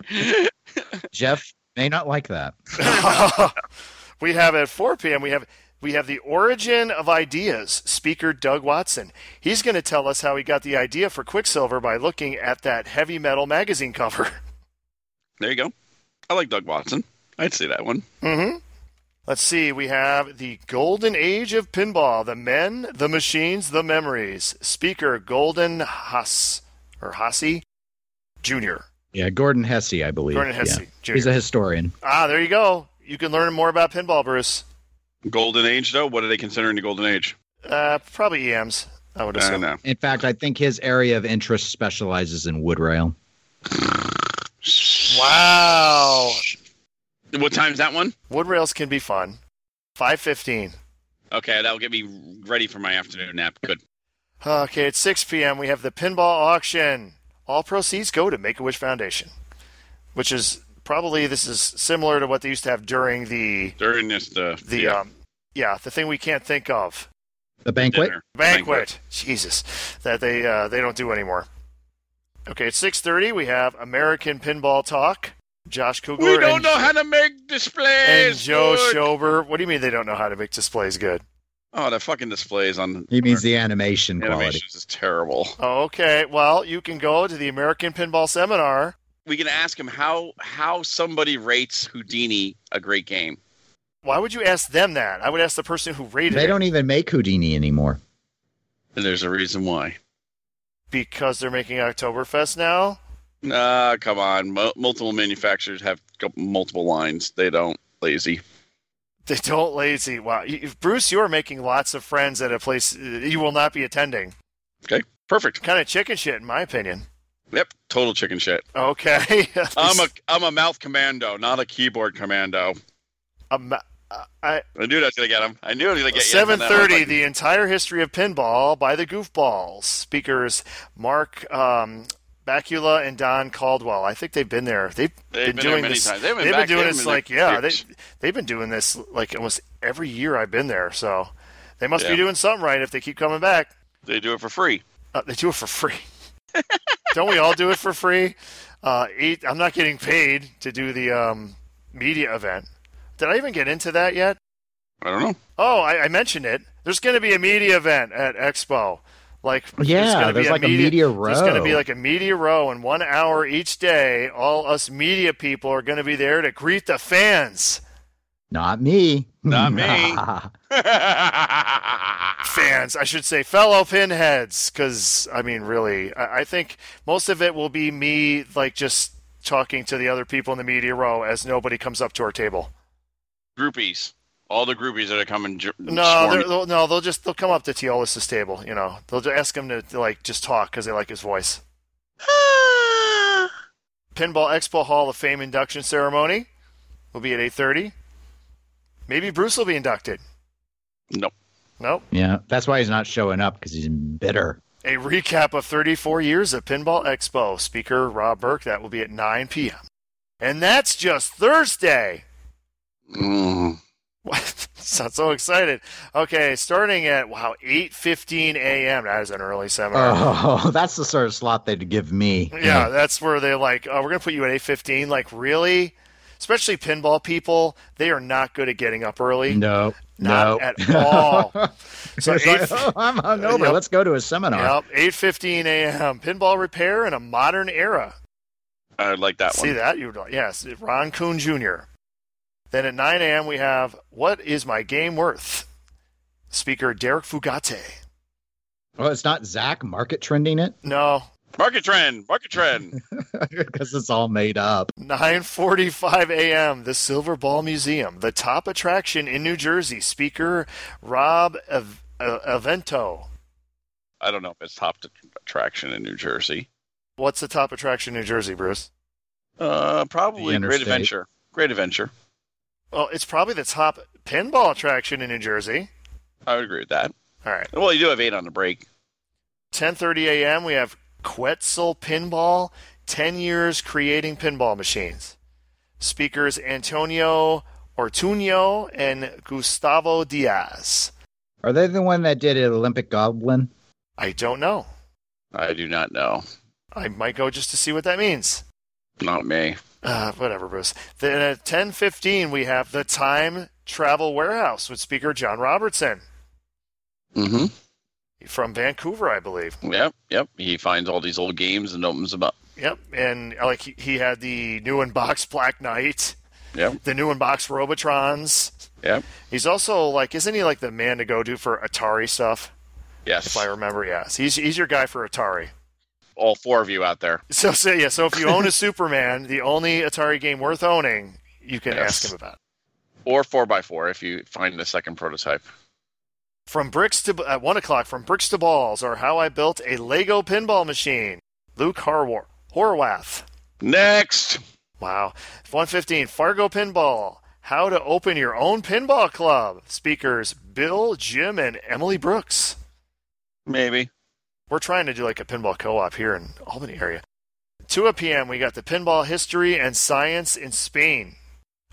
Speaker 6: Jeff may not like that.
Speaker 4: we have at 4 p.m. We have we have the origin of ideas. Speaker Doug Watson. He's going to tell us how he got the idea for Quicksilver by looking at that heavy metal magazine cover.
Speaker 5: There you go. I like Doug Watson. I'd see that one.
Speaker 4: Mm-hmm. Let's see. We have the golden age of pinball: the men, the machines, the memories. Speaker Golden Haas or Hasi Junior.
Speaker 6: Yeah, Gordon Hesse, I believe.
Speaker 4: Gordon Hesse
Speaker 6: Yeah.
Speaker 4: Jr.
Speaker 6: He's a historian.
Speaker 4: Ah, there you go. You can learn more about pinball, Bruce.
Speaker 5: Golden Age, though. What are they considering the Golden Age?
Speaker 4: Uh, probably EMs. I would
Speaker 5: I don't
Speaker 4: assume.
Speaker 5: know.
Speaker 6: In fact, I think his area of interest specializes in wood rail.
Speaker 4: Wow.
Speaker 5: What time's that one?
Speaker 4: Wood rails can be fun. Five fifteen.
Speaker 5: Okay, that'll get me ready for my afternoon nap. Good.
Speaker 4: Okay, at six p.m. we have the pinball auction. All proceeds go to Make a Wish Foundation, which is probably this is similar to what they used to have during the
Speaker 5: During this, uh, the
Speaker 4: the
Speaker 5: yeah,
Speaker 4: um yeah the thing we can't think of
Speaker 6: The banquet?
Speaker 5: dinner.
Speaker 4: banquet. Jesus, that they uh, they don't do anymore. Okay, at six thirty we have American Pinball Talk. Josh Cougar.
Speaker 5: We don't
Speaker 4: and-
Speaker 5: know how to make displays.
Speaker 4: and Joe
Speaker 5: good.
Speaker 4: Schober. What do you mean they don't know how to make displays good?
Speaker 5: Oh, the fucking displays on
Speaker 6: He means the animation quality.
Speaker 5: animations is terrible.
Speaker 4: Oh, okay. Well, you can go to the American Pinball Seminar.
Speaker 5: We can ask him how how somebody rates Houdini a great game.
Speaker 4: Why would you ask them that? I would ask the person who rated
Speaker 6: They
Speaker 4: it
Speaker 6: don't even make Houdini anymore.
Speaker 5: And there's a reason why.
Speaker 4: because they're making Oktoberfest now.
Speaker 5: Ah, come on. Mo- multiple manufacturers have go- multiple lines. They don't lazy.
Speaker 4: They don't lazy. Wow, You- you- Bruce, you are making lots of friends at a place uh, you will not be attending.
Speaker 5: Okay, perfect.
Speaker 4: Kind of chicken shit, in my opinion.
Speaker 5: Yep, total chicken shit.
Speaker 4: Okay,
Speaker 5: I'm a I'm a mouth commando, not a keyboard commando.
Speaker 4: I'm a- uh, I-
Speaker 5: I knew that's gonna get him. I knew it was gonna get you.
Speaker 4: Seven thirty. The entire history of pinball by the Goofballs. Speakers Mark um, Bakula and Don Caldwell. I think they've been there. They've,
Speaker 5: They've been there
Speaker 4: doing
Speaker 5: many
Speaker 4: this.
Speaker 5: times. They've been
Speaker 4: they've
Speaker 5: back-
Speaker 4: been doing
Speaker 5: they've
Speaker 4: this
Speaker 5: been
Speaker 4: like
Speaker 5: there
Speaker 4: yeah. They,
Speaker 5: years.
Speaker 4: they've been doing this like almost every year I've been there. So they must be
Speaker 5: Yeah.
Speaker 4: doing something right if they keep coming back.
Speaker 5: They do it for free.
Speaker 4: Uh, they do it for free. Don't we all do it for free? Uh, eight, I'm not getting paid to do the um, media event. Did I even get into that yet?
Speaker 5: I don't know.
Speaker 4: Oh, I, I mentioned it. There's going to be a media event at Expo. Like
Speaker 6: Yeah,
Speaker 4: gonna
Speaker 6: there's like a media
Speaker 4: There's going to
Speaker 6: row.
Speaker 4: be like a media row, and one hour each day, all us media people are going to be there to greet the fans.
Speaker 6: Not me.
Speaker 5: Not me.
Speaker 4: Fans, I should say, fellow pinheads, because I mean, really, I, I think most of it will be me, like just talking to the other people in the media row as nobody comes up to our table.
Speaker 5: groupies. All the groupies that are coming. Ju-
Speaker 4: No, they're- they'll, no, they'll just they'll come up to Teolis's table. You know, they'll just ask him to, to like just talk because they like his voice. Pinball Expo Hall of Fame induction ceremony will be at 8:30. Maybe Bruce will be inducted.
Speaker 5: Nope.
Speaker 4: Nope.
Speaker 6: Yeah, that's why he's not showing up because he's bitter.
Speaker 4: A recap of 34 years of Pinball Expo. Speaker Rob Burke. That will be at 9 p.m. And that's just Thursday.
Speaker 5: Mm.
Speaker 4: What? Sound so excited. Okay, starting at wow 8:15 a.m. That is an early seminar.
Speaker 6: Oh, that's the sort of slot they'd give me.
Speaker 4: Yeah, that's where they like, oh, we're gonna put you at eight fifteen. Like, really? Especially pinball people, they are not good at getting up early.
Speaker 6: No.
Speaker 4: Not
Speaker 6: no.
Speaker 4: at all. So
Speaker 6: It's like,
Speaker 4: eight-
Speaker 6: "Oh, I'm hungover.
Speaker 4: Yep.
Speaker 6: Let's go to a seminar.
Speaker 4: Yep, eight fifteen a.m. Pinball repair in a modern era.
Speaker 5: I like that
Speaker 4: See
Speaker 5: one.
Speaker 4: that you would like? Yes, Ron Kuhn Jr. Then at nine a.m. we have "What is my game worth?" Speaker Derek Fugate.
Speaker 6: Well, it's not Zach market trending it
Speaker 4: No,
Speaker 5: Market trend, market trend.
Speaker 6: because it's all made up.
Speaker 4: 9:45 a.m. The Silver Ball Museum, the top attraction in New Jersey. Speaker Rob Ev- uh, Avento.
Speaker 5: I don't know if it's top t- attraction in New Jersey.
Speaker 4: What's the top attraction in New Jersey, Bruce?
Speaker 5: Uh,
Speaker 6: The
Speaker 5: probably Great
Speaker 6: interstate.
Speaker 5: Adventure. Great Adventure.
Speaker 4: Well, it's probably the top pinball attraction in New Jersey.
Speaker 5: I would agree with that.
Speaker 4: All right.
Speaker 5: Well, you do have eight on the break.
Speaker 4: 10:30 a.m. We have Quetzal Pinball, 10 years creating pinball machines. Speakers Antonio Ortuño and Gustavo Diaz.
Speaker 6: Are they the one that did an Olympic Goblin?
Speaker 4: I don't know.
Speaker 5: I do not know.
Speaker 4: I might go just to see what that means.
Speaker 5: Not me.
Speaker 4: Uh, whatever, Bruce. Then at 10:15 we have the Time Travel Warehouse with speaker John Robertson
Speaker 5: Mm-hmm.
Speaker 4: from Vancouver, I believe.
Speaker 5: Yep, yep. He finds all these old games and opens them up.
Speaker 4: Yep, and uh, like he- he had the new in box Black Knight,
Speaker 5: Yep,
Speaker 4: the new in box Robotrons.
Speaker 5: yep.
Speaker 4: He's also like, isn't he like the man to go to for Atari stuff?
Speaker 5: Yes.
Speaker 4: If I remember, yes, he's he's your guy for Atari.
Speaker 5: All four of you out there.
Speaker 4: So, so yeah, so if you own a Superman, the only Atari game worth owning, you can
Speaker 5: Yes.
Speaker 4: ask him about.
Speaker 5: Or four by four if you find the second prototype.
Speaker 4: From bricks to at one o'clock, from bricks to balls, or how I built a Lego pinball machine. Luke Harwar Horwath.
Speaker 5: Next.
Speaker 4: Wow. 115 Fargo Pinball. How to open your own pinball club. Speakers Bill, Jim, and Emily Brooks.
Speaker 5: Maybe.
Speaker 4: we're trying to do like a pinball co-op here in Albany area. 2 p.m. we got the pinball history and science in Spain.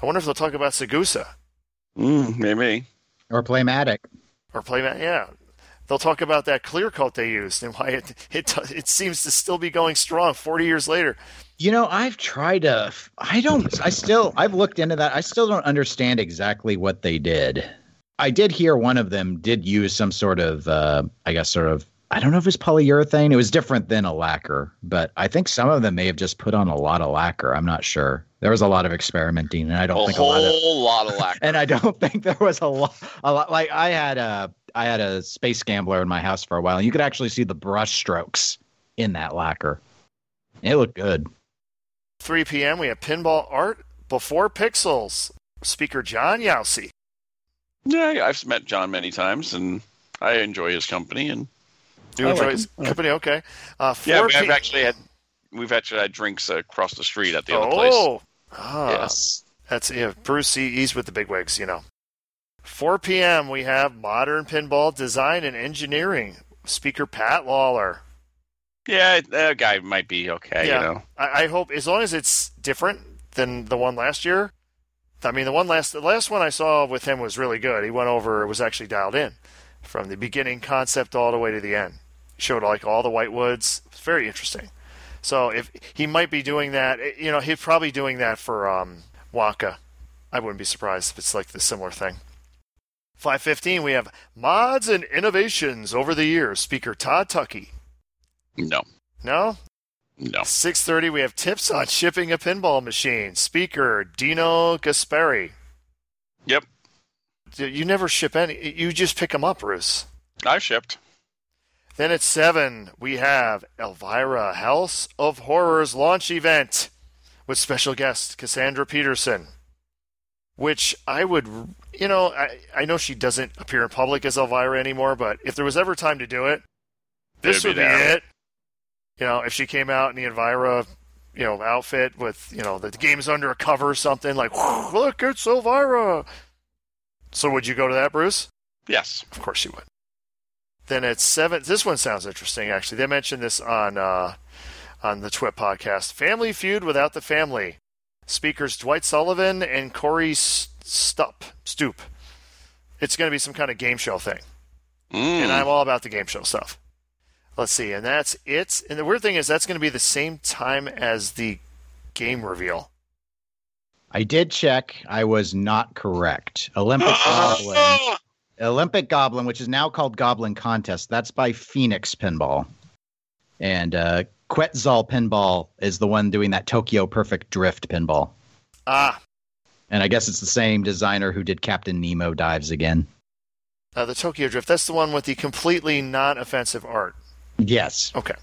Speaker 4: I wonder if they'll talk about Sagusa
Speaker 5: Mm, maybe.
Speaker 6: Or Playmatic?
Speaker 4: or play. Yeah, they'll talk about that clear coat they used and why it it it seems to still be going strong 40 years later.
Speaker 6: You know, I've tried to. I don't. I still. I've looked into that. I still don't understand exactly what they did. I did hear one of them did use some sort of. Uh, I guess sort of. I don't know if it's polyurethane. It was different than a lacquer, but I think some of them may have just put on a lot of lacquer. I'm not sure. There was a lot of experimenting, and I don't
Speaker 5: A
Speaker 6: think a lot of.
Speaker 5: whole lot of lack.
Speaker 6: and I don't think there was a lot, a lot. Like I had a, I had a space gambler in my house for a while, and you could actually see the brush strokes in that lacquer. It looked good.
Speaker 4: 3 p.m. we have pinball art before pixels. Speaker John Yossi.
Speaker 5: Yeah, I've met John many times, and I enjoy his company. And
Speaker 4: Do you
Speaker 6: I
Speaker 4: enjoy
Speaker 6: like
Speaker 4: his company? Okay. Uh, 4
Speaker 5: yeah, we have
Speaker 4: p.m.
Speaker 5: actually had we've actually had drinks across the street at the other place.
Speaker 4: oh, ah,
Speaker 5: Yes,
Speaker 4: That's yeah, Bruce. He, he's with the big wigs, you know. 4 p.m. We have modern pinball design and engineering. Speaker Pat Lawler.
Speaker 5: yeah, that guy might be okay. You know,
Speaker 4: I, I hope as long as it's different than the one last year. I mean, the one last the last one I saw with him was really good. He went over. It was actually dialed in from the beginning concept all the way to the end. Showed like all the white woods. It's very interesting. So if he might be doing that, eh, you know, he's probably doing that for um, Wonka. I wouldn't be surprised if it's like the similar thing. 515, we have mods and innovations over the years. Speaker Todd Tuckey.
Speaker 5: no,
Speaker 4: No,
Speaker 5: no.
Speaker 4: 6.30 we have tips on shipping a pinball machine speaker dino gaspari
Speaker 5: Yep,
Speaker 4: D- you never ship any you just pick them up bruce
Speaker 5: I've shipped.
Speaker 4: then at 7 we have elvira house of horrors launch event with special guest cassandra peterson which i would you know i, I know she doesn't appear in public as elvira anymore but if there was ever time to do it this
Speaker 5: It'd
Speaker 4: would
Speaker 5: be
Speaker 4: be,
Speaker 5: there.
Speaker 4: it you know if she came out in the elvira you know outfit with you know the game's under a cover or something like "Whew, look it's elvira so would you go to that bruce
Speaker 5: Yes,
Speaker 4: of course you would. Then at seven, this one sounds interesting. Actually, they mentioned this on uh, on the Twit podcast. Family Feud without the family. Speakers Dwight Sullivan and Corey S- Stup. Stoop. It's going to be some kind of game show thing,
Speaker 5: mm.
Speaker 4: and I'm all about the game show stuff. Let's see, and that's it. And the weird thing is, that's going to be the same time as the game reveal.
Speaker 6: I did check. I was not correct. Olympic Goblin,
Speaker 5: Oh,
Speaker 6: Olympic Goblin, which is now called Goblin Contest. That's by Phoenix Pinball, and uh, Quetzal Pinball is the one doing that Tokyo Perfect Drift pinball.
Speaker 4: Ah,
Speaker 6: And I guess it's the same designer who did Captain Nemo dives again.
Speaker 4: Uh, the Tokyo Drift. That's the one with the completely non offensive art.
Speaker 6: Yes.
Speaker 4: Okay.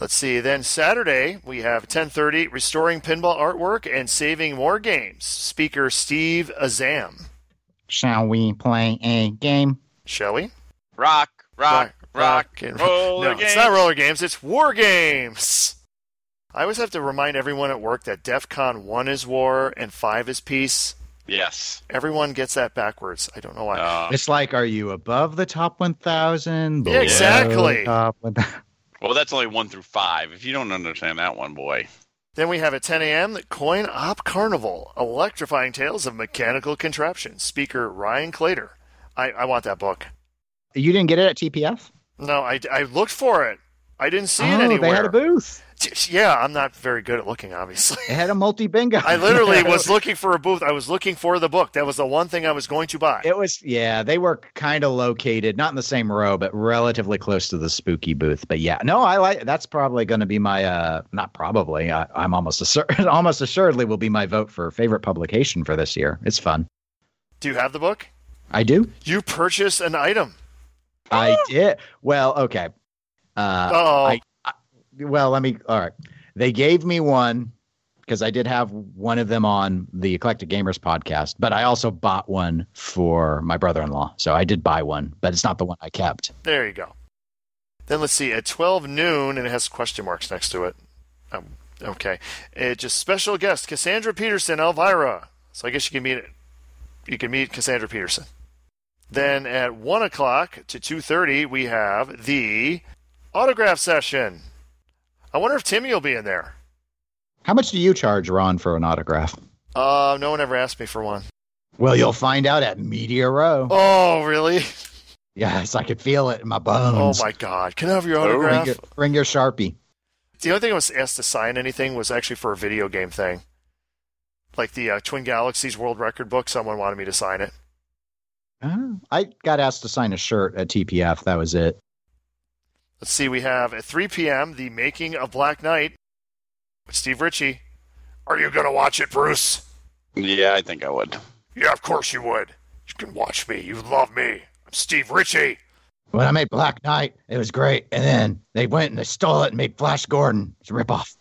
Speaker 4: Let's see. Then Saturday we have 10:30 restoring pinball artwork and saving more games. Speaker Steve Azam.
Speaker 6: Shall we play a game?
Speaker 4: Shall we?
Speaker 5: Rock, rock, rock,
Speaker 4: and-
Speaker 5: roll
Speaker 4: No,
Speaker 5: again.
Speaker 4: it's not roller games. It's war games. I always have to remind everyone at work that DEF CON 1 is war and 5 is peace.
Speaker 5: Yes.
Speaker 4: Everyone gets that backwards. I don't know why.
Speaker 5: Uh,
Speaker 6: It's like, are you above the top 1,000?
Speaker 4: Yeah,
Speaker 6: below
Speaker 4: exactly.
Speaker 6: the top 1,000?
Speaker 5: well, that's only one through five. If you don't understand that one, boy.
Speaker 4: Then we have at 10 a.m. the Coin Op Carnival, Electrifying Tales of Mechanical Contraptions. Speaker Ryan Clater. I, I want that book.
Speaker 6: You didn't get it at TPF?
Speaker 4: No, I, I looked for it. I didn't see
Speaker 6: oh,
Speaker 4: it anywhere.
Speaker 6: they had a booth.
Speaker 4: Yeah, I'm not very good at looking, obviously.
Speaker 6: It had a multi bingo.
Speaker 4: I literally was looking for a booth. I was looking for the book. That was the one thing I was going to buy.
Speaker 6: It was, yeah, they were kind of located, not in the same row, but relatively close to the spooky booth. But yeah, no, I like that's probably going to be my, uh, not probably, I, I'm almost assur- almost assuredly will be my vote for favorite publication for this year. It's fun.
Speaker 4: Do you have the book?
Speaker 6: I do.
Speaker 4: You purchased an item.
Speaker 6: I did. Well, okay. Uh,
Speaker 4: Oh,
Speaker 6: I- well, let me. All right. They gave me one because I did have one of them on the Eclectic Gamers podcast, but I also bought one for my brother in law. So I did buy one, but it's not the one I kept.
Speaker 4: there you go. Then let's see. At 12 noon, and it has question marks next to it. Um, okay. It just special guest Cassandra Peterson, Elvira. So I guess you can meet it. You can meet Cassandra Peterson. Then at one o'clock to two thirty, we have the autograph session. I wonder if Timmy will be in there.
Speaker 6: How much do you charge, Ron, for an autograph?
Speaker 4: Uh, no one ever asked me for one.
Speaker 6: Well, you'll find out at Media Row.
Speaker 4: Oh, really?
Speaker 6: Yes, I could feel it in my bones.
Speaker 4: Oh my God! Can I have your
Speaker 6: Bring
Speaker 4: autograph?
Speaker 6: your, bring your Sharpie.
Speaker 4: The only thing I was asked to sign anything was actually for a video game thing, like the uh, Twin Galaxies World Record book. Someone wanted me to sign it.
Speaker 6: Oh, I got asked to sign a shirt at TPF. That was it.
Speaker 4: Let's see. We have at 3 p.m. the making of Black Knight with Steve Ritchie. Are you gonna watch it, Bruce?
Speaker 5: Yeah, I think I would.
Speaker 4: Yeah, of course you would. You can watch me. You love me. I'm Steve Ritchie.
Speaker 6: When I made Black Knight, it was great. And then they went and they stole it and made Flash Gordon. It's a ripoff.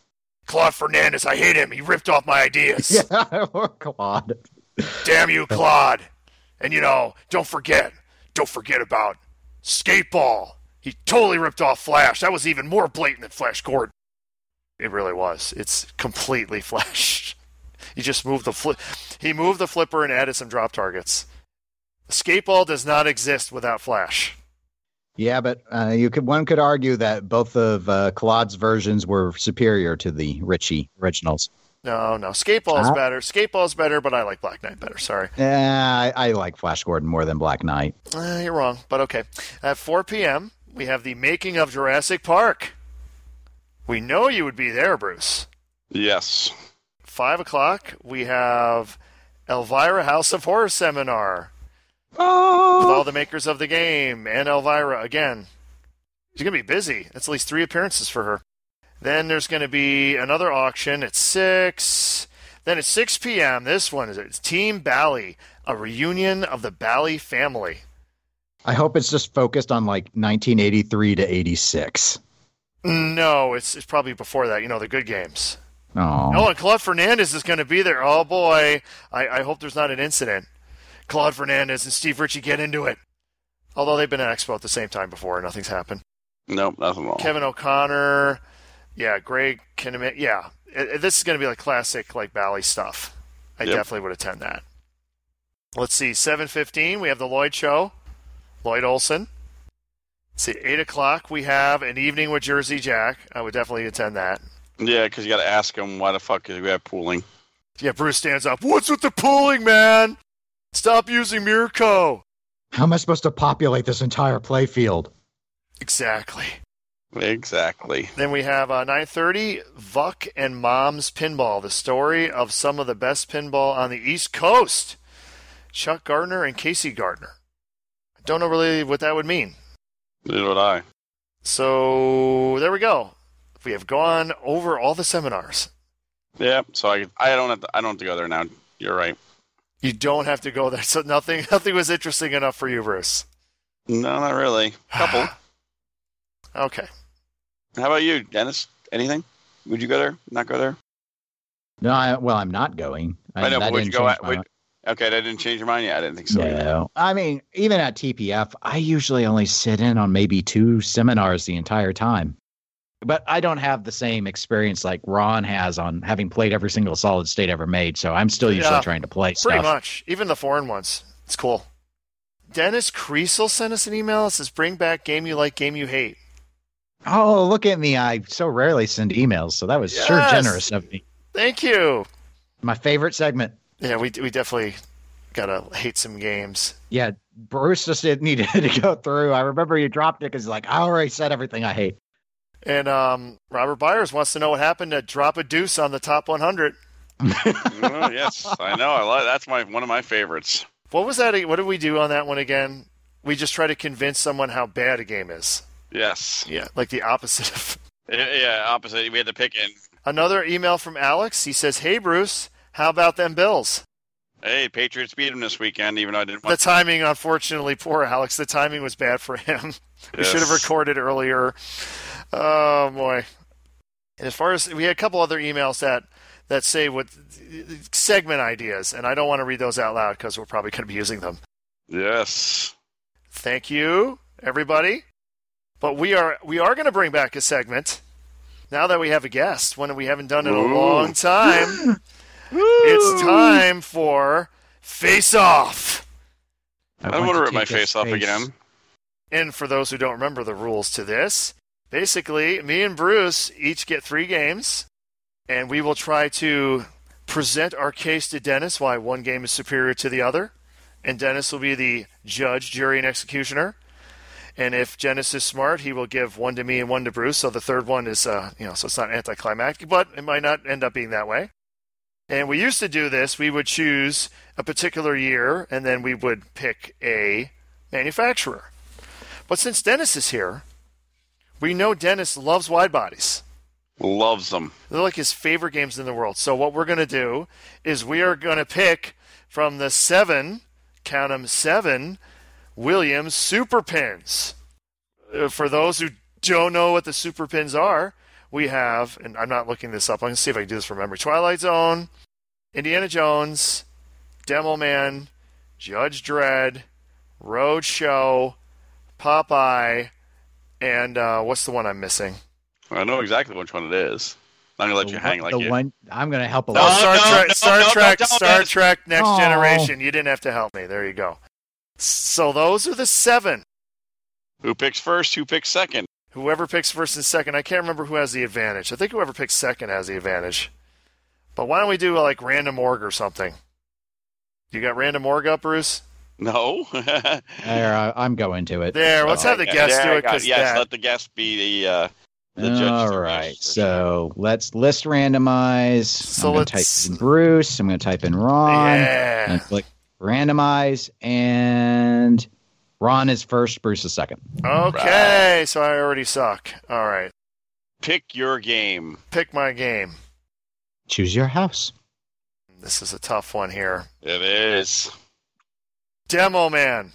Speaker 4: Claude Fernandez. I hate him. He ripped off my ideas.
Speaker 6: Yeah, oh God.
Speaker 4: Damn you, Claude. And you know, don't forget, don't forget about Skateball. He totally ripped off Flash. That was even more blatant than Flash Gordon. It really was. It's completely Flash. He just moved the flip. He moved the flipper and added some drop targets. Skateball does not exist without Flash.
Speaker 6: Yeah, but uh, you could one could argue that both of uh, Claude's versions were superior to the Ritchie originals.
Speaker 4: No, no. Skateball's
Speaker 6: Ah.
Speaker 4: better. Skateball's better, but I like Black Knight better. Sorry.
Speaker 6: Uh, I, I like Flash Gordon more than Black Knight.
Speaker 4: Uh, you're wrong, but okay. At 4 p.m., we have the making of Jurassic Park. We know you would be there, Bruce.
Speaker 5: Yes.
Speaker 4: 5 o'clock, we have Elvira House of Horror Seminar with all the makers of the game and Elvira again. She's going to be busy. That's at least three appearances for her. Then there's going to be another auction at 6. Then at 6 p.m., this one is it's Team Bally, a reunion of the Bally family.
Speaker 6: I hope it's just focused on like 1983 to 86.
Speaker 4: No, it's it's probably before that. You know, the good games. Oh,
Speaker 6: Oh,
Speaker 4: and Claude Fernandez is going to be there. Oh boy, I, I hope there's not an incident. Claude Fernandez and Steve Ritchie get into it. Although they've been at Expo at the same time before, and nothing's happened.
Speaker 5: Nope, nothing wrong.
Speaker 4: Kevin O'Connor, yeah, Greg Kinnaman, yeah. I- I- this is going to be like classic like Bally stuff. I
Speaker 5: Yep.
Speaker 4: definitely would attend that. Let's see, seven fifteen. We have the Lloyd Show, Lloyd Olson. Let's see, eight o'clock. We have an evening with Jersey Jack. I would definitely attend that.
Speaker 5: Yeah, because you got to ask him why the fuck is we have pooling.
Speaker 4: Yeah, Bruce stands up. What's with the pooling, man? Stop using Mirko.
Speaker 6: how am I supposed to populate this entire playfield?
Speaker 4: Exactly.
Speaker 5: Exactly.
Speaker 4: Then we have uh, 9:30 Vuck and Mom's Pinball, the story of some of the best pinball on the East Coast. Chuck Gardner and Casey Gardner. I don't know really what that would mean.
Speaker 5: Neither would I.
Speaker 4: So there we go. We have gone over all the seminars.
Speaker 5: Yeah. So I, I don't have to. I don't have to go there now. You're right.
Speaker 4: You don't have to go there. So nothing, nothing was interesting enough for you, Bruce.
Speaker 5: No, not really. Couple.
Speaker 4: Okay.
Speaker 5: How about you, Dennis? Anything? Would you go there? Not go there?
Speaker 6: No, I, well, I'm not going.
Speaker 5: I know,
Speaker 6: that
Speaker 5: but would you
Speaker 6: didn't
Speaker 5: go
Speaker 6: change
Speaker 5: out?
Speaker 6: my
Speaker 5: Would,
Speaker 6: mind.
Speaker 5: okay, that didn't change your mind. Yeah, I didn't think so. either.
Speaker 6: no, I mean, even at TPF, I usually only sit in on maybe two seminars the entire time. But I don't have the same experience like Ron has on having played every single solid state ever made. So I'm still usually
Speaker 4: Yeah,
Speaker 6: trying to play
Speaker 4: Pretty
Speaker 6: stuff.
Speaker 4: much. Even the foreign ones. It's cool. Dennis Kreisel sent us an email. It says, bring back game you like, game you hate.
Speaker 6: Oh, look at me. I so rarely send emails. So that was sure
Speaker 4: Yes.
Speaker 6: generous of me.
Speaker 4: Thank you.
Speaker 6: My favorite segment.
Speaker 4: Yeah, we, we definitely got to hate some games.
Speaker 6: Yeah, Bruce just didn't needed to go through. I remember you dropped it because like I already said everything I hate.
Speaker 4: And um, Robert Byers wants to know what happened to Drop a Deuce on the top 100.
Speaker 5: Oh, yes, I know. I love that's my one of my favorites.
Speaker 4: What was that? What did we do on that one again? We just try to convince someone how bad a game is.
Speaker 5: Yes.
Speaker 4: Yeah. Like the opposite of.
Speaker 5: Yeah, yeah, opposite. We had to pick in.
Speaker 4: Another email from Alex. He says, Hey, Bruce, how about them Bills?
Speaker 5: Hey, Patriots beat him this weekend, even though I didn't
Speaker 4: The
Speaker 5: want
Speaker 4: timing, unfortunately, poor Alex. The timing was bad for him. We should have
Speaker 5: Yes.
Speaker 4: recorded earlier. Oh boy. And as far as we had a couple other emails that that say what segment ideas, and I don't want to read those out loud because we're probably going to be using them.
Speaker 5: Yes.
Speaker 4: Thank you, everybody. But we are we are going to bring back a segment now that we have a guest. One we haven't done in a
Speaker 5: Ooh.
Speaker 4: long time. it's time for face off.
Speaker 5: I don't want to rip my
Speaker 6: take his
Speaker 5: face off again.
Speaker 4: And for those who don't remember the rules to this, basically, me and Bruce each get three games, and we will try to present our case to Dennis why one game is superior to the other. And Dennis will be the judge, jury, and executioner. And if Dennis is smart, he will give one to me and one to Bruce. So the third one is, uh, you know, so it's not anticlimactic, but it might not end up being that way. And we used to do this. We would choose a particular year, and then we would pick a manufacturer. But since Dennis is here, we know Dennis loves wide bodies.
Speaker 5: Loves them.
Speaker 4: They're like his favorite games in the world. So what we're going to do is we are going to pick from the seven, count 'em, seven, Williams super pins. Uh, For those who don't know what the super pins are, we have, and I'm not looking this up. I'm going to see if I can do this from memory. Twilight Zone, Indiana Jones, Demo Man, Judge Dredd, Roadshow, Popeye, and uh, what's the one I'm missing?
Speaker 5: I know exactly which one it is. I'm gonna let
Speaker 6: The
Speaker 5: you
Speaker 6: one-
Speaker 5: hang like
Speaker 6: the
Speaker 5: you.
Speaker 6: one I'm gonna help a
Speaker 5: No,
Speaker 4: Oh,
Speaker 6: lot.
Speaker 5: no,
Speaker 4: Star Trek,
Speaker 5: no,
Speaker 4: Star
Speaker 5: no,
Speaker 4: Trek,
Speaker 5: no, no,
Speaker 4: Star
Speaker 5: no.
Speaker 4: Trek, Next
Speaker 6: Aw.
Speaker 4: Generation. You didn't have to help me. There you go. So those are the seven.
Speaker 5: Who picks first? Who picks second?
Speaker 4: Whoever picks first and second, I can't remember who has the advantage. I think whoever picks second has the advantage. But why don't we do like random org or something? You got random org up, Bruce?
Speaker 5: No. there,
Speaker 6: There, I- I'm going to it.
Speaker 4: There, let's
Speaker 5: Oh,
Speaker 4: have the guest do it because
Speaker 5: Yes, let the guest be the. Uh, the judge.
Speaker 6: All right, so let's list randomize.
Speaker 4: So
Speaker 6: I'm gonna
Speaker 4: let's-
Speaker 6: type in Bruce. I'm gonna type in Ron.
Speaker 4: Yeah.
Speaker 6: And click randomize, and Ron is first. Bruce is second.
Speaker 4: Okay, so I already suck. All right,
Speaker 5: pick your game.
Speaker 4: pick my game.
Speaker 6: Choose your house.
Speaker 4: This is a tough one here.
Speaker 5: It is.
Speaker 4: Demo Man.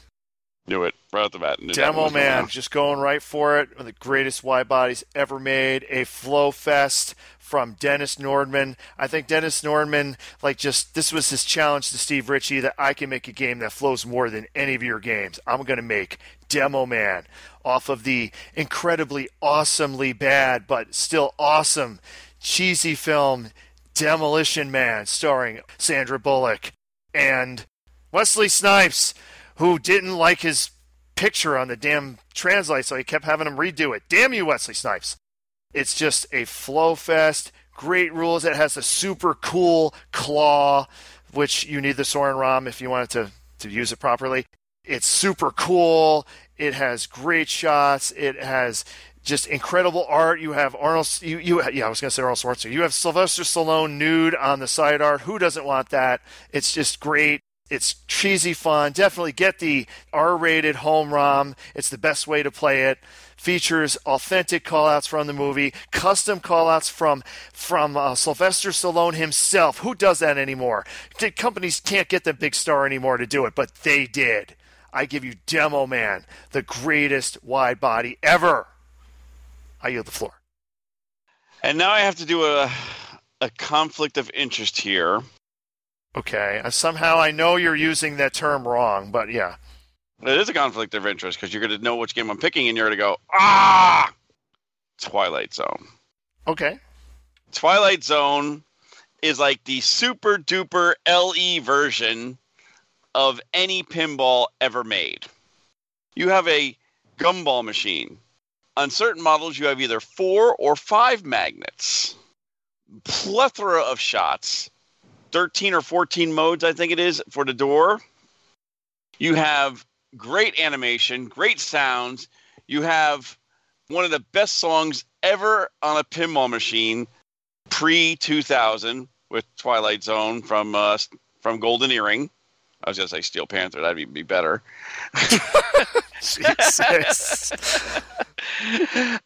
Speaker 5: Do it right off the bat. Do that
Speaker 4: Demo
Speaker 5: one.
Speaker 4: Man, just going right for it. One of the greatest wide bodies ever made. A flow fest from Dennis Nordman. I think Dennis Nordman, like, just this was his challenge to Steve Ritchie that I can make a game that flows more than any of your games. I'm going to make Demo Man off of the incredibly awesomely bad, but still awesome, cheesy film Demolition Man, starring Sandra Bullock and Wesley Snipes, who didn't like his picture on the damn translate, so he kept having him redo it. Damn you, Wesley Snipes. It's just a flow fest. Great rules. It has a super cool claw, which you need the Soren ROM if you want it to, to use it properly. It's super cool. It has great shots. It has just incredible art. You have Arnold. You, you yeah, I was gonna say Arnold Schwarzenegger. You have Sylvester Stallone nude on the side art. Who doesn't want that? It's just great. It's cheesy fun. Definitely get the R rated home ROM. It's the best way to play it. Features authentic callouts from the movie, custom callouts from from uh, Sylvester Stallone himself. Who does that anymore? The companies can't get the big star anymore to do it, but they did. I give you Demo Man, the greatest wide body ever. I yield the floor.
Speaker 5: And now I have to do a a conflict of interest here.
Speaker 4: Okay. uh, Somehow I know you're using that term wrong, but yeah.
Speaker 5: It is a conflict of interest because you're going to know which game I'm picking, and you're going to go, ah, Twilight Zone.
Speaker 4: Okay.
Speaker 5: Twilight Zone is like the super duper LE version of any pinball ever made. You have a gumball machine. On certain models, you have either four or five magnets, plethora of shots, 13 or 14 modes, I think it is, for the door. You have great animation, great sounds. You have one of the best songs ever on a pinball machine pre 2000 with Twilight Zone from uh, from Golden Earring. I was gonna say Steel Panther. That'd be, be better.
Speaker 4: Jesus.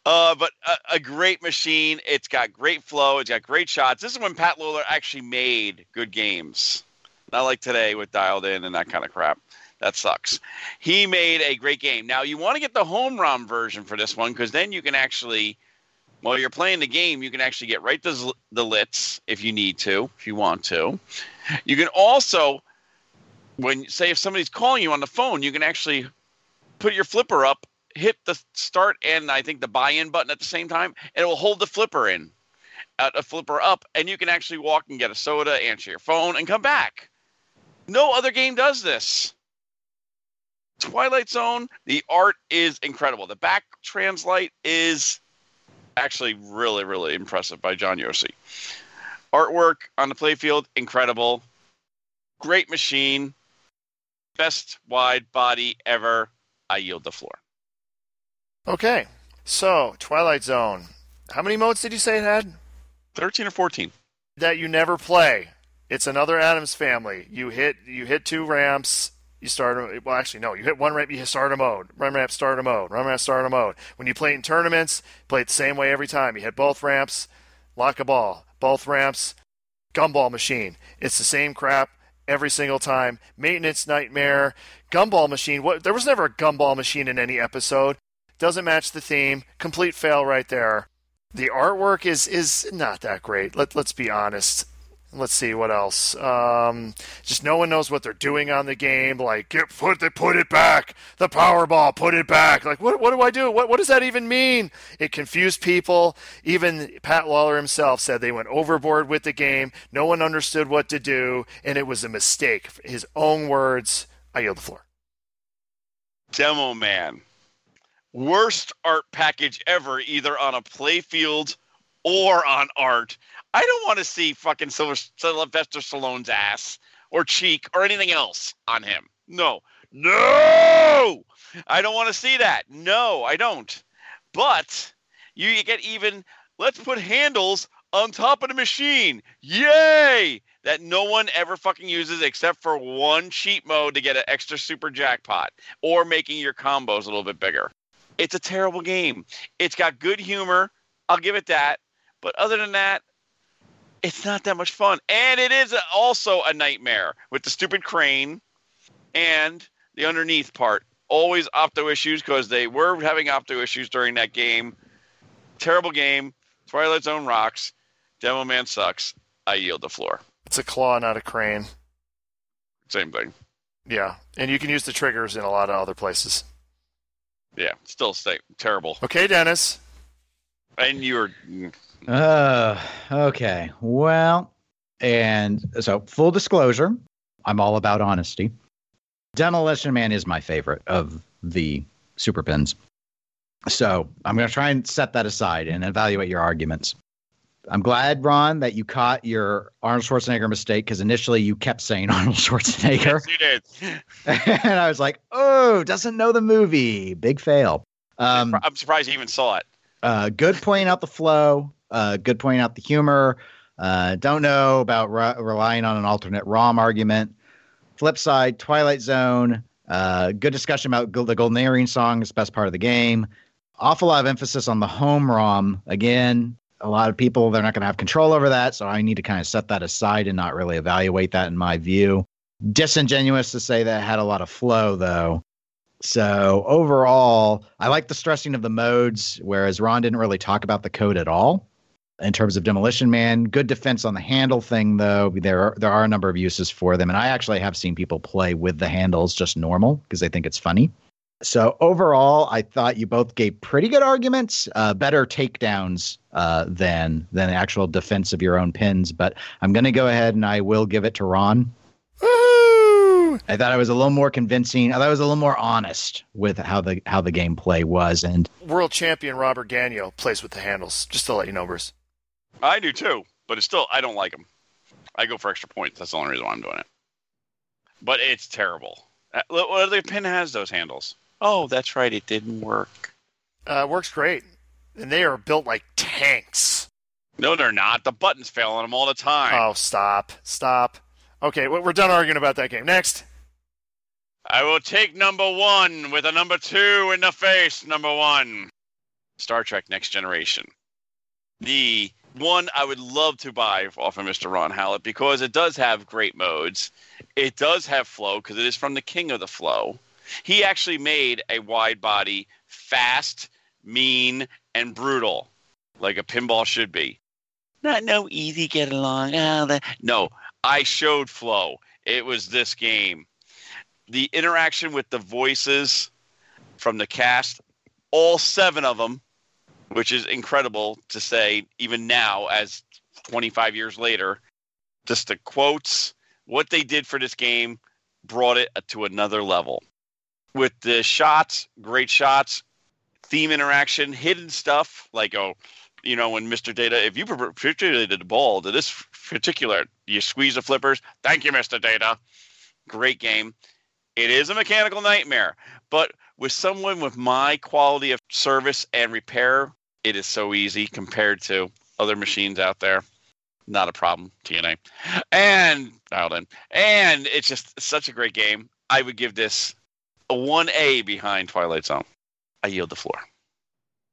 Speaker 5: uh, but a, a great machine. It's got great flow. It's got great shots. This is when Pat Lawler actually made good games, not like today with dialed in and that kind of crap. That sucks. He made a great game. Now you want to get the home ROM version for this one because then you can actually, while you're playing the game, you can actually get right to z- the lits if you need to, if you want to. You can also, when say if somebody's calling you on the phone, you can actually put your flipper up, hit the start and I think the buy-in button at the same time, and it will hold the flipper in, uh, a flipper up, and you can actually walk and get a soda, answer your phone, and come back. No other game does this. Twilight Zone, the art is incredible. The back translate is actually really, really impressive by John Yossi. Artwork on the playfield, incredible. Great machine. Best wide body ever. I yield the floor.
Speaker 4: Okay. So, Twilight Zone. How many modes did you say it had?
Speaker 5: 13 or 14.
Speaker 4: That you never play. It's another Adams family. You hit you hit two ramps. You start a, well, actually no. You hit one ramp. You start a mode. Run ramp, start a mode. Run ramp, start a mode. When you play it in tournaments, play it the same way every time. You hit both ramps, lock a ball. Both ramps, gumball machine. It's the same crap every single time. Maintenance nightmare. Gumball machine. What? There was never a gumball machine in any episode. Doesn't match the theme. Complete fail right there. The artwork is is not that great. Let let's be honest. Let's see what else. Um, just no one knows what they're doing on the game. Like get put the put it back. The Powerball, put it back. Like what what do I do? What what does that even mean? It confused people. Even Pat Lawler himself said they went overboard with the game. No one understood what to do, and it was a mistake. His own words. I yield the floor.
Speaker 5: Demo Man. Worst art package ever, either on a playfield or on art. I don't want to see fucking Sylvester Stallone's ass or cheek or anything else on him. No. No! I don't want to see that. No, I don't. But you get even, let's put handles on top of the machine. Yay! That no one ever fucking uses except for one cheat mode to get an extra super jackpot or making your combos a little bit bigger. It's a terrible game. It's got good humor. I'll give it that. But other than that, it's not that much fun. And it is also a nightmare with the stupid crane and the underneath part. Always opto issues because they were having opto issues during that game. Terrible game. Twilight Zone rocks. Demo Man sucks. I yield the floor.
Speaker 4: It's a claw, not a crane.
Speaker 5: Same thing.
Speaker 4: Yeah, and you can use the triggers in a lot of other places.
Speaker 5: Yeah, still same. Terrible.
Speaker 4: Okay, Dennis.
Speaker 5: And you're
Speaker 6: Uh, okay. Well, and so full disclosure, I'm all about honesty. Demolition Man is my favorite of the super pins. So I'm going to try and set that aside and evaluate your arguments. I'm glad, Ron, that you caught your Arnold Schwarzenegger mistake because initially you kept saying Arnold Schwarzenegger.
Speaker 5: Yes, you did.
Speaker 6: and I was like, oh, doesn't know the movie. Big fail. Um,
Speaker 5: I'm surprised you even saw it.
Speaker 6: uh, good pointing out the flow. Uh, good pointing out the humor. Uh, don't know about re- relying on an alternate ROM argument. Flip side, Twilight Zone. Uh, good discussion about Gol- the Golden Earring song. It's the best part of the game. Awful lot of emphasis on the home ROM. Again, a lot of people they're not going to have control over that, so I need to kind of set that aside and not really evaluate that in my view. Disingenuous to say that it had a lot of flow though. So overall, I like the stressing of the modes, whereas Ron didn't really talk about the code at all in terms of Demolition Man. Good defense on the handle thing, though. There are, there are a number of uses for them, and I actually have seen people play with the handles just normal because they think it's funny. So overall, I thought you both gave pretty good arguments, uh, better takedowns uh, than than actual defense of your own pins. But I'm going to go ahead and I will give it to Ron. I thought I was a little more convincing. I thought I was a little more honest with how the how the gameplay was, and
Speaker 4: World champion Robert Gagnon plays with the handles, just to let you know, Bruce.
Speaker 5: I do too, but it's still I don't like them. I go for extra points. That's the only reason why I'm doing it. But it's terrible. Uh, What other pin has those handles? Oh, that's right. It didn't work.
Speaker 4: Uh, works great. And they are built like tanks.
Speaker 5: No, they're not. The buttons fail on them all the time.
Speaker 4: Oh, stop. Stop. Okay, we- we're done arguing about that game. Next.
Speaker 5: I will take number one with a number two in the face. Number one, Star Trek Next Generation. The one I would love to buy off of Mr. Ron Hallett because it does have great modes. It does have flow because it is from the king of the flow. He actually made a wide body fast, mean, and brutal, like a pinball should be. Not no easy get along. ah, the- No, I showed flow. It was this game the interaction with the voices from the cast, all seven of them, which is incredible to say even now as 25 years later, just the quotes, what they did for this game brought it to another level. With the shots, great shots, theme interaction, hidden stuff like oh, you know when Mr. Data, if you perpetuated the ball to this particular, you squeeze the flippers. Thank you, Mr. Data. Great game it is a mechanical nightmare but with someone with my quality of service and repair it is so easy compared to other machines out there not a problem tna and dialed in and it's just such a great game i would give this a 1a behind twilight zone i yield the floor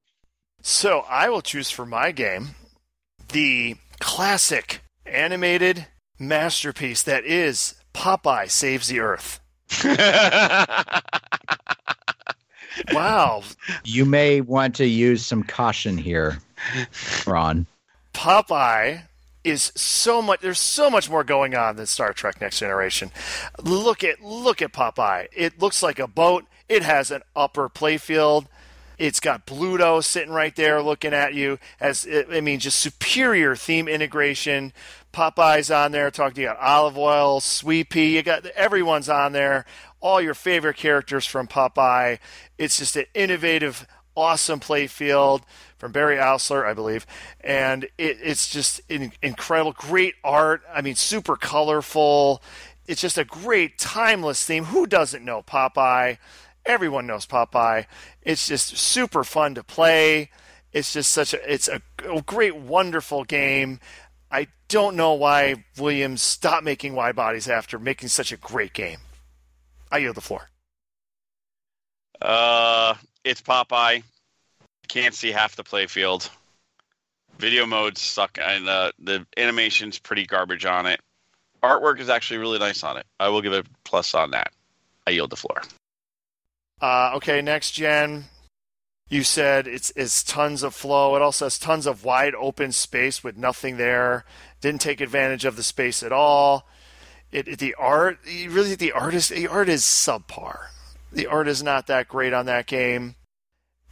Speaker 4: So I will choose for my game the classic animated masterpiece that is Popeye Saves the Earth. Wow.
Speaker 6: You may want to use some caution here, Ron.
Speaker 4: Popeye is so much there's so much more going on than Star Trek Next Generation. Look at look at Popeye. It looks like a boat. It has an upper playfield. It's got Bluto sitting right there looking at you as I mean just superior theme integration. Popeye's on there talking to you about olive oil, sweet pea. You got everyone's on there. All your favorite characters from Popeye. It's just an innovative awesome play field from Barry Osler, I believe. And it, it's just in, incredible, great art. I mean, super colorful. It's just a great, timeless theme. Who doesn't know Popeye? Everyone knows Popeye. It's just super fun to play. It's just such a it's a, a great, wonderful game. I don't know why Williams stopped making wide bodies after making such a great game. I yield the floor.
Speaker 5: Uh, it's Popeye. Can't see half the playfield. Video modes suck, and uh, the animation's pretty garbage on it. Artwork is actually really nice on it. I will give it a plus on that. I yield the floor.
Speaker 4: Uh, okay, next gen. You said it's it's tons of flow. It also has tons of wide open space with nothing there. Didn't take advantage of the space at all. It, it- the art, you really the artist, the art is subpar. The art is not that great on that game,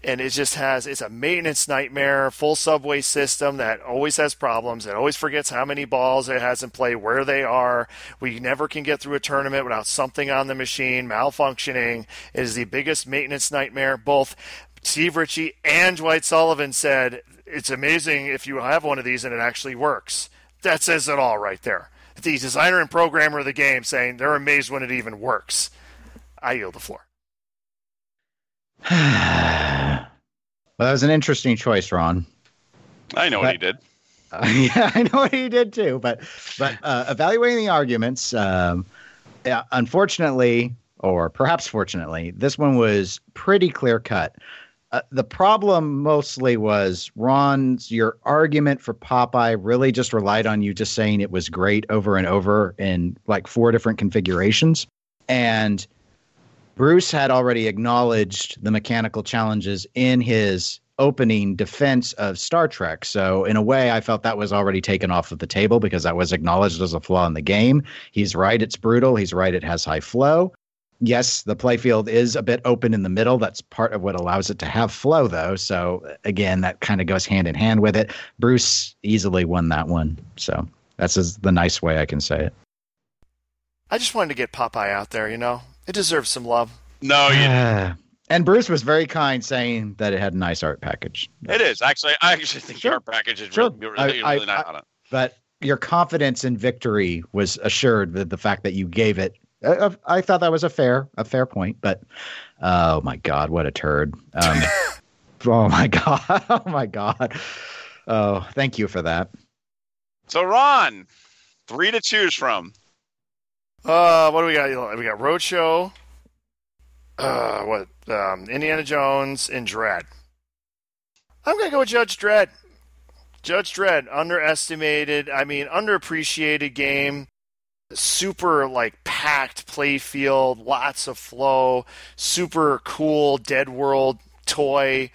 Speaker 4: and it just has it's a maintenance nightmare. Full subway system that always has problems. It always forgets how many balls it has in play, where they are. We never can get through a tournament without something on the machine malfunctioning. It is the biggest maintenance nightmare. Both Steve Ritchie and Dwight Sullivan said it's amazing if you have one of these and it actually works. That says it all right there. The designer and programmer of the game saying they're amazed when it even works. I yield the floor.
Speaker 6: well, that was an interesting choice, Ron.
Speaker 5: I know what he did.
Speaker 6: Uh, yeah, I know what he did too, but but uh, evaluating the arguments, um, uh, unfortunately, or perhaps fortunately, this one was pretty clear cut. Uh, the problem mostly was Ron's your argument for Popeye really just relied on you just saying it was great over and over in like four different configurations. And Bruce had already acknowledged the mechanical challenges in his opening defense of Star Trek. So, in a way, I felt that was already taken off of the table because that was acknowledged as a flaw in the game. He's right, it's brutal. He's right, it has high flow. Yes, the playfield is a bit open in the middle. That's part of what allows it to have flow, though. So, again, that kind of goes hand in hand with it. Bruce easily won that one. So, that's as the nice way I can say it.
Speaker 4: I just wanted to get Popeye out there, you know? It deserves some love.
Speaker 5: No, Oh, you
Speaker 6: and Bruce was very kind, saying that it had a nice art package.
Speaker 5: It is actually. I actually think
Speaker 6: Sure.
Speaker 5: your package is
Speaker 6: Sure.
Speaker 5: really,
Speaker 6: I-
Speaker 5: really,
Speaker 6: I-
Speaker 5: really not
Speaker 6: I-
Speaker 5: on it.
Speaker 6: but your confidence in victory was assured with the fact that you gave it. I, I- I thought that was a fair, a fair point, but oh my god, what a turd! Um, oh my god, oh my god. Oh, thank you for that.
Speaker 5: So Ron, three to choose from.
Speaker 4: Uh, what do we got? We got Roadshow. Uh, what? Um, Indiana Jones and Dread. I'm gonna go with Judge Dredd. Judge Dredd, underestimated. I mean, underappreciated game. Super like packed play field, lots of flow. Super cool Dead World toy,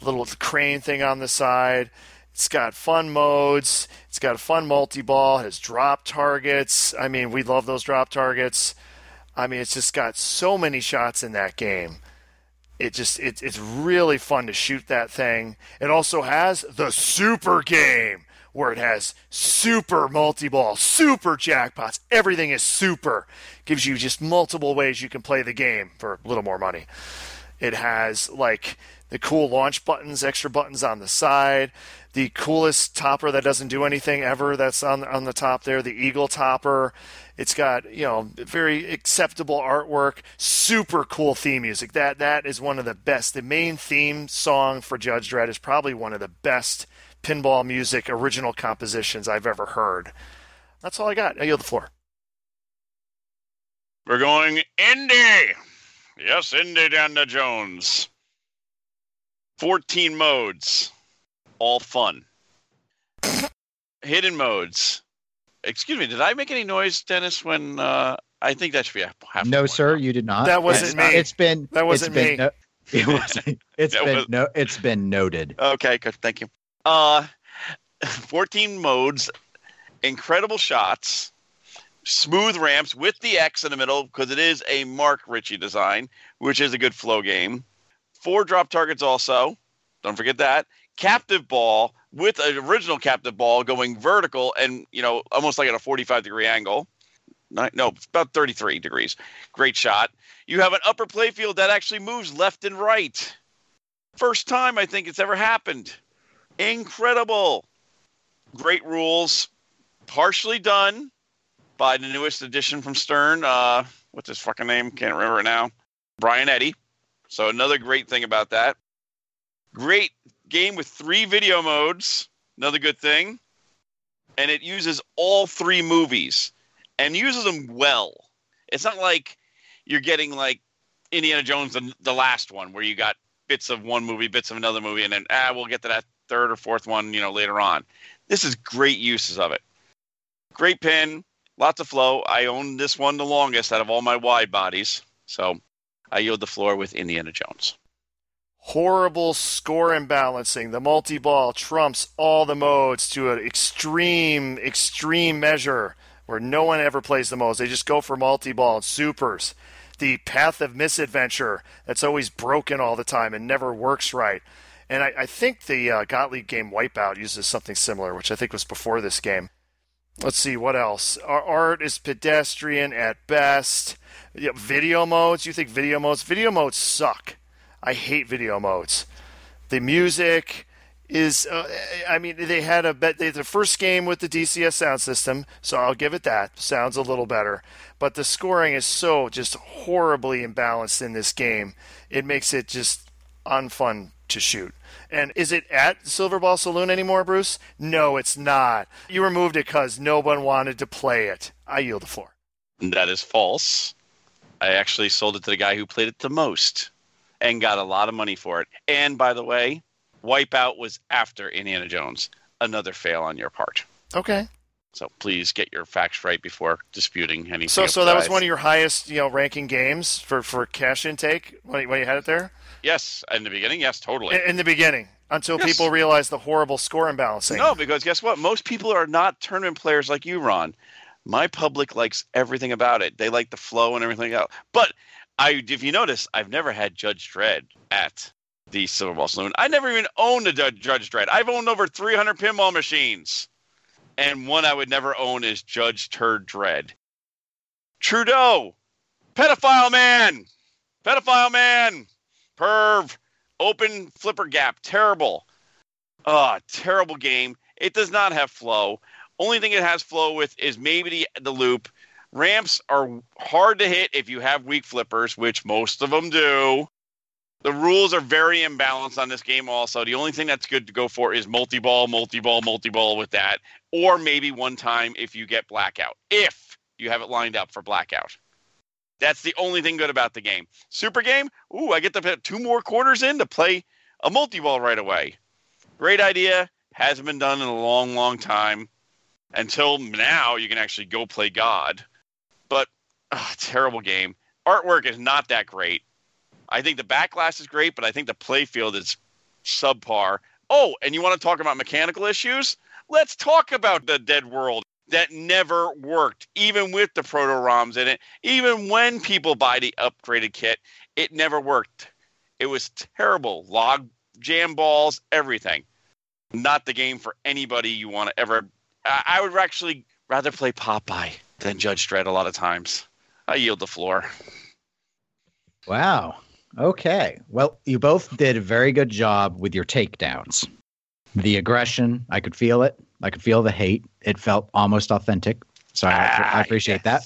Speaker 4: little crane thing on the side. It's got fun modes. It's got fun multi-ball. Has drop targets. I mean, we love those drop targets. I mean, it's just got so many shots in that game. It just it, it's really fun to shoot that thing. It also has the super game where it has super multi-ball, super jackpots. Everything is super. Gives you just multiple ways you can play the game for a little more money. It has like the cool launch buttons, extra buttons on the side, the coolest topper that doesn't do anything ever that's on on the top there, the eagle topper. It's got, you know, very acceptable artwork, super cool theme music. That that is one of the best. The main theme song for Judge Dredd is probably one of the best pinball music original compositions I've ever heard. That's all I got. I yield the floor.
Speaker 5: We're going Indy. Yes, Indy down to Jones. 14 modes, all fun. Hidden modes. Excuse me, did I make any noise, Dennis, when uh, I think that should be a half a
Speaker 6: No,
Speaker 5: point.
Speaker 6: sir, you did not.
Speaker 4: That wasn't
Speaker 6: It's-
Speaker 4: me.
Speaker 6: It's been
Speaker 4: That wasn't
Speaker 6: it's
Speaker 4: me.
Speaker 6: Been no- it wasn't. It's
Speaker 5: That
Speaker 6: been
Speaker 5: was-
Speaker 6: no. It's been noted.
Speaker 5: Okay, good. Thank you. Uh, 14 modes, incredible shots, smooth ramps with the X in the middle because it is a Mark Ritchie design, which is a good flow game. Four drop targets also. Don't forget that. Captive ball with an original captive ball going vertical and, you know, almost like at a 45 degree angle. Ni- No, about 33 degrees. Great shot. You have an upper playfield that actually moves left and right. First time I think it's ever happened. Incredible. Great rules. Partially done by the newest addition from Stern. Uh, what's his fucking name? Can't remember it now. Brian Eddy. So another great thing about that. Great game with three video modes. Another good thing. And it uses all three movies and uses them well. It's not like you're getting like Indiana Jones, the, the last one, where you got bits of one movie, bits of another movie, and then ah, we'll get to that third or fourth one, you know, later on. This is great uses of it. Great pin, lots of flow. I own this one the longest out of all my wide bodies, so I yield the floor with Indiana Jones.
Speaker 4: horrible score imbalancing. The multi ball trumps all the modes to an extreme, extreme measure where no one ever plays the modes. They just go for multi ball and supers. The path of misadventure that's always broken all the time and never works right. And I, I think the uh, Gottlieb game Wipeout uses something similar, which I think was before this game. Let's see what else. Our art is pedestrian at best. Yeah, video modes. You think video modes? Video modes suck. I hate video modes. The music is, uh, I mean, they had a bet. They, the first game with the DCS sound system, so I'll give it that. Sounds a little better, but the scoring is so just horribly imbalanced in this game. It makes it just unfun to shoot. And is it at Silver Ball Saloon anymore, Bruce? No, it's not. You removed it because no one wanted to play it. I yield the floor.
Speaker 5: That is false. I actually sold it to the guy who played it the most and got a lot of money for it. And by the way, Wipeout was after Indiana Jones. Another fail on your part.
Speaker 4: Okay.
Speaker 5: So please get your facts right before disputing anything.
Speaker 4: So so that was one
Speaker 5: your.
Speaker 4: of your highest you know ranking games for for cash intake when you, when you had it there
Speaker 5: Yes, in the beginning, yes, totally.
Speaker 4: in, in the beginning until
Speaker 5: Yes.
Speaker 4: people realized the horrible score imbalancing.
Speaker 5: no, because guess what? Most people are not tournament players like you, Ron. My public likes everything about it. They like the flow and everything else. But I, if you notice, I've never had Judge Dredd at the Silver Ball Saloon. I never even owned a Judge Judge Dredd. I've owned over 300 pinball machines, and one I would never own is Judge Turd Dredd. Trudeau, pedophile man, pedophile man, perv, open flipper gap, terrible. Ah, terrible game. It does not have flow. Only thing it has flow with is maybe the, the loop. Ramps are hard to hit if you have weak flippers, which most of them do. The rules are very imbalanced on this game, also. The only thing that's good to go for is multi ball, multi ball, multi ball with that, or maybe one time if you get blackout, if you have it lined up for blackout. That's the only thing good about the game. Super game, ooh, I get to put two more quarters in to play a multi ball right away great idea. Hasn't been done in a long, long time. Until now, you can actually go play God. But ugh, terrible game. Artwork is not that great. I think the back glass is great, but I think the play field is subpar. Oh, and you want to talk about mechanical issues? Let's talk about the dead world that never worked, even with the proto ROMs in it. Even when people buy the upgraded kit, it never worked. It was terrible. Log jam balls, everything. Not the game for anybody you want to ever. I I would actually rather play Popeye than Judge Dredd a lot of times. I yield the floor.
Speaker 6: Wow. Okay. Well, you both did a very good job with your takedowns. The aggression, I could feel it. I could feel the hate. It felt almost authentic. So I, I appreciate that.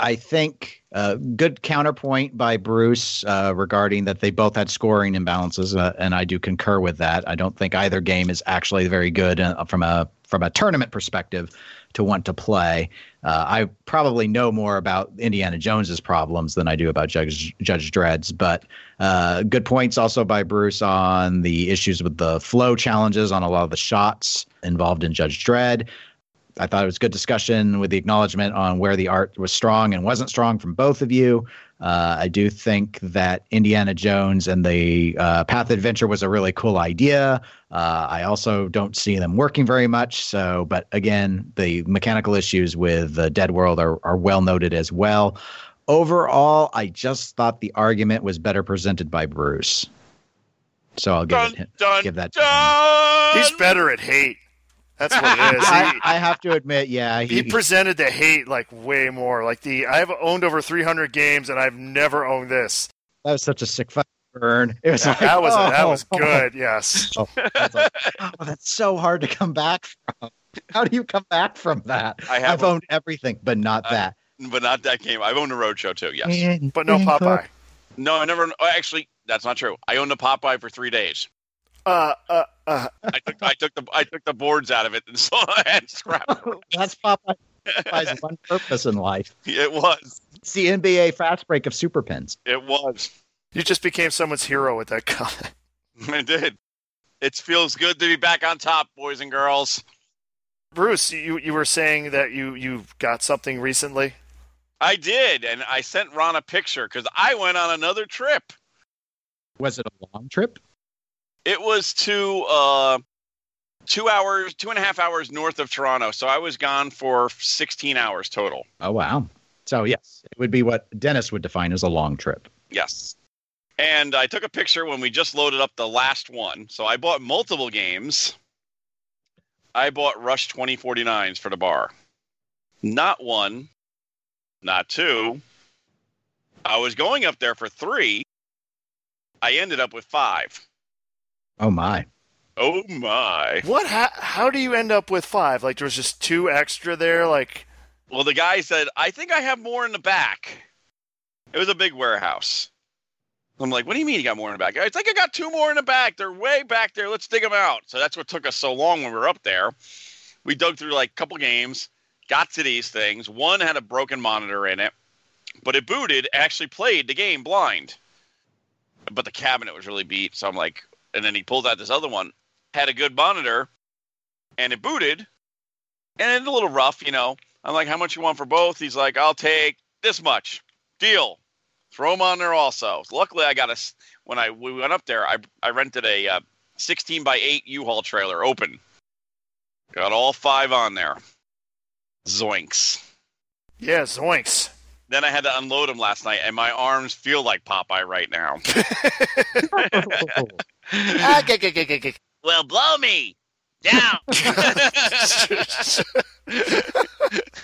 Speaker 6: I think uh, good counterpoint by Bruce uh, regarding that they both had scoring imbalances, uh, and I do concur with that. I don't think either game is actually very good uh, from a from a tournament perspective to want to play. Uh, I probably know more about Indiana Jones's problems than I do about Judge Judge Dredd's, but uh, good points also by Bruce on the issues with the flow challenges on a lot of the shots involved in Judge Dredd. I thought it was good discussion with the acknowledgement on where the art was strong and wasn't strong from both of you. Uh, I do think that Indiana Jones and the uh, Path Adventure was a really cool idea. Uh, I also don't see them working very much. So, but again, the mechanical issues with the Dead World are, are well noted as well. Overall, I just thought the argument was better presented by Bruce. So I'll give
Speaker 5: Dun,
Speaker 6: it.
Speaker 5: dun,
Speaker 6: give that to
Speaker 5: dun!
Speaker 4: He's better at hate. That's what it is.
Speaker 6: I,
Speaker 4: He-
Speaker 6: I have to admit, yeah,
Speaker 4: he presented the hate like way more. Like the I've owned over 300 games and I've never owned this.
Speaker 6: That was such a sick fucking burn. It was like,
Speaker 4: That was
Speaker 6: oh,
Speaker 4: that was good. Yes.
Speaker 6: That's, like, wow, that's so hard to come back from. How do you come back from that?
Speaker 5: I have
Speaker 6: I've owned everything, but not
Speaker 5: I-
Speaker 6: that.
Speaker 5: but not that game. I've owned a Roadshow too. Yes.
Speaker 4: Uh, But no Popeye.
Speaker 5: No, I never. Oh, actually, that's not true. I owned a Popeye for three days.
Speaker 4: Uh uh uh
Speaker 5: I took I took the I took the boards out of it, and so I had scrap.
Speaker 6: That's Popeye- Popeye's one purpose in life.
Speaker 5: It was.
Speaker 6: It's the NBA fast break of super pins.
Speaker 5: It was.
Speaker 4: you just became someone's hero with that comment.
Speaker 5: It did. It feels good to be back on top, boys and girls.
Speaker 4: Bruce, you you were saying that you you got something recently?
Speaker 5: I did, and I sent Ron a picture because I went on another trip.
Speaker 6: Was it a long trip?
Speaker 5: It was to uh, two hours, two and a half hours north of Toronto. So I was gone for 16 hours total.
Speaker 6: Oh wow. So yes, it would be what Dennis would define as a long trip.
Speaker 5: Yes. And I took a picture when we just loaded up the last one. So I bought multiple games. I bought Rush 2049s for the bar. Not one, not two. I was going up there for three. I ended up with five.
Speaker 6: Oh my.
Speaker 5: Oh my.
Speaker 4: What how, how do you end up with 5? Like there was just two extra there like
Speaker 5: Well, the guy said, I think I have more in the back. It was a big warehouse. I'm like, what do you mean you got more in the back? I think I got two more in the back. They're way back there. Let's dig them out. So that's what took us so long when we were up there. We dug through like a couple games. got to these things. One had a broken monitor in it, but it booted, actually played the game blind. But the cabinet was really beat. So I'm like, and then he pulled out this other one, had a good monitor, and it booted, and it's a little rough, you know. I'm like, how much you want for both? He's like, I'll take this much. Deal. Throw them on there also. Luckily, I got a. s- When I we went up there, I I rented a uh, 16 by 8 U-Haul trailer open. Got all five on there. Zoinks.
Speaker 4: Yeah, zoinks.
Speaker 5: Then I had to unload them last night, and my arms feel like Popeye right now. well, blow me down.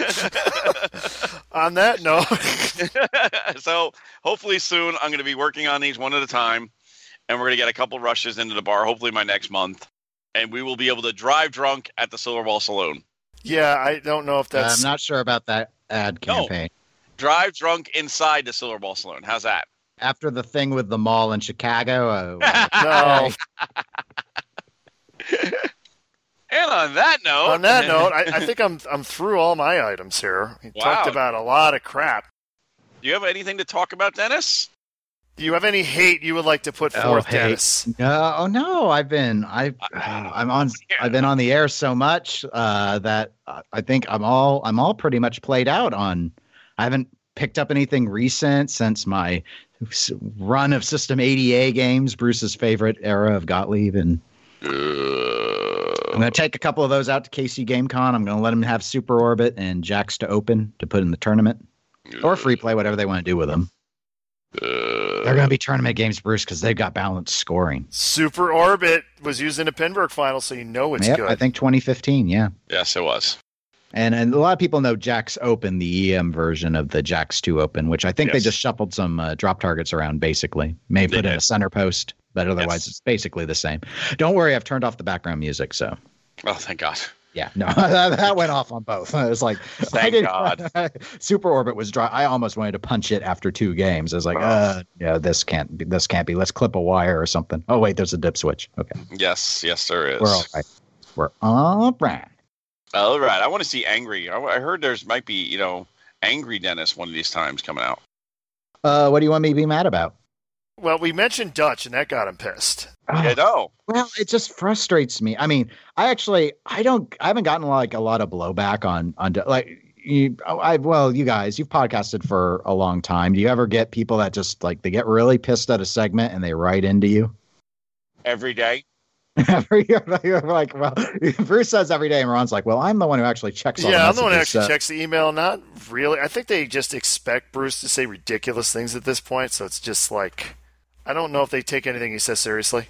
Speaker 4: On that note,
Speaker 5: so hopefully soon I'm going to be working on these one at a time, and we're going to get a couple rushes into the bar. Hopefully my next month, and we will be able to drive drunk at the Silver Ball Saloon.
Speaker 4: yeah, I don't know if that's
Speaker 6: I'm not sure about that ad
Speaker 5: No.
Speaker 6: campaign.
Speaker 5: Drive drunk inside the Silver Ball Saloon. How's that?
Speaker 6: After the thing with the mall in Chicago, uh,
Speaker 4: no.
Speaker 5: And on that note,
Speaker 4: On that note, I, I think I'm I'm through all my items here. We
Speaker 5: Wow.
Speaker 4: talked about a lot of crap.
Speaker 5: do you have anything to talk about, Dennis?
Speaker 4: Do you have any hate you would like to put
Speaker 2: Oh,
Speaker 4: forth,
Speaker 2: hate.
Speaker 4: Dennis?
Speaker 6: No, oh no, I've been I I'm on I've been on the air so much uh, that I I think I'm all I'm all pretty much played out on. I haven't picked up anything recent since my s- run of System 80A games, Bruce's favorite era of Gottlieb, and I'm going to take a couple of those out to KC GameCon. I'm going to let them have Super Orbit and Jax to open to put in the tournament or free play, whatever they want to do with them. They're going to be tournament games, Bruce, because they've got balanced scoring.
Speaker 4: Super Orbit was used in a Pinburg final, so you know it's
Speaker 6: yep,
Speaker 4: good.
Speaker 6: I think 2015. Yeah.
Speaker 5: Yes, it was.
Speaker 6: And, and a lot of people know Jax Open, the EM version of the Jax 2 Open, which I think they
Speaker 5: Yes.
Speaker 6: just shuffled some uh, drop targets around basically. May
Speaker 5: They
Speaker 6: put in
Speaker 5: did.
Speaker 6: a center post, but otherwise
Speaker 5: Yes.
Speaker 6: it's basically the same. Don't worry, I've turned off the background music. So,
Speaker 5: Oh, thank God.
Speaker 6: yeah, no, that, that went off on both. I was like, I
Speaker 5: Thank
Speaker 6: didn't-
Speaker 5: God.
Speaker 6: Super Orbit was dry. I almost wanted to punch it after two games. I was like,
Speaker 5: Oh.
Speaker 6: uh, yeah, this can't be, this can't be. Let's clip a wire or something. Oh, wait, there's a dip switch. Okay.
Speaker 5: Yes, yes, there is.
Speaker 6: We're all right. We're all right.
Speaker 5: All right. I want to see Angry. I, I heard there's might be, you know, Angry Dennis one of these times coming out.
Speaker 6: Uh, what do you want me to be mad about?
Speaker 4: well, we mentioned Dutch, and that got him pissed.
Speaker 5: Yeah, no.
Speaker 6: Well, it just frustrates me. I mean, I actually I don't I haven't gotten like a lot of blowback on on like you oh, I well, you guys, you've podcasted for a long time. Do you ever get people that just like they get really pissed at a segment and they write into you?
Speaker 5: Every day.
Speaker 6: You're like, well, Bruce says every day and Ron's like, "Well, I'm the one who actually checks all
Speaker 4: yeah, I'm the one who
Speaker 6: messages,
Speaker 4: actually
Speaker 6: so-
Speaker 4: checks the email. Not really. I think they just expect Bruce to say ridiculous things at this point, so it's just like I don't know if they take anything he says seriously.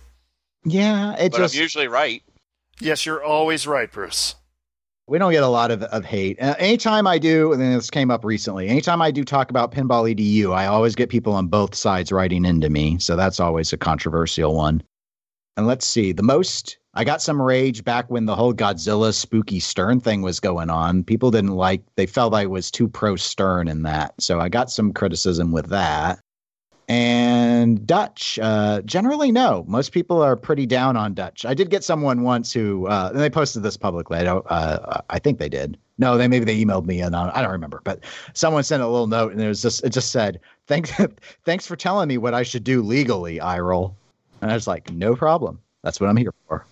Speaker 6: Yeah, it
Speaker 5: But
Speaker 6: just
Speaker 5: I'm usually right.
Speaker 4: Yes, you're always right, Bruce.
Speaker 6: we don't get a lot of, of hate. Uh, anytime I do, and this came up recently, anytime I do talk about Pinball EDU, I always get people on both sides writing into me. So that's always a controversial one. And let's see, the most, I got some rage back when the whole Godzilla spooky Stern thing was going on. People didn't like, they felt I was too pro Stern in that. So I got some criticism with that. And Dutch, uh, generally, no. Most people are pretty down on Dutch. I did get someone once who, uh, and they posted this publicly. I don't, uh, I think they did. No, they maybe they emailed me and I I don't remember, but someone sent a little note and it was just, it just said, thanks, thanks for telling me what I should do legally, I roll. And I was like, no problem. That's what I'm here for.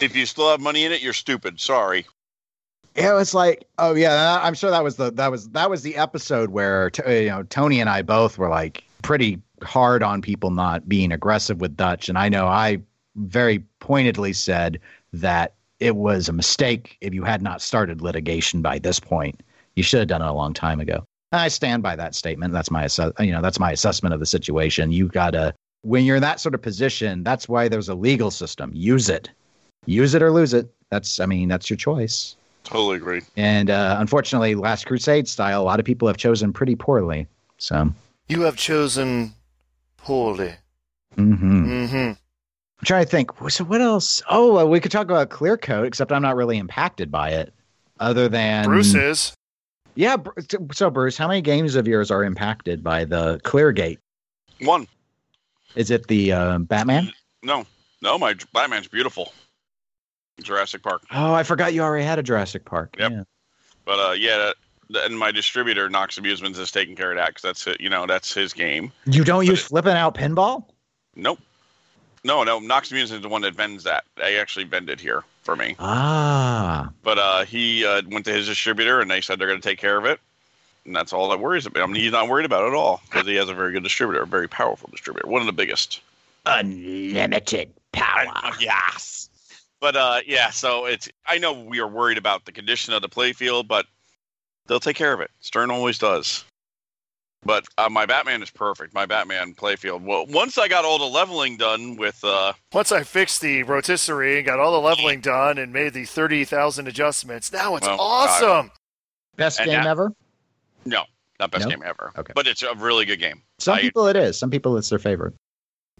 Speaker 5: If you still have money in it, you're stupid. Sorry.
Speaker 6: it was like oh yeah i'm sure that was the that was that was the episode where t- uh, you know tony and i both were like pretty hard on people not being aggressive with dutch and i know i very pointedly said that it was a mistake if you had not started litigation by this point you should have done it a long time ago and i stand by that statement that's my assu- you know that's my assessment of the situation you gotta when you're in that sort of position that's why there's a legal system use it use it or lose it that's i mean that's your choice
Speaker 5: Totally agree.
Speaker 6: and uh, unfortunately, Last Crusade style, a lot of people have chosen pretty poorly. So,
Speaker 4: You have chosen poorly.
Speaker 6: mhm. I'm
Speaker 4: Mm-hmm.
Speaker 6: trying to think. So, what else? Oh, well, we could talk about Clear Coat, except I'm not really impacted by it, other than
Speaker 4: Bruce is.
Speaker 6: Yeah. Bru- So, Bruce, how many games of yours are impacted by the Clear Gate?
Speaker 5: One.
Speaker 6: Is it the uh, Batman?
Speaker 5: No. No, my Batman's beautiful. Jurassic Park.
Speaker 6: Oh, I forgot you already had a Jurassic Park.
Speaker 5: Yep. But uh, yeah, that, that- and my distributor Knox Amusements is taking care of that because that's it. You know, that's his game.
Speaker 8: You don't
Speaker 5: But
Speaker 8: use
Speaker 5: it-
Speaker 8: flipping out pinball?
Speaker 5: Nope. No, no. Knox Amusements is the one that vends that. They actually vend it here for me.
Speaker 8: Ah.
Speaker 5: But uh, he uh, went to his distributor, and they said they're going to take care of it. And that's all that worries about. I mean, he's not worried about it at all because he has a very good distributor, a very powerful distributor, one of the biggest.
Speaker 9: Unlimited power.
Speaker 5: Yes. But uh, yeah, so it's. I know we are worried about the condition of the playfield, but they'll take care of it. Stern always does. But uh, my Batman is perfect. My Batman playfield. Well, once I got all the leveling done with uh,
Speaker 4: Once I fixed the rotisserie and got all the leveling done and made the 30,000 adjustments, now it's
Speaker 5: Well, God.
Speaker 4: awesome.
Speaker 8: Best
Speaker 5: And
Speaker 8: game
Speaker 5: that-
Speaker 8: ever?
Speaker 5: no, not best
Speaker 8: No?
Speaker 5: game ever.
Speaker 8: Okay.
Speaker 5: But it's a really good game.
Speaker 8: Some
Speaker 5: I-
Speaker 8: people it is. Some people it's their favorite.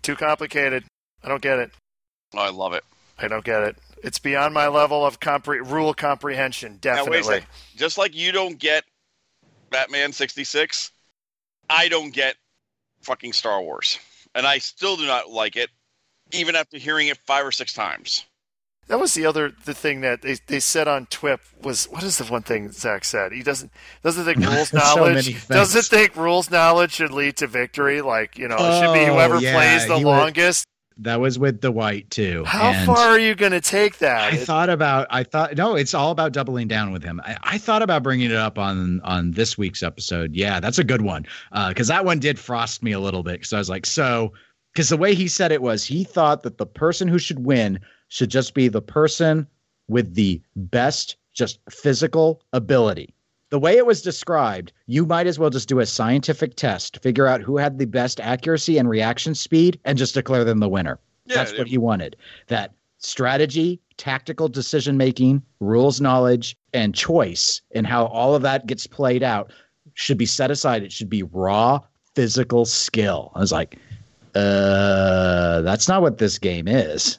Speaker 4: Too complicated. I don't get it.
Speaker 5: I love it.
Speaker 4: I don't get it. It's beyond my level of compre- rule comprehension,
Speaker 5: Now, wait a
Speaker 4: definitely.
Speaker 5: second. Just like you don't get Batman 66, I don't get fucking Star Wars. And I still do not like it, even after hearing it five or six times.
Speaker 4: That was the other the thing that they, they said on TWIP was what is the one thing Zach said? He doesn't doesn't think rules
Speaker 8: So
Speaker 4: knowledge
Speaker 8: many things.
Speaker 4: doesn't think rules knowledge should lead to victory. Like you know, it should be
Speaker 6: Oh,
Speaker 4: whoever
Speaker 6: yeah,
Speaker 4: plays the
Speaker 6: he would-
Speaker 4: longest.
Speaker 6: That was with Dwight too.
Speaker 4: How
Speaker 6: and
Speaker 4: far are you going to take that?
Speaker 6: I
Speaker 4: It-
Speaker 6: thought about. I thought no, it's all about doubling down with him. I, I thought about bringing it up on on this week's episode. Yeah, that's a good one because that one did frost me a little bit because I was like, so because the way he said it was, he thought that the person who should win should just be the person with the best just physical ability. The way it was described, you might as well just do a scientific test, figure out who had the best accuracy and reaction speed, and just declare them the winner. That's what he wanted. That strategy, tactical decision making, rules knowledge, and choice, and how all of that gets played out should be set aside. It should be raw physical skill. I was like, uh, that's not what this game is.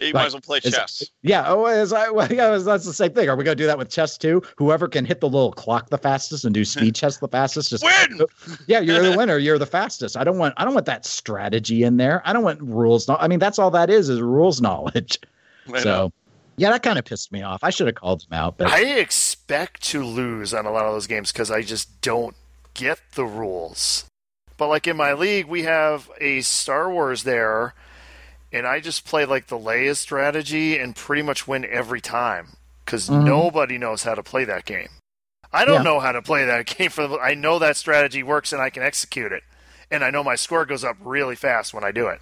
Speaker 5: You
Speaker 6: Right.
Speaker 5: might as well play
Speaker 6: Is-
Speaker 5: chess.
Speaker 6: Yeah, oh, is I, well, yeah, is- that's the same thing. Are we gonna do that with chess too? Whoever can hit the little clock the fastest and do speed chess the fastest, just
Speaker 5: Win!
Speaker 6: yeah, you're the winner. You're the fastest. I don't want. I don't want that strategy in there. I don't want rules. No, I mean, that's all that is is rules knowledge.
Speaker 5: I know.
Speaker 6: So, yeah, that kind of pissed me off. I should have called him out, but
Speaker 4: I expect to lose on a lot of those games because I just don't get the rules. But like in my league, we have a Star Wars there, and I just play like the Leia strategy and pretty much win every time because
Speaker 6: Mhm.
Speaker 4: nobody knows how to play that game. I don't
Speaker 6: Yeah.
Speaker 4: know how to play that game. For the, I know that strategy works and I can execute it, and I know my score goes up really fast when I do it.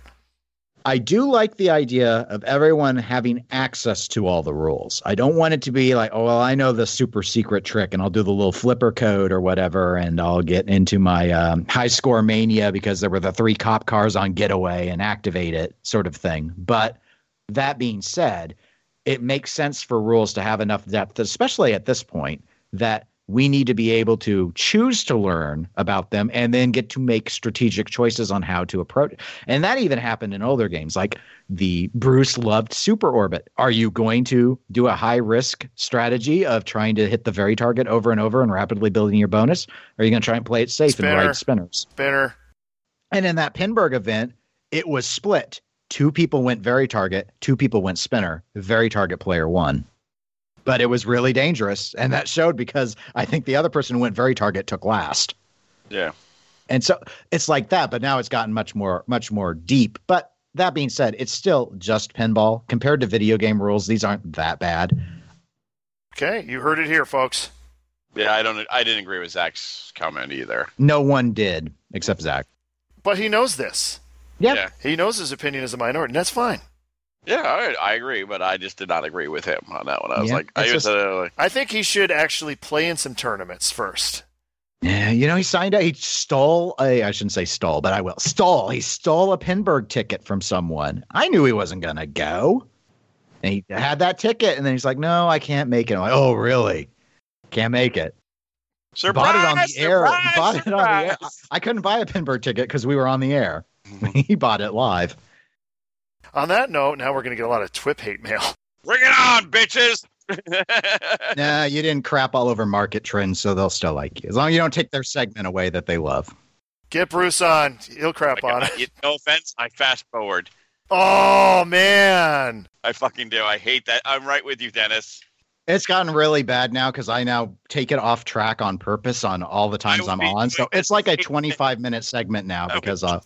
Speaker 6: I do like the idea of everyone having access to all the rules. I don't want it to be like, oh, well, I know the super secret trick and I'll do the little flipper code or whatever, and I'll get into my um, high score mania because there were the three cop cars on getaway and activate it sort of thing. But that being said, it makes sense for rules to have enough depth, especially at this point, that we need to be able to choose to learn about them and then get to make strategic choices on how to approach. And that even happened in older games like the Bruce loved Super Orbit. Are you going to do a high risk strategy of trying to hit the very target over and over and rapidly building your bonus? Or are you going to try and play it safe
Speaker 4: Spinner.
Speaker 6: and ride spinners?
Speaker 4: Spinner,
Speaker 6: And in that Pinburg event, it was split. Two people went very target, two people went spinner. Very target player won. But it was really dangerous. And that showed because I think the other person who went very target took last.
Speaker 5: Yeah.
Speaker 6: And so it's like that, but now it's gotten much more, much more deep. But that being said, it's still just pinball. Compared to video game rules, these aren't that bad.
Speaker 4: okay, you heard it here, folks.
Speaker 5: Yeah, I don't. I didn't agree with Zach's comment either.
Speaker 6: No one did except Zach.
Speaker 4: But he knows this.
Speaker 6: Yeah.
Speaker 5: Yeah.
Speaker 4: He knows his opinion is a minority, and that's fine.
Speaker 5: Yeah, I, I agree, but I just did not agree with him on that one. I was
Speaker 6: Yeah,
Speaker 5: like, I
Speaker 6: it's
Speaker 5: was
Speaker 6: just-
Speaker 5: uh, like,
Speaker 4: I think he should actually play in some tournaments first.
Speaker 6: Yeah, you know, he signed out. He stole a, I shouldn't say stole, but I will. Stole. He stole a Pinburg ticket from someone. I knew he wasn't going to go. And he had that ticket, and then he's like, no, I can't make it. I'm like, oh, really? Can't make it.
Speaker 5: surprise,
Speaker 6: bought it on the air.
Speaker 5: surprise,
Speaker 6: bought it on the air.
Speaker 5: surprise."
Speaker 6: I couldn't buy a Pinburg ticket because we were on the air. he bought it live.
Speaker 4: On that note, now we're going to get a lot of TWIP hate mail.
Speaker 5: Bring it on, bitches!
Speaker 6: nah, you didn't crap all over market trends, so they'll still like you. As long as you don't take their segment away that they love.
Speaker 4: Get Bruce on. He'll crap on it.
Speaker 5: You- no offense, I fast forward.
Speaker 4: Oh, man.
Speaker 5: I fucking do. I hate that. I'm right with you, Dennis.
Speaker 6: It's gotten really bad now because I now take it off track on purpose on all the times
Speaker 5: will
Speaker 6: I'm
Speaker 5: be
Speaker 6: on. So
Speaker 5: doing
Speaker 6: it's like a
Speaker 5: the same
Speaker 6: 25 minute segment now because uh,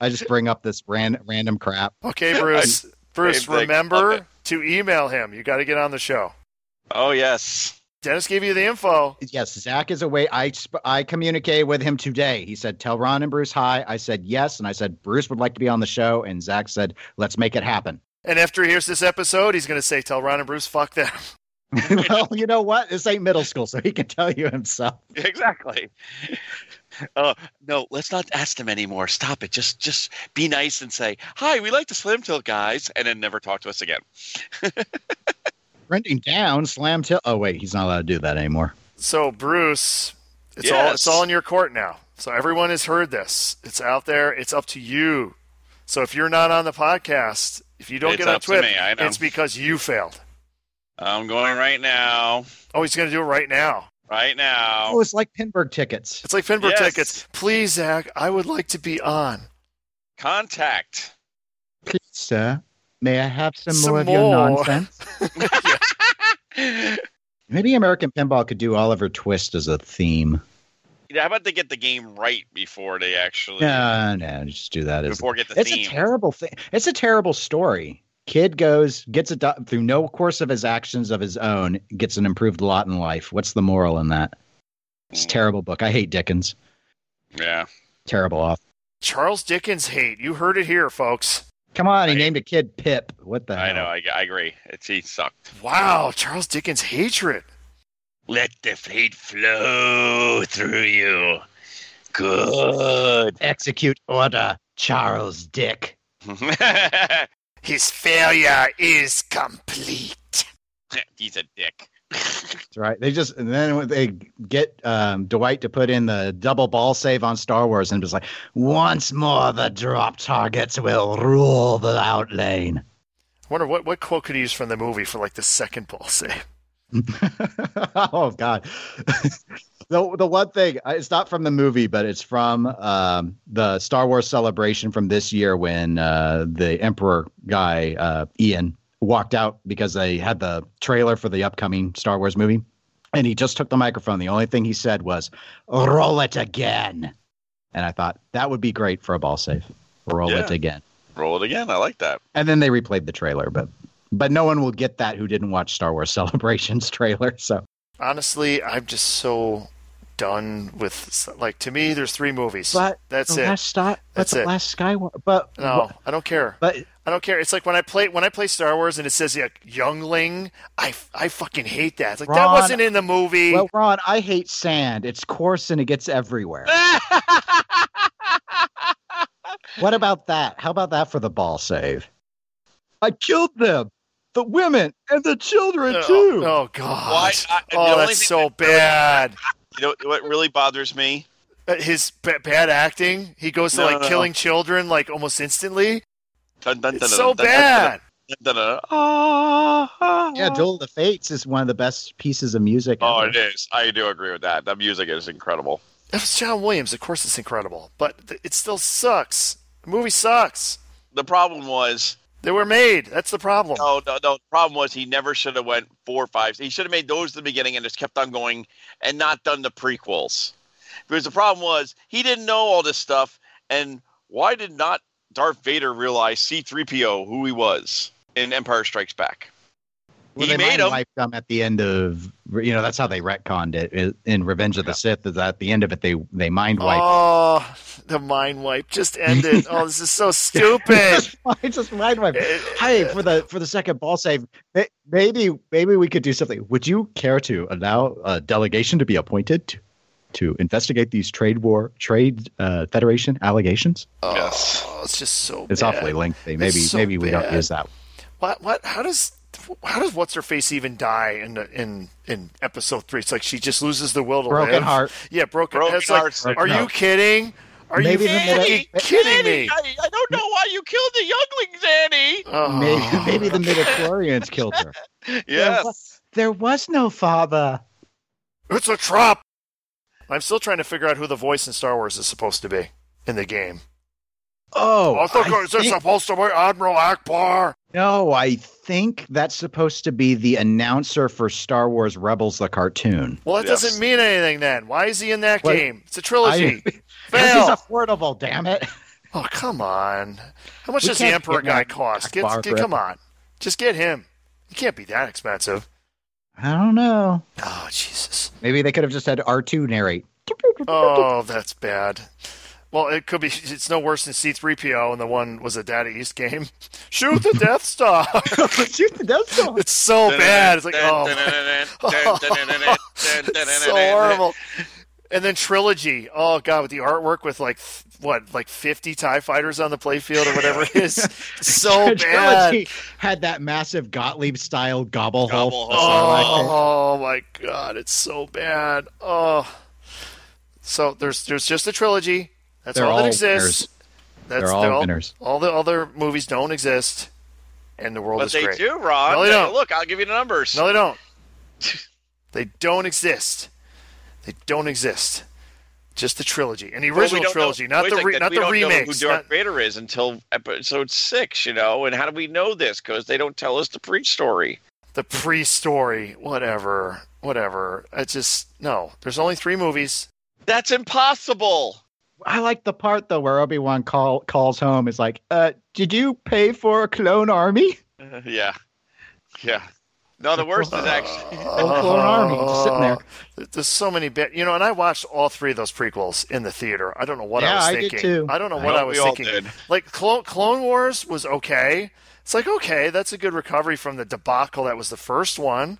Speaker 6: I just bring up this ran- random crap.
Speaker 4: Okay, Bruce. Bruce,
Speaker 5: Same thing. Love
Speaker 4: remember
Speaker 5: it.
Speaker 4: to email him. You got to get on the show.
Speaker 5: Oh yes.
Speaker 4: Dennis gave you the info.
Speaker 6: Yes, Zach is away. I sp- I communicated with him today. He said, "Tell Ron and Bruce hi." I said yes, and I said Bruce would like to be on the show, and Zach said, "Let's make it happen."
Speaker 4: And after he hears this episode, he's going to say, "Tell Ron and Bruce, fuck them."
Speaker 6: well, you know what? This ain't middle school, so he can tell you himself.
Speaker 5: Exactly. Uh, no, let's not ask them anymore. Stop it. Just just be nice and say, "Hi, we like the Slim Till guys," and then never talk to us again.
Speaker 6: Printing down, slam till. Oh wait, he's not allowed to do that anymore.
Speaker 4: So, Bruce, it's all
Speaker 5: Yes.
Speaker 4: it's all in your court now. So everyone has heard this. It's out there. It's up to you. So if you're not on the podcast, if you don't
Speaker 5: It's
Speaker 4: get on
Speaker 5: up to
Speaker 4: Twitter,
Speaker 5: me, I know.
Speaker 4: it's because you failed.
Speaker 5: I'm going right now.
Speaker 4: Oh, he's going to do it right now.
Speaker 5: Right
Speaker 6: Oh,
Speaker 5: now.
Speaker 6: it's like Pinburg tickets.
Speaker 4: It's like Finberg
Speaker 5: Yes.
Speaker 4: tickets. Please, Zach, I would like to be on.
Speaker 5: Contact.
Speaker 6: Please, sir, may I have some,
Speaker 4: Some
Speaker 6: more of your
Speaker 4: more.
Speaker 6: nonsense?
Speaker 5: Yeah,
Speaker 6: Maybe American Pinball could do Oliver Twist as a theme.
Speaker 5: How about they get the game right before they actually
Speaker 6: No, no, just do that as
Speaker 5: before get the
Speaker 6: it's
Speaker 5: theme?
Speaker 6: a terrible thing. It's a terrible story. Kid goes, gets a do- through no course of his actions of his own, gets an improved lot in life. What's the moral in that?
Speaker 5: Mm.
Speaker 6: It's a terrible book. I hate Dickens.
Speaker 5: yeah.
Speaker 6: Terrible off.
Speaker 4: Charles Dickens hate. You heard it here, folks.
Speaker 6: Come on, he
Speaker 5: I-
Speaker 6: named a kid Pip. What the
Speaker 5: I
Speaker 6: hell?
Speaker 5: know. I, I agree. It's he sucked.
Speaker 4: Wow, Charles Dickens hatred.
Speaker 5: Let the fate flow through you. Good.
Speaker 6: Execute order, Charles Dick.
Speaker 4: His failure is complete.
Speaker 5: He's a dick.
Speaker 6: That's right. They just and then when they get um, Dwight to put in the double ball save on Star Wars and just like once more the drop targets will rule the out lane.
Speaker 4: wonder what, what quote could he use from the movie for like the second ball save.
Speaker 6: oh God. the the one thing I- it's not from the movie, but it's from um, the Star Wars celebration from this year when uh, the Emperor guy uh, Ian walked out because they had the trailer for the upcoming Star Wars movie. And he just took the microphone. The only thing he said was, roll it again. And I thought that would be great for a ball save. Roll it
Speaker 5: Yeah.
Speaker 6: again.
Speaker 5: Roll it again. I like that.
Speaker 6: And then they replayed the trailer, but but no one will get that who didn't watch Star Wars Celebrations trailer. So
Speaker 4: Honestly, I'm just so done with like to me there's three movies.
Speaker 6: But
Speaker 4: That's
Speaker 6: the
Speaker 4: it.
Speaker 6: last Star, but
Speaker 4: That's
Speaker 6: the
Speaker 4: it.
Speaker 6: last Skywalker, but
Speaker 4: no, I don't care.
Speaker 6: but
Speaker 4: I don't care. It's like when I play when I play Star Wars and it says yeah, youngling, I, f- I fucking hate that. It's like that
Speaker 6: Ron-
Speaker 4: wasn't in the movie.
Speaker 6: well, Ron, I hate sand. It's coarse and it gets everywhere. what about that? How about that for the ball save? I killed them, the women and the children too.
Speaker 4: oh, oh, god.
Speaker 5: Why- I- the
Speaker 4: oh,
Speaker 5: only
Speaker 4: that's
Speaker 5: thing
Speaker 4: so bad.
Speaker 5: You know what really bothers me?
Speaker 4: Uh, His ba- bad acting. He goes to
Speaker 5: No,
Speaker 4: like
Speaker 5: no, no.
Speaker 4: killing children like almost instantly.
Speaker 5: Dun, dun, dun,
Speaker 4: It's
Speaker 5: dun,
Speaker 4: so
Speaker 5: dun, dun, dun,
Speaker 4: bad.
Speaker 5: dun, dun, dun, dun. Ah, ah,
Speaker 6: Yeah, Duel of the Fates is one of the best pieces of music.
Speaker 5: Oh,
Speaker 6: ever.
Speaker 5: it is. I do agree with that. That music is incredible.
Speaker 4: That was John Williams. Of course, it's incredible, but th- it still sucks. The movie sucks.
Speaker 5: The problem was
Speaker 4: They were made. That's the problem.
Speaker 5: no, no, no. The problem was he never should have went four or five. He should have made those at the beginning and just kept on going and not done the prequels. Because the problem was he didn't know all this stuff. And why did not Darth Vader realize C-3PO who he was in Empire Strikes Back?
Speaker 6: Well,
Speaker 5: he
Speaker 6: they
Speaker 5: made
Speaker 6: mind
Speaker 5: them.
Speaker 6: wiped them at the end of you know that's how they retconned it in- in Revenge of the Sith. Is at the end of it they they mind wiped.
Speaker 4: Oh, the mind wipe just ended. oh, this is so stupid.
Speaker 6: I just mind wiped.
Speaker 4: It-
Speaker 6: hey, for the for the second ball save, may- maybe maybe we could do something. Would you care to allow a delegation to be appointed to, to investigate these trade war trade uh, federation allegations?
Speaker 4: Oh,
Speaker 5: Yes.
Speaker 4: it's just so.
Speaker 6: It's
Speaker 4: bad.
Speaker 6: awfully lengthy. Maybe
Speaker 4: so
Speaker 6: maybe we
Speaker 4: bad.
Speaker 6: don't use that.
Speaker 4: What? What? How does? How does what's her face even die in the, in in episode three? It's like she just loses the will to
Speaker 6: Broken
Speaker 4: live.
Speaker 6: heart.
Speaker 4: Yeah, broken.
Speaker 5: Broken
Speaker 4: it's like,
Speaker 5: heart syndrome.
Speaker 4: are you kidding? Are
Speaker 6: Maybe
Speaker 4: you
Speaker 6: the middle-
Speaker 4: fucking kidding me?
Speaker 5: I, I don't know why you killed the younglings, Annie.
Speaker 4: Oh.
Speaker 6: Maybe maybe the midichlorians killed her. There,
Speaker 5: Yes.
Speaker 6: was, there was no father.
Speaker 4: It's a trap. I'm still trying to figure out who the voice in Star Wars is supposed to be in the game.
Speaker 6: Oh,
Speaker 4: I think
Speaker 6: I
Speaker 4: it's just
Speaker 6: think-
Speaker 4: supposed to be Admiral Akbar.
Speaker 6: no, I think that's supposed to be the announcer for Star Wars Rebels, the cartoon.
Speaker 4: Well, that
Speaker 5: Yes.
Speaker 4: doesn't mean anything then. Why is he in that
Speaker 6: What?
Speaker 4: game? It's a trilogy.
Speaker 6: This is
Speaker 4: Fail.
Speaker 6: affordable, damn it.
Speaker 4: Oh, come on. How much
Speaker 6: We
Speaker 4: does the
Speaker 6: can't
Speaker 4: Emperor
Speaker 6: get
Speaker 4: guy
Speaker 6: Ak-
Speaker 4: cost? Get,
Speaker 6: Akbar
Speaker 4: get,
Speaker 6: forever.
Speaker 4: come on. Just get him. He can't be that expensive.
Speaker 6: I don't know.
Speaker 4: Oh, Jesus.
Speaker 6: Maybe they could have just had R2 narrate.
Speaker 4: Oh, that's bad. Well, it could be. It's no worse than C3PO, and the one was a Data East game. Shoot the Death Star.
Speaker 6: Shoot the Death Star.
Speaker 4: it's so bad. It's like, oh, my- it's so horrible. And then Trilogy. Oh, God, with the artwork with like, th- what, like 50 TIE fighters on the playfield or whatever it is.
Speaker 5: Oh,
Speaker 4: so bad.
Speaker 6: Trilogy had that massive Gottlieb style gobble,
Speaker 5: Gobble
Speaker 6: hole.
Speaker 5: hole.
Speaker 4: Oh, my God. It's so bad. Oh. So there's there's just a trilogy. That's
Speaker 6: They're
Speaker 4: all that
Speaker 6: all
Speaker 4: exists.
Speaker 6: winners.
Speaker 4: That's,
Speaker 6: They're all winners.
Speaker 4: All the other movies don't exist, and the world
Speaker 5: But
Speaker 4: is
Speaker 5: they
Speaker 4: great.
Speaker 5: do, Rob.
Speaker 4: No, they don't.
Speaker 5: Look, I'll give you the numbers.
Speaker 4: No, they don't. they don't exist. They don't exist. Just the trilogy and the
Speaker 5: Well, we
Speaker 4: original
Speaker 5: don't know-
Speaker 4: trilogy, not
Speaker 5: wait a
Speaker 4: the re-
Speaker 5: second,
Speaker 4: not
Speaker 5: we
Speaker 4: the
Speaker 5: don't know
Speaker 4: remakes.
Speaker 5: Who Darth
Speaker 4: not-
Speaker 5: Vader is until episode six, you know? And how do we know this? Because they don't tell us the pre-story.
Speaker 4: the pre-story, whatever, whatever. It's just no. There's only three movies.
Speaker 5: That's impossible.
Speaker 6: I like the part though where Obi Wan call, calls home. Is like, uh, did you pay for a clone army?
Speaker 5: yeah, yeah. No, the worst is actually.
Speaker 6: Clone Army, just sitting there.
Speaker 4: there. There's so many bit, you know. And I watched all three of those prequels in the theater. I don't know what I
Speaker 6: Yeah,
Speaker 4: was
Speaker 6: I did
Speaker 4: thinking.
Speaker 6: too.
Speaker 4: I don't know
Speaker 6: I
Speaker 4: what
Speaker 5: know
Speaker 4: I was
Speaker 5: we all
Speaker 4: thinking.
Speaker 5: did.
Speaker 4: Like Clone Clone Wars was okay. It's like okay, that's a good recovery from the debacle that was the first one.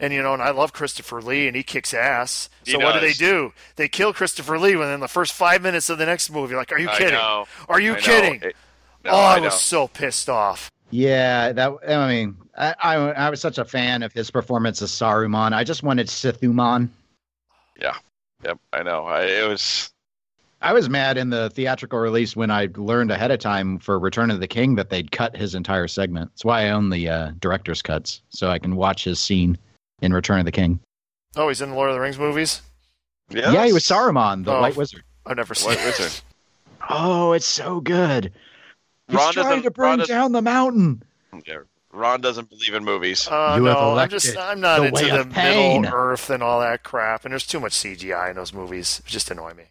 Speaker 4: And you know, and I love Christopher Lee, and he kicks ass.
Speaker 5: He
Speaker 4: so what do they
Speaker 5: does.
Speaker 4: do? They kill Christopher Lee within the first five minutes of the next movie. Like, are you
Speaker 5: I
Speaker 4: kidding?
Speaker 5: know.
Speaker 4: Are you
Speaker 5: I know.
Speaker 4: kidding?
Speaker 5: It- no,
Speaker 4: oh,
Speaker 5: I
Speaker 4: I,
Speaker 5: know.
Speaker 4: was so pissed off.
Speaker 6: Yeah, that. I mean, I, I, I was such a fan of his performance as Saruman. I just wanted Sithuman.
Speaker 5: Yep, I know. I, it was.
Speaker 6: I was mad in the theatrical release when I learned ahead of time for Return of the King that they'd cut his entire segment. That's why I own the uh, director's cuts, so I can watch his scene in Return of the King.
Speaker 4: Oh, he's in the Lord of the Rings movies.
Speaker 6: Yeah, he was Saruman, the
Speaker 4: Oh.
Speaker 6: White Wizard.
Speaker 4: I've never seen.
Speaker 5: White
Speaker 4: it.
Speaker 5: Wizard.
Speaker 6: Oh, it's so good. He's
Speaker 5: Ron
Speaker 6: trying
Speaker 5: doesn't-
Speaker 6: to burn
Speaker 5: Ron doesn't-
Speaker 6: down the mountain.
Speaker 5: Yeah. Ron doesn't believe in movies.
Speaker 4: Uh,
Speaker 6: You have
Speaker 4: no, I'm
Speaker 6: elected
Speaker 4: just I'm not
Speaker 6: the
Speaker 4: into
Speaker 6: way
Speaker 4: the
Speaker 6: of pain.
Speaker 4: Middle Earth and all that crap. And there's too much CGI in those movies. It just annoy me.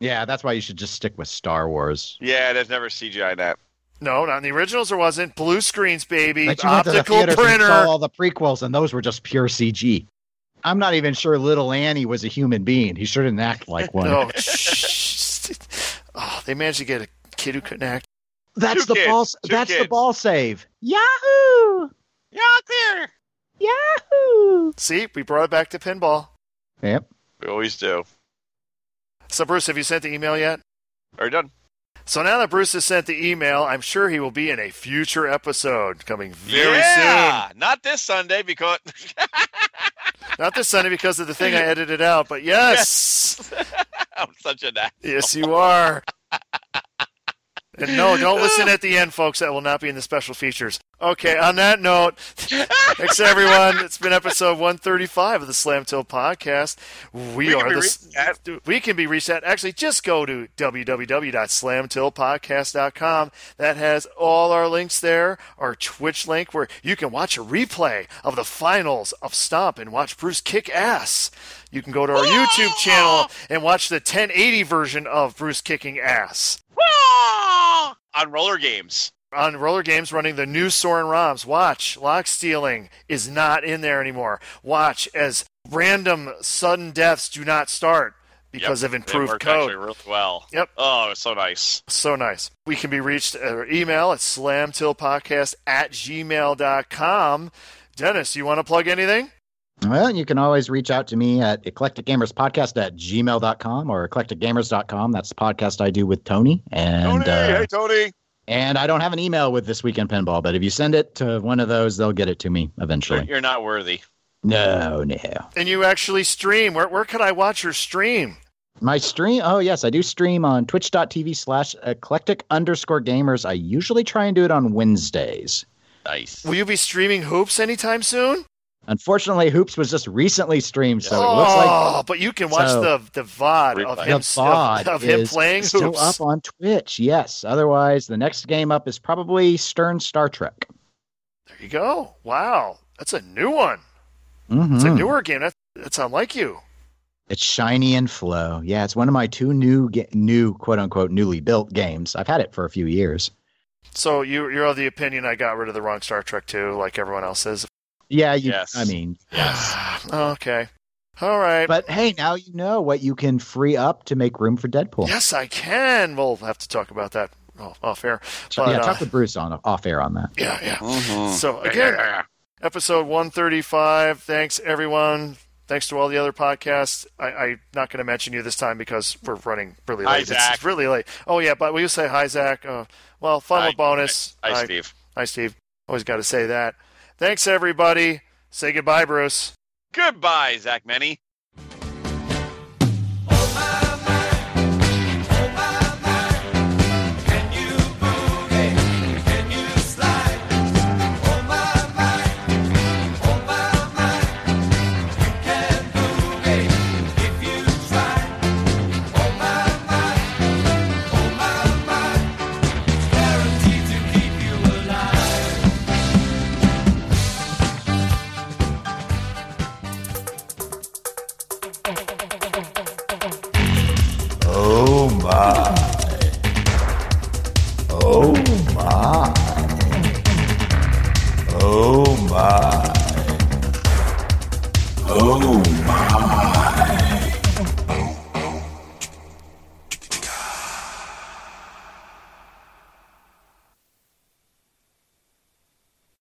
Speaker 6: Yeah, that's why you should just stick with Star Wars.
Speaker 5: Yeah, there's never CGI in that.
Speaker 4: No, not in the originals. There wasn't blue screens, baby.
Speaker 6: But you went to the
Speaker 4: Optical
Speaker 6: theaters and
Speaker 4: printer.
Speaker 6: saw all the prequels, and those were just pure CG. I'm not even sure little Annie was a human being. He sure didn't act like one.
Speaker 4: No, shh. oh, they managed to get a kid who couldn't act.
Speaker 6: That's
Speaker 5: Two
Speaker 6: the
Speaker 5: kids,
Speaker 6: ball.
Speaker 5: two
Speaker 6: That's the
Speaker 5: kids.
Speaker 6: ball save. Yahoo!
Speaker 5: Yeah, clear.
Speaker 6: Yahoo!
Speaker 4: See, we brought it back to pinball.
Speaker 6: Yep.
Speaker 5: We always do.
Speaker 4: So, Bruce, have you sent the email yet?
Speaker 5: Are you done?
Speaker 4: So now that Bruce has sent the email, I'm sure he will be in a future episode coming very soon.
Speaker 5: yeah, not this Sunday because
Speaker 4: Not this Sunday because of the thing I edited out, but yes.
Speaker 5: I'm such an ass.
Speaker 4: Yes, you are. and no, don't listen at the end, folks. That will not be in the special features. Okay, on that note, thanks everyone. It's been episode 135 of the Slam Till podcast. We,
Speaker 5: We can
Speaker 4: are
Speaker 5: be
Speaker 4: the.
Speaker 5: reached at-
Speaker 4: We can be reached at. Actually, just go to www.slamtillpodcast.com. That has all our links there. Our Twitch link where you can watch a replay of the finals of Stomp and watch Bruce kick ass. You can go to our YouTube channel and watch the 1080 version of Bruce kicking ass
Speaker 5: Ah! on roller games.
Speaker 4: on Roller Games running the new Soren ROMs. Watch, lock stealing is not in there anymore. Watch as random sudden deaths do not start because
Speaker 5: Yep,
Speaker 4: of
Speaker 5: it
Speaker 4: improved
Speaker 5: worked
Speaker 4: code.
Speaker 5: actually really well.
Speaker 4: Yep.
Speaker 5: Oh, it was so nice.
Speaker 4: So nice. We can be reached at our email at slamtillpodcast at gmail.com. Dennis, you want to plug anything?
Speaker 6: Well, you can always reach out to me at eclecticgamerspodcast at gmail.com or eclecticgamers.com. That's the podcast I do with Tony. And uh,
Speaker 5: Tony.
Speaker 6: and I don't have an email with This Weekend Pinball, but if you send it to one of those, they'll get it to me
Speaker 5: You're,
Speaker 6: eventually.
Speaker 5: you're not worthy.
Speaker 6: No, no.
Speaker 4: And you actually stream. Where, where could I watch your stream?
Speaker 6: My stream, oh, yes, I do stream on twitch.tv slash eclectic underscore gamers. I usually try and do it on Wednesdays.
Speaker 5: Nice.
Speaker 4: Will you be streaming hoops anytime soon?
Speaker 6: Unfortunately, Hoops was just recently streamed, so it looks like
Speaker 4: oh, but you can watch
Speaker 6: So-
Speaker 4: the the VOD of
Speaker 5: Replay.
Speaker 4: him,
Speaker 6: the VOD
Speaker 4: of, of him
Speaker 6: is
Speaker 4: playing
Speaker 6: still
Speaker 4: hoops.
Speaker 6: up on Twitch. Yes. Otherwise, the next game up is probably Stern Star Trek.
Speaker 4: There you go. Wow, that's a new one. It's
Speaker 6: Mhm.
Speaker 4: a newer game. That's that's unlike you.
Speaker 6: It's shiny and flow. Yeah, it's one of my two new ga- new quote unquote newly built games. I've had it for a few years.
Speaker 4: So you you're of the opinion I got rid of the wrong Star Trek too, like everyone else is.
Speaker 6: Yeah, you,
Speaker 5: Yes.
Speaker 6: I mean,
Speaker 4: okay. All right.
Speaker 6: but hey, now you know what you can free up to make room for Deadpool.
Speaker 4: yes, I can. We'll have to talk about that off off air.
Speaker 6: So,
Speaker 4: But,
Speaker 6: yeah,
Speaker 4: uh,
Speaker 6: talk with Bruce on off air on that.
Speaker 4: yeah, yeah.
Speaker 6: Mm-hmm.
Speaker 5: Mhm.
Speaker 4: So again, episode 135. Thanks everyone. Thanks to all the other podcasts. I, I'm not going to mention you this time because we're running really
Speaker 5: Hi,
Speaker 4: late. It's-
Speaker 5: Zach.
Speaker 4: It's really late. Oh yeah, but will you say hi, Zach? Uh, well, fun
Speaker 5: Hi,
Speaker 4: with bonus.
Speaker 5: Hi,
Speaker 4: Hi.
Speaker 5: Steve.
Speaker 4: Hi, Steve. Always got to say that. Thanks everybody. Say goodbye, Bruce.
Speaker 5: Goodbye, Zach Many.
Speaker 10: Oh my. Oh my.